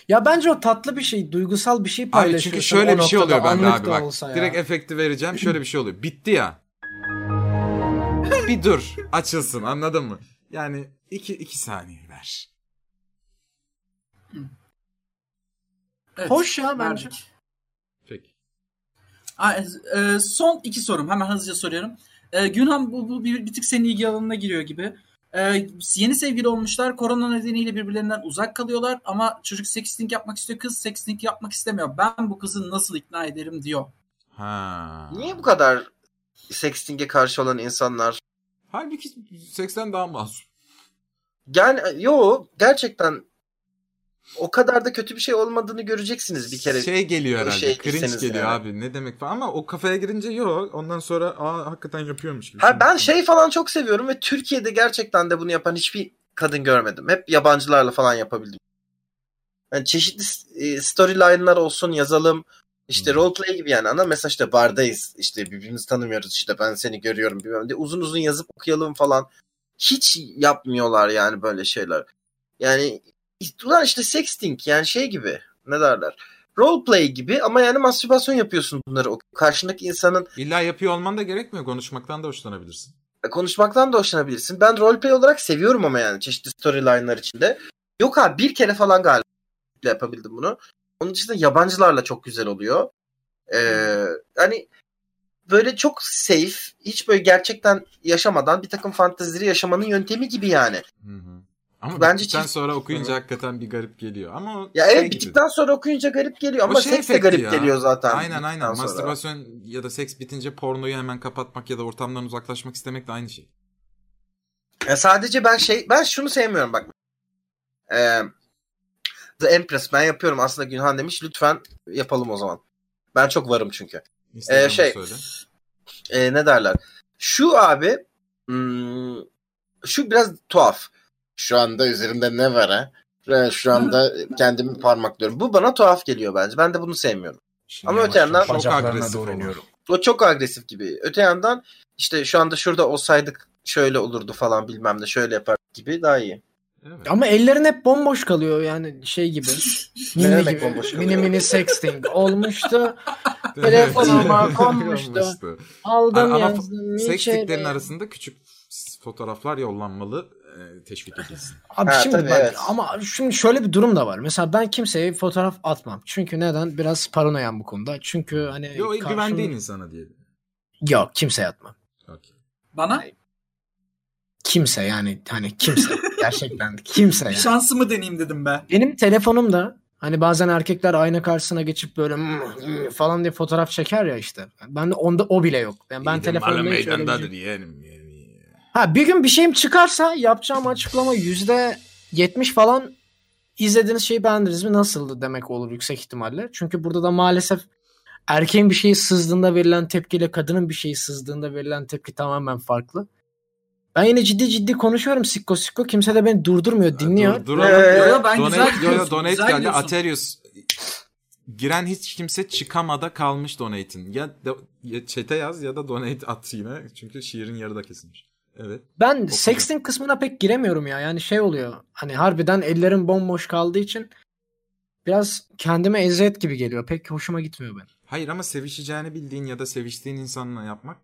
Speaker 3: Ya bence o tatlı bir şey, duygusal bir şey
Speaker 1: Abi
Speaker 3: paylaşıyorsun.
Speaker 1: çünkü
Speaker 3: o
Speaker 1: şöyle bir şey
Speaker 3: noktada,
Speaker 1: oluyor bende
Speaker 3: anlık
Speaker 1: abi
Speaker 3: da
Speaker 1: bak.
Speaker 3: olsa ya.
Speaker 1: Direkt efekti vereceğim. Şöyle bir şey oluyor. Bitti ya. bir dur. Açılsın anladın mı? Yani iki, iki saniye ver.
Speaker 4: Evet,
Speaker 3: Hoş ya bence.
Speaker 4: verdik.
Speaker 1: Peki.
Speaker 4: Aa, e, e, son iki sorum. Hemen hızlıca soruyorum. E, Günhan bu, bu bir, bir tık senin ilgi alanına giriyor gibi. E, yeni sevgili olmuşlar. Korona nedeniyle birbirlerinden uzak kalıyorlar. Ama çocuk sexting yapmak istiyor. Kız sexting yapmak istemiyor. Ben bu kızı nasıl ikna ederim diyor.
Speaker 1: Ha.
Speaker 2: Niye bu kadar sexting'e karşı olan insanlar?
Speaker 1: Halbuki 80 daha masum.
Speaker 2: Yani yo gerçekten o kadar da kötü bir şey olmadığını göreceksiniz bir kere.
Speaker 1: şey geliyor
Speaker 2: o
Speaker 1: herhalde.
Speaker 2: şeye
Speaker 1: cringe
Speaker 2: girseniz
Speaker 1: geliyor
Speaker 2: yani.
Speaker 1: abi. Ne demek falan ama o kafaya girince yok. Ondan sonra aa hakikaten yapıyormuş gibi.
Speaker 2: Ha, ben şey falan çok seviyorum ve Türkiye'de gerçekten de bunu yapan hiçbir kadın görmedim. Hep yabancılarla falan yapabildim. Yani çeşitli e, storyline'lar olsun yazalım. İşte roleplay gibi yani ana mesaj işte bardayız. İşte birbirimizi tanımıyoruz işte ben seni görüyorum bilmem diye uzun uzun yazıp okuyalım falan. Hiç yapmıyorlar yani böyle şeyler. Yani ulan işte sexting yani şey gibi ne derler. Roleplay gibi ama yani mastürbasyon yapıyorsun bunları. O karşındaki insanın
Speaker 1: İlla yapıyor olman da gerekmiyor. Konuşmaktan da hoşlanabilirsin.
Speaker 2: E, konuşmaktan da hoşlanabilirsin. Ben roleplay olarak seviyorum ama yani çeşitli storyline'lar içinde. Yok abi bir kere falan galiba yapabildim bunu. Onun dışında yabancılarla çok güzel oluyor. Ee, hani böyle çok safe, hiç böyle gerçekten yaşamadan bir takım fantezileri yaşamanın yöntemi gibi yani.
Speaker 1: Hı hı. Ama
Speaker 2: Bence
Speaker 1: Bence bittikten
Speaker 2: çift-
Speaker 1: sonra okuyunca hakikaten bir garip geliyor. Ama o
Speaker 2: Ya
Speaker 1: şey
Speaker 2: evet
Speaker 1: gibi.
Speaker 2: bittikten sonra okuyunca garip geliyor
Speaker 1: O
Speaker 2: ama
Speaker 1: şey
Speaker 2: seks de
Speaker 1: efekti
Speaker 2: garip
Speaker 1: ya.
Speaker 2: geliyor zaten.
Speaker 1: Aynen aynen.
Speaker 2: bittikten sonra.
Speaker 1: Mastürbasyon ya da seks bitince pornoyu hemen kapatmak ya da ortamdan uzaklaşmak istemek de aynı şey.
Speaker 2: Ee, Ya sadece ben şey ben şunu sevmiyorum bak. Ee, The Empress ben yapıyorum aslında Günhan demiş. Lütfen yapalım o zaman. Ben çok varım çünkü.
Speaker 1: Instagram'da
Speaker 2: şey-
Speaker 1: söyle.
Speaker 2: Ee, ne derler? Şu abi hmm, şu biraz tuhaf. Şu anda üzerimde ne var ha? Ee, Şu anda kendimi parmaklıyorum. Bu bana tuhaf geliyor bence. Ben de bunu sevmiyorum. Ama öte yandan
Speaker 1: Çok
Speaker 15: Bacaklarına
Speaker 1: agresif
Speaker 15: doğru
Speaker 1: olur.
Speaker 15: iniyorum.
Speaker 2: o çok agresif gibi. Öte yandan işte şu anda şurada olsaydık şöyle olurdu falan bilmem ne şöyle yapar gibi daha iyi.
Speaker 1: Evet.
Speaker 3: Ama ellerin hep bomboş kalıyor yani şey gibi.
Speaker 2: Ne
Speaker 3: mini
Speaker 2: demek
Speaker 3: gibi.
Speaker 2: bomboş
Speaker 3: mini
Speaker 2: kalıyor?
Speaker 3: mini sexting olmuştu.
Speaker 1: Evet.
Speaker 3: telefonuma konmuştu.
Speaker 1: Konmuştu.
Speaker 3: Aldım
Speaker 1: Ama- ama
Speaker 3: yazdım.
Speaker 1: Seks
Speaker 3: şey-
Speaker 1: tiplerinin arasında küçük fotoğraflar yollanmalı e, teşvik edilsin.
Speaker 3: Abi
Speaker 2: Ha,
Speaker 3: şimdi
Speaker 2: tabii,
Speaker 3: bak-
Speaker 2: evet.
Speaker 3: ama şimdi şöyle bir durum da var. Mesela ben kimseye fotoğraf atmam. Çünkü neden? Biraz paranoyan bu konuda. Çünkü hani
Speaker 1: Yo
Speaker 3: karşım-
Speaker 1: güvendiğin insana diyelim.
Speaker 3: Yok kimseye atmam.
Speaker 1: Okey.
Speaker 4: Bana
Speaker 3: Kimse yani hani kimse. Gerçekten kimse yani.
Speaker 4: şansımı deneyeyim dedim be.
Speaker 3: Benim telefonumda hani bazen erkekler ayna karşısına geçip böyle "Mm, mm" falan diye fotoğraf çeker ya işte. Ben de onda o bile yok. Yani ben
Speaker 1: İyi de malum
Speaker 3: telefonumda hiç öyle bir şey-
Speaker 1: meydandadır yeğenim. yani.
Speaker 3: Ha bir gün bir şeyim çıkarsa yapacağım açıklama yüzde yetmiş falan izlediğiniz şeyi beğendiniz mi nasıldı demek olur yüksek ihtimalle. Çünkü burada da maalesef erkeğin bir şeyi sızdığında verilen tepkiyle kadının bir şeyi sızdığında verilen tepki tamamen farklı. Ben yine ciddi ciddi konuşuyorum sikko sikko kimse de beni durdurmuyor dinliyor.
Speaker 1: Dur, duralım.
Speaker 2: Ee,
Speaker 1: Yo, yo,
Speaker 4: ben
Speaker 1: donate,
Speaker 4: güzel
Speaker 1: yo, yo,
Speaker 4: gidiyorsun,
Speaker 1: donate
Speaker 4: güzel
Speaker 1: geldi.
Speaker 4: gidiyorsun.
Speaker 1: Aterius giren hiç kimse çıkamada kalmış donate'in. Ya, de, ya çete yaz ya da donate at yine. Çünkü şiirin yarıda kesilmiş. Evet.
Speaker 3: Ben sexting kısmına pek giremiyorum ya. Yani şey oluyor. Hani harbiden ellerim bomboş kaldığı için biraz kendime eziyet gibi geliyor. Pek hoşuma gitmiyor benim.
Speaker 1: Hayır ama sevişeceğini bildiğin ya da seviştiğin insanla yapmak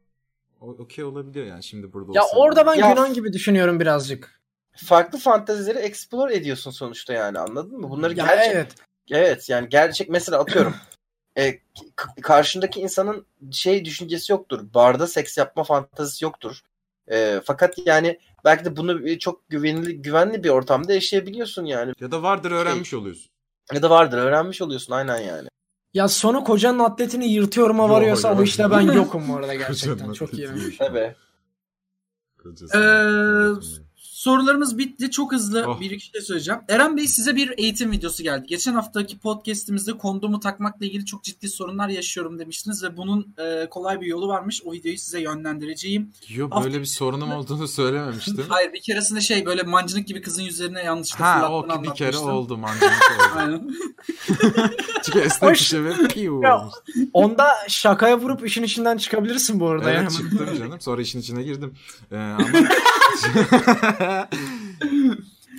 Speaker 1: o- okey olabiliyor yani şimdi burada
Speaker 3: Ya
Speaker 1: olsa-
Speaker 3: orada ben
Speaker 2: Ya-
Speaker 3: Yunan gibi düşünüyorum birazcık.
Speaker 2: farklı fantezileri explore ediyorsun sonuçta yani anladın mı? Bunları
Speaker 3: Ya
Speaker 2: gerçek evet.
Speaker 3: evet.
Speaker 2: yani gerçek mesela atıyorum e, k- karşındaki insanın şey düşüncesi yoktur. Barda seks yapma fantazisi yoktur. E, fakat yani belki de bunu bir- çok güvenli güvenli bir ortamda yaşayabiliyorsun yani.
Speaker 1: Ya da vardır
Speaker 3: Şey-
Speaker 1: öğrenmiş oluyorsun.
Speaker 2: Ya da vardır öğrenmiş oluyorsun aynen yani.
Speaker 3: Ya sonu kocanın atletini yırtıyorum varıyorsa
Speaker 1: Yok,
Speaker 3: o
Speaker 1: yok.
Speaker 3: işte ben yokum bu arada gerçekten.
Speaker 1: şey Kocanın
Speaker 3: Çok iyi.
Speaker 1: atletiyle.
Speaker 2: Tabii.
Speaker 1: Kocası.
Speaker 4: Ee, Sorularımız bitti. Çok hızlı
Speaker 1: Oh.
Speaker 4: bir iki şey söyleyeceğim. Eren Bey size bir eğitim videosu geldi. Geçen haftaki podcast'imizde kondomu takmakla ilgili çok ciddi sorunlar yaşıyorum demiştiniz ve bunun e, kolay bir yolu varmış. O videoyu size yönlendireceğim.
Speaker 1: Yo
Speaker 4: Hafta
Speaker 1: böyle bir sorunum olduğunu söylememiştim.
Speaker 4: Hayır bir keresinde şey böyle mancınık gibi kızın üzerine yanlışlıkla
Speaker 1: ha
Speaker 4: fırlattığını
Speaker 1: o ki bir kere
Speaker 4: anlatmıştım.
Speaker 1: oldu mancınık oldu.
Speaker 4: Aynen.
Speaker 1: Çünkü esnek
Speaker 3: Hoş-
Speaker 1: işe ve piu
Speaker 3: Ya,
Speaker 1: olmuş.
Speaker 3: Onda şakaya vurup işin içinden çıkabilirsin bu arada.
Speaker 1: Evet
Speaker 3: yani.
Speaker 1: çıktım canım. Sonra işin içine girdim. Ee, ama...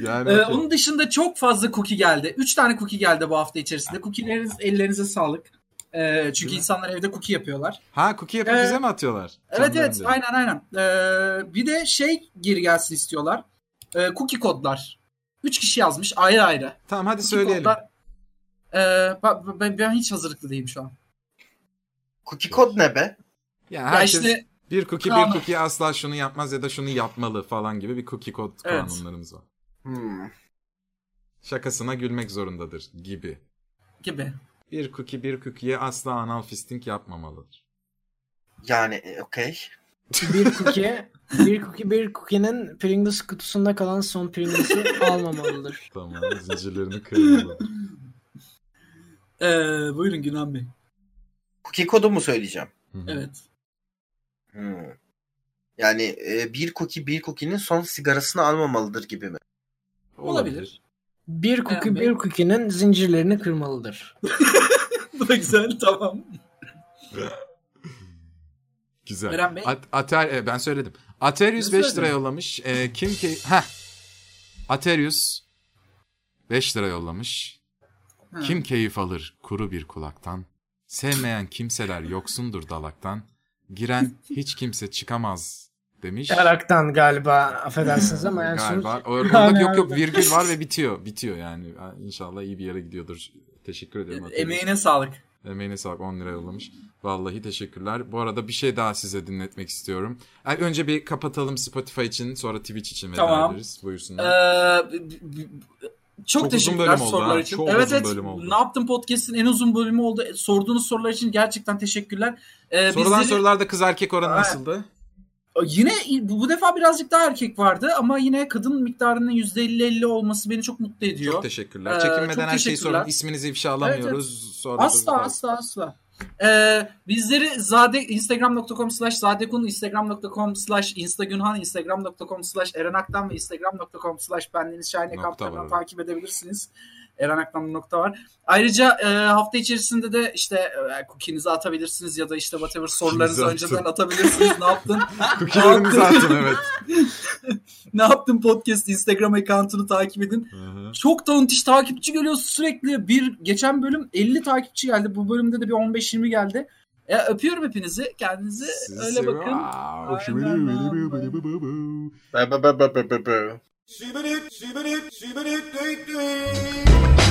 Speaker 1: yani
Speaker 4: Ee,
Speaker 1: okey.
Speaker 4: onun dışında çok fazla cookie geldi. 3 tane cookie geldi bu hafta içerisinde. Cookie'leriniz ellerinize sağlık. Ee, çünkü
Speaker 1: Değil mi?
Speaker 4: insanlar evde cookie yapıyorlar.
Speaker 1: Ha cookie yapıp
Speaker 4: Ee,
Speaker 1: bize mi atıyorlar?
Speaker 4: Evet
Speaker 1: Canlı
Speaker 4: evet
Speaker 1: yayında.
Speaker 4: aynen aynen. Ee, bir de şey gir gelsin istiyorlar. Ee, cookie kodlar. 3 kişi yazmış ayrı ayrı.
Speaker 1: Tamam hadi
Speaker 4: Cookie
Speaker 1: söyleyelim.
Speaker 4: kodlar- Ee, bak, ben, ben hiç hazırlıklı değilim şu an.
Speaker 2: Cookie kod ne be?
Speaker 1: Ya
Speaker 4: Ya
Speaker 1: herkes
Speaker 4: işte
Speaker 1: bir cookie
Speaker 4: Tamam.
Speaker 1: bir cookie asla şunu yapmaz ya da şunu yapmalı falan gibi bir cookie kod
Speaker 4: Evet.
Speaker 1: kanunlarımız var.
Speaker 2: Hmm.
Speaker 1: Şakasına gülmek zorundadır gibi.
Speaker 4: gibi.
Speaker 1: Bir cookie bir cookie'ye asla anal fisting yapmamalıdır.
Speaker 2: Yani e, okey.
Speaker 3: bir cookie, bir cookie, bir cookie'nin Pringles kutusunda kalan son Pringles'ı almamalıdır.
Speaker 1: Tamam zincirlerini kırmalı.
Speaker 4: Ee, buyurun Günan Bey.
Speaker 2: Cookie kodu mu söyleyeceğim?
Speaker 1: Hı hı.
Speaker 4: Evet.
Speaker 2: Hmm. Yani e, bir cookie bir cookie'nin son sigarasını almamalıdır gibi mi?
Speaker 4: Olabilir.
Speaker 3: Bir cookie,
Speaker 4: Beğenmedim.
Speaker 3: bir cookie'nin zincirlerini kırmalıdır.
Speaker 4: Bu da güzel tamam.
Speaker 1: Güzel.
Speaker 4: Eren Bey?
Speaker 1: At- Ater, e, ben söyledim. Aterius
Speaker 4: Ne
Speaker 1: 5
Speaker 4: söyledin?
Speaker 1: lira yollamış. E, kim ki? Heh. Aterius 5 lira yollamış.
Speaker 4: Ha.
Speaker 1: Kim keyif alır kuru bir kulaktan? Sevmeyen kimseler yoksundur dalaktan. Giren hiç kimse çıkamaz demiş.
Speaker 3: Yaraktan galiba affedersiniz ama yani
Speaker 1: Galiba.
Speaker 3: sonuç-
Speaker 1: O- Orada
Speaker 3: Yani
Speaker 1: yok yok
Speaker 3: harbiden.
Speaker 1: virgül var ve bitiyor. Bitiyor yani. Ha, İnşallah iyi bir yere gidiyordur. Teşekkür ederim. Aterius.
Speaker 4: Emeğine sağlık.
Speaker 1: Emeğine sağlık 10 lira yollamış. Vallahi teşekkürler. Bu arada bir şey daha size dinletmek istiyorum. Ay, önce bir kapatalım Spotify için sonra Twitch için veda
Speaker 4: Tamam.
Speaker 1: ederiz. Buyursunlar.
Speaker 4: Ee, b- b- b- çok,
Speaker 1: Çok uzun
Speaker 4: teşekkürler
Speaker 1: bölüm oldu
Speaker 4: sorular
Speaker 1: ha.
Speaker 4: için.
Speaker 1: Çok
Speaker 4: evet
Speaker 1: uzun
Speaker 4: evet.
Speaker 1: bölüm oldu.
Speaker 4: Ne yaptın podcast'in en uzun bölümü oldu. E, Sorduğunuz sorular için gerçekten teşekkürler. Ee,
Speaker 1: Sorulan
Speaker 4: bizleri-
Speaker 1: sorularda kız erkek oranı
Speaker 4: Ha.
Speaker 1: nasıldı?
Speaker 4: Yine bu, bu defa birazcık daha erkek vardı ama yine kadın miktarının %50-50 olması beni çok mutlu ediyor.
Speaker 1: Çok teşekkürler.
Speaker 4: Ee,
Speaker 1: Çekinmeden
Speaker 4: çok
Speaker 1: her şeyi
Speaker 4: teşekkürler.
Speaker 1: sorun. İsminizi ifşalamıyoruz. Sonra
Speaker 4: Asla asla asla. Ee, bizleri zade instagram.com slash zadekun instagram.com slash instagünhan instagram.com slash erenaktan ve instagram.com slash bendeniz şahin
Speaker 1: Nokta var
Speaker 4: kamplarından
Speaker 1: orada.
Speaker 4: takip edebilirsiniz. Eren Aktan nokta var. Ayrıca e, hafta içerisinde de işte e, cookie'nizi atabilirsiniz ya da işte whatever sorularınızı
Speaker 1: Cookie'nizi
Speaker 4: önceden atabilirsiniz. ne yaptın?
Speaker 1: Cookie'lerimizi atın evet.
Speaker 4: ne yaptın podcast Instagram account'unu takip edin.
Speaker 1: Hı hı.
Speaker 4: Çok da müthiş takipçi geliyor sürekli. Bir geçen bölüm 50 takipçi geldi. Bu bölümde de bir 15-20 geldi. E, öpüyorum hepinizi. Kendinize
Speaker 1: Sizi
Speaker 4: öyle bakın.
Speaker 1: seviyorum.
Speaker 2: Ba- ba- ba- ba- ba- ba- ba.
Speaker 9: Shibidi, shibidi, shibidi, dee, dee.